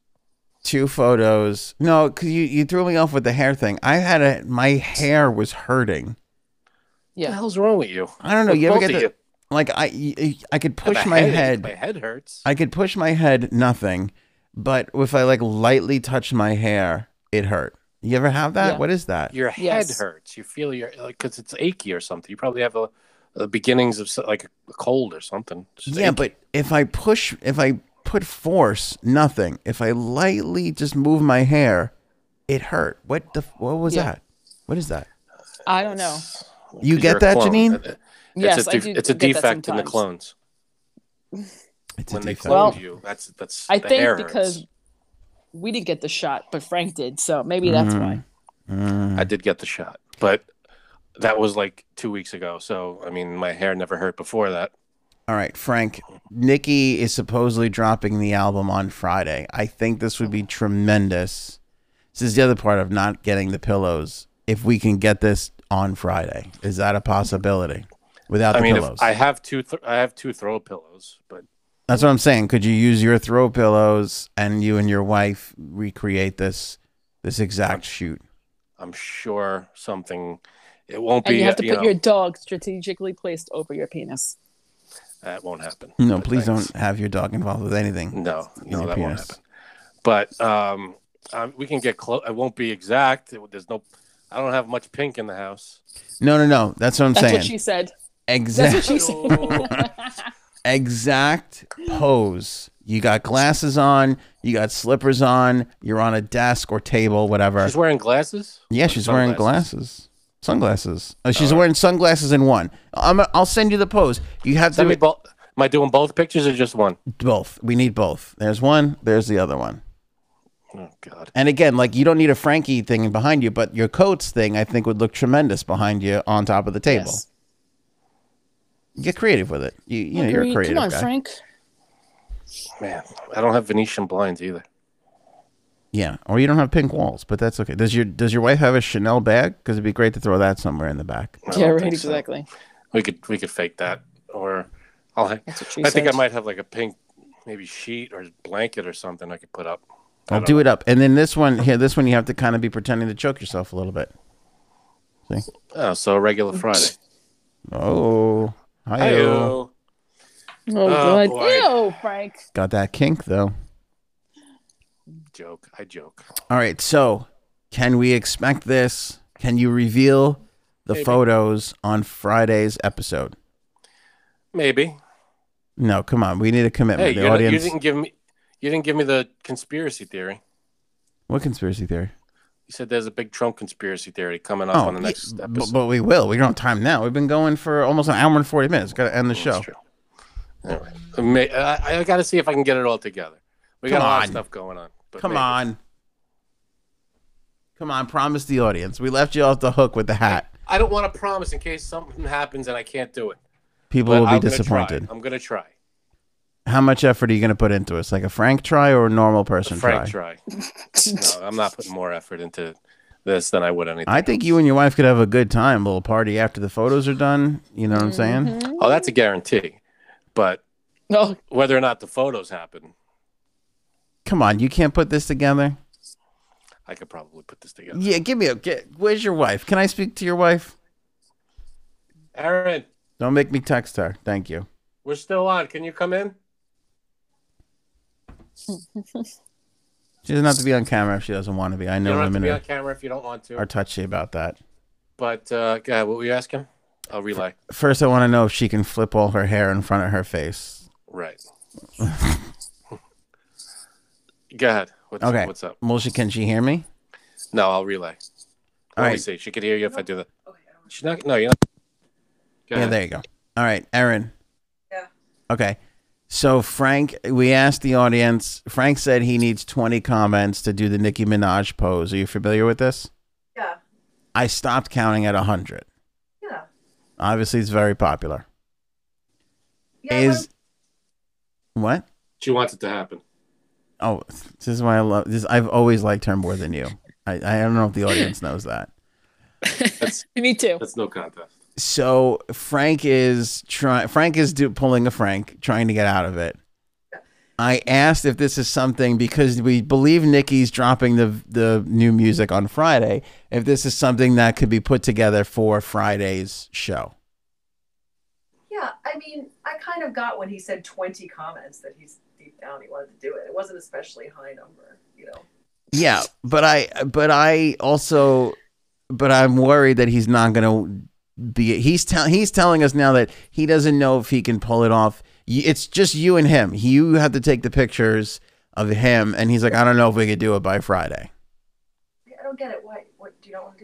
two photos. No, because you, you threw me off with the hair thing. I had a my hair was hurting.
What the
Yeah,
hell's wrong with you?
I don't know.
With
You ever
both
get
of
the, like I y- I could
I have
push
a
my
headache.
head.
My head hurts.
I could push my head. Nothing, but if I like lightly touch my hair, it hurt. You ever have that?
Yeah.
What is that?
Your head
Yes.
hurts. You feel your like because it's achy or something. You probably have a, the beginnings of so- like a cold or something. It's just
yeah,
achy.
but if I push, if I put force, nothing. If I lightly just move my hair, it hurt. What the? f- What was
Yeah.
that? What is that?
I don't know.
You get
'Cause you're a
that,
clone. uh,
Janine?
It's
Yes,
a
I
de-
do
It's a
get that
defect in the
sometimes.
clones.
It's
When they
defect.
cloned
Well,
you, that's that's.
I
the
think
hair
because
hurts.
we didn't get the shot, but Frank did, so maybe
Mm-hmm.
that's why.
I did get the shot, but that was like two weeks ago. So I mean, my hair never hurt before that.
All right, Frank. Nikki is supposedly dropping the album on Friday. I think this would be tremendous. This is the other part of not getting the pillows. If we can get this on Friday, is that a possibility? Without the
I mean, if
pillows,
I have two. Th- I have two throw pillows, but
that's what I'm saying. Could you use your throw pillows and you and your wife recreate this this exact shoot?
I'm sure something. It won't
And
be.
you have to put
know,
your dog strategically placed over your penis.
that won't happen.
No,
But
please
thanks.
don't have your dog involved with anything.
No,
your
no, that won't
penis.
happen. But um, um, we can get close. It won't be exact. It- there's no. I don't have much pink in the house.
*laughs*
No, no, no. That's what I'm
That's
saying.
what she said. That's what
exact
she said.
exact pose. You got glasses on. You got slippers on. You're on a desk or table, whatever.
She's wearing glasses.
yeah,
Or
she's wearing
sunglasses?
glasses. Sunglasses. Oh, she's wearing sunglasses in one. I'm, I'll send you the pose. You have to
Send me both. Am I doing both pictures or just one?
both. We need both. There's one. There's the other one.
Oh God.
And again, like you don't need a Frankie thing behind you, but your coats thing I think would look tremendous behind you on top of the table.
Yes.
Get creative with it. You, you know, you're a
Agreed.
creative
Come on,
guy.
Frank.
Man, I don't have Venetian blinds either.
Yeah, or you don't have pink walls, but that's okay. Does your Does your wife have a Chanel bag? Because it'd be great to throw that somewhere in the back.
I
Yeah,
don't
right,
think so.
exactly.
We could we could fake that, or I'll. ha-
That's what she
I think I
said.
might have like a pink, maybe sheet or blanket or something I could put up. I
I'll
don't
do it up, and then this one here, this one you have to kind of be pretending to choke yourself a little bit.
Oh, so a regular Friday.
Oh, hi,
Hey-o.
Oh,
Oh,
God.
boy.
Ew, Frank. *laughs*
got that kink though.
Joke. I joke.
All right, so can we expect this? Can you reveal the photos on Friday's episode?
Maybe.
No, come on, we need a commitment.
Hey,
the
you, know, you
audience.
didn't give me you didn't give me the conspiracy theory.
What conspiracy theory?
You said there's a big Trump conspiracy theory coming up
Oh,
on the next
yeah, but,
episode.
but we will. We don't have time now. We've been going for almost an hour and forty minutes. Got to end the
That's
show.
true. Anyway, I may- I, got to see if I can get it all together. We got
Come
a lot of
on.
stuff going on. but
Come
maybe.
on. Come on, promise the audience. We left you off the hook with the hat.
I don't want to promise in case something happens and I can't do it.
People
But
will be
I'm gonna
disappointed.
Try. I'm gonna try.
How much effort are you going to put into this? Like a Frank try or a normal person
Frank,
try?
try. no, I'm not putting more effort into this than I would anything.
I think you and your wife could have a good time, little party after the photos are done. You know what I'm saying?
oh, that's a guarantee. But
No,
whether or not the photos happen,
Come on, you can't put this together.
I could probably put this together.
Yeah, give me a. Get, where's your wife? Can I speak to your wife?
Aaron,
Don't make me text her. Thank you.
we're still on. Can you come in?
She doesn't have to be on camera if she doesn't want to be. I
You
know
don't have to
women
be on
are,
camera if you don't want to.
are touchy about that.
But uh, go ahead. What were you asking? I'll relay.
First, I want to know if she can flip all her hair in front of her face.
Right.
*laughs*
go ahead. What's,
Okay.
What's up?
Well, she can she hear me?
No, I'll relay.
All
Let me
right.
see. She could hear you if I do that. She's not. No, you're not.
Yeah,
Go ahead.
there you go. All right, Aaron. Yeah. Okay. So Frank, we asked the audience. Frank said he needs 20 comments to do the Nicki Minaj pose. Are you familiar with this?
Yeah.
I stopped counting at 100.
Yeah.
Obviously, it's very popular.
Yeah,
Is what?
She wants it to happen.
Oh, this is why I love this. I've always liked her more than you. I, I don't know if the audience knows that.
me too.
That's no contest.
So Frank is trying. Frank is do- pulling a Frank, trying to get out of it. I asked if this is something because we believe Nikki's dropping the the new music on Friday. If this is something that could be put together for Friday's show.
yeah, I mean, I kind of got when he said 20 comments that he's deep down he wanted to do it. It wasn't especially a high number, you know.
Yeah, but I but I also but I'm worried that he's not going to be he's tell, he's telling us now that he doesn't know if he can pull it off y- it's just you and him. You have to take the pictures of him, and he's like, I don't know if we could do it by Friday.
I don't get it. Why? What do you not want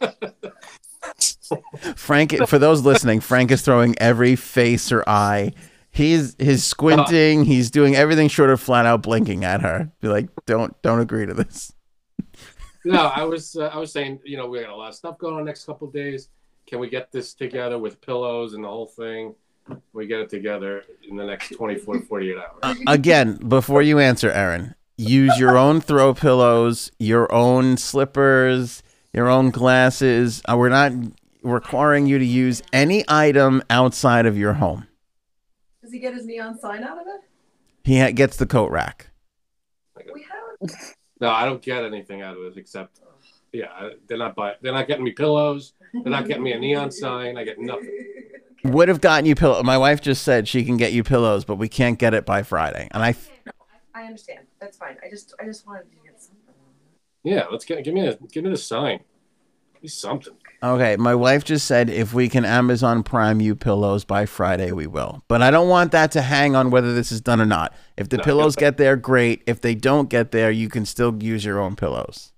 to do it?
Frank, for those listening, Frank is throwing every face or eye. He's he's squinting. He's doing everything short of flat out blinking at her. Be like, don't don't agree to this.
No, I was uh, I was saying, you know, we got a lot of stuff going on next couple of days. Can we get this together with pillows and the whole thing? We get it together in the next 24 to 48 hours.
Uh, again, before you answer, Aaron, use your own throw pillows, your own slippers, your own glasses. Uh, we're not requiring you to use any item outside of your home.
Does he get his neon sign out of it?
He ha- gets the coat rack.
We have
No, I don't get anything out of this except, yeah, I- they're not buy- they're not getting me pillows. They're not getting me a neon sign. I get nothing.
Would have gotten you pillow. My wife just said she can get you pillows, but we can't get it by Friday. And I
I understand. That's fine. I just I just wanted to get something.
Yeah, let's get give me a give me the sign. Give me something.
Okay, my wife just said if we can Amazon Prime you pillows by Friday, we will. But I don't want that to hang on whether this is done or not. If the
No.
pillows get there, great. If they don't get there, you can still use your own pillows.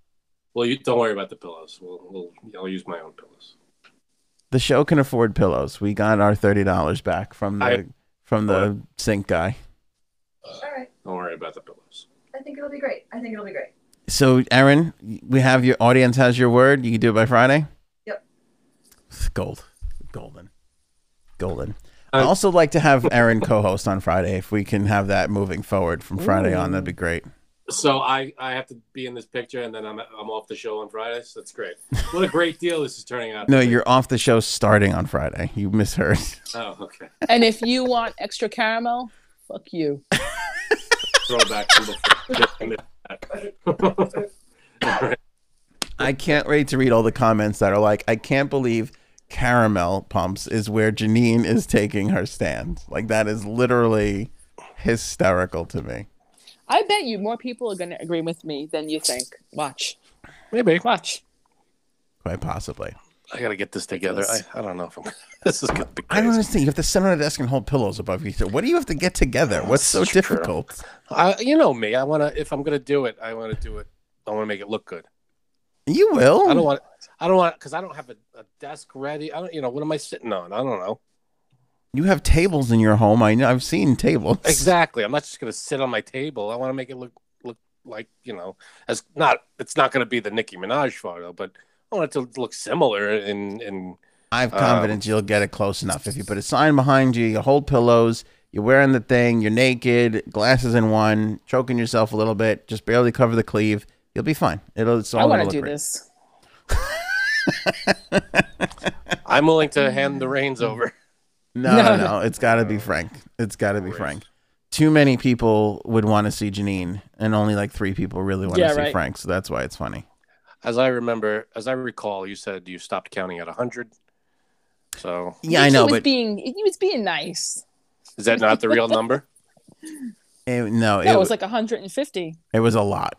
Well, you don't worry about the pillows. We'll, we'll I'll use my own pillows.
The show can afford pillows. We got our thirty dollars back from the
I-
from the sink guy.
All right.
Don't worry about the pillows.
I think it'll be great. I think it'll be great.
So, Aaron, we have your audience has your word. You can do it by Friday.
Yep.
Gold, golden, golden.
Uh,
I also like to have Aaron co-host on Friday if we can have that moving forward from Friday on.
Ooh.
That'd be great.
So I I have to be in this picture, and then I'm I'm off the show on Fridays. That's great. What a great deal this is turning out. to
No,
be.
you're off the show starting on Friday. You misheard.
Oh, okay.
And if you want extra caramel, fuck you.
Throwback. from before.
*laughs* I can't wait to read all the comments that are like, I can't believe caramel pumps is where Janine is taking her stand. Like that is literally hysterical to me.
I bet you more people are going to agree with me than you think. Watch.
Maybe
Watch.
Quite possibly.
I gotta get this together. I, *laughs* I don't know if I'm. This is gonna be.
I
Crazy.
don't understand. You have to sit on a desk and hold pillows above each other. What do you have to get together? What's so
It's true.
difficult?
I, you know me. I wanna. If I'm gonna do it, I wanna do it. I wanna make it look good.
You will.
I don't want. I don't want because I don't have a, a desk ready. I don't. You know what am I sitting on? I don't know.
you have tables in your home. I know. I've seen tables.
Exactly. I'm not just gonna sit on my table. I want to make it look look like you know, as not. It's not gonna be the Nicki Minaj photo, but I want it to look similar. And and
I have confidence you'll get it close enough. If you put a sign behind you, you hold pillows, you're wearing the thing, you're naked, glasses in one, choking yourself a little bit, just barely cover the cleave, you'll be fine. It'll it's all
I
gonna
want to
look
do
great.
this.
I'm willing to hand the reins over.
No, no,
No, *laughs*
no, it's gotta
Oh.
be Frank. It's gotta be Frank. Too many people would want to see Janine, and only like three people really want to
Yeah,
see
right.
Frank. So that's why it's funny.
As I remember, as I recall, you said you stopped counting at hundred. So
Yeah, I
He
know,
was
but
being he was being nice.
is that not
*laughs*
the real number?
it- no,
No,
it
it was like 150.
it was a lot.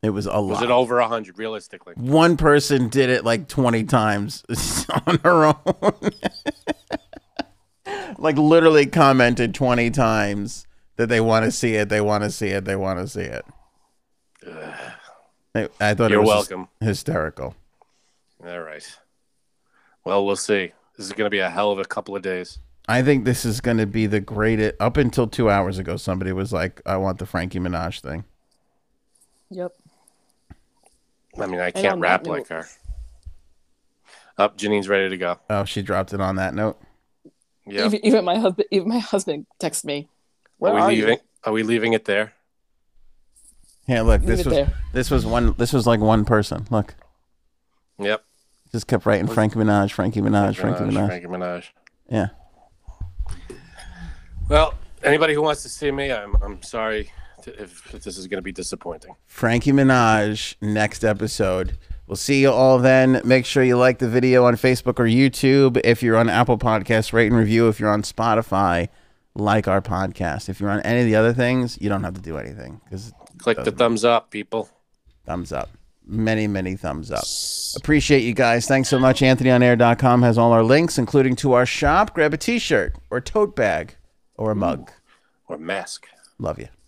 It was a lot.
Was it over hundred realistically?
one person did it like 20 times *laughs* on her own. *laughs* like literally commented 20 times that they want to see it, they want to see it, they want to see it. I, I thought
You're
it was
welcome.
hysterical.
All right. Well, we'll see. This is gonna be a hell of a couple of days.
I think this is going to be the greatest. Up until two hours ago, somebody was like, I want the Frankie Minaj thing.
Yep.
I mean, I
And
can't
on
rap
that
like
note-
her. Up, Janine's ready to go.
Oh, she dropped it on that note.
Yeah.
Even, even my husband even my husband texts me. Where
are
are
we
you?"
leaving? Are we leaving it there?
Yeah, look, this
it
was
there.
this was one this was like one person. Look,
Yep.
just kept writing Frankie Minaj, Frankie Minaj, Frankie Minaj.
Frankie Minaj.
Yeah.
Well, anybody who wants to see me, I'm I'm sorry to, if this is going to be disappointing.
Frankie Minaj next episode. We'll see you all then. Make sure you like the video on Facebook or YouTube. If you're on Apple Podcasts, rate and review. If you're on Spotify, like our podcast. If you're on any of the other things, you don't have to do anything because
Click the thumbs up, people.
thumbs up. Many, many thumbs up. Appreciate you guys. Thanks so much. AnthonyOnAir.com has all our links, including to our shop. Grab a t shirt or tote bag or a mug.
or mask.
Love you.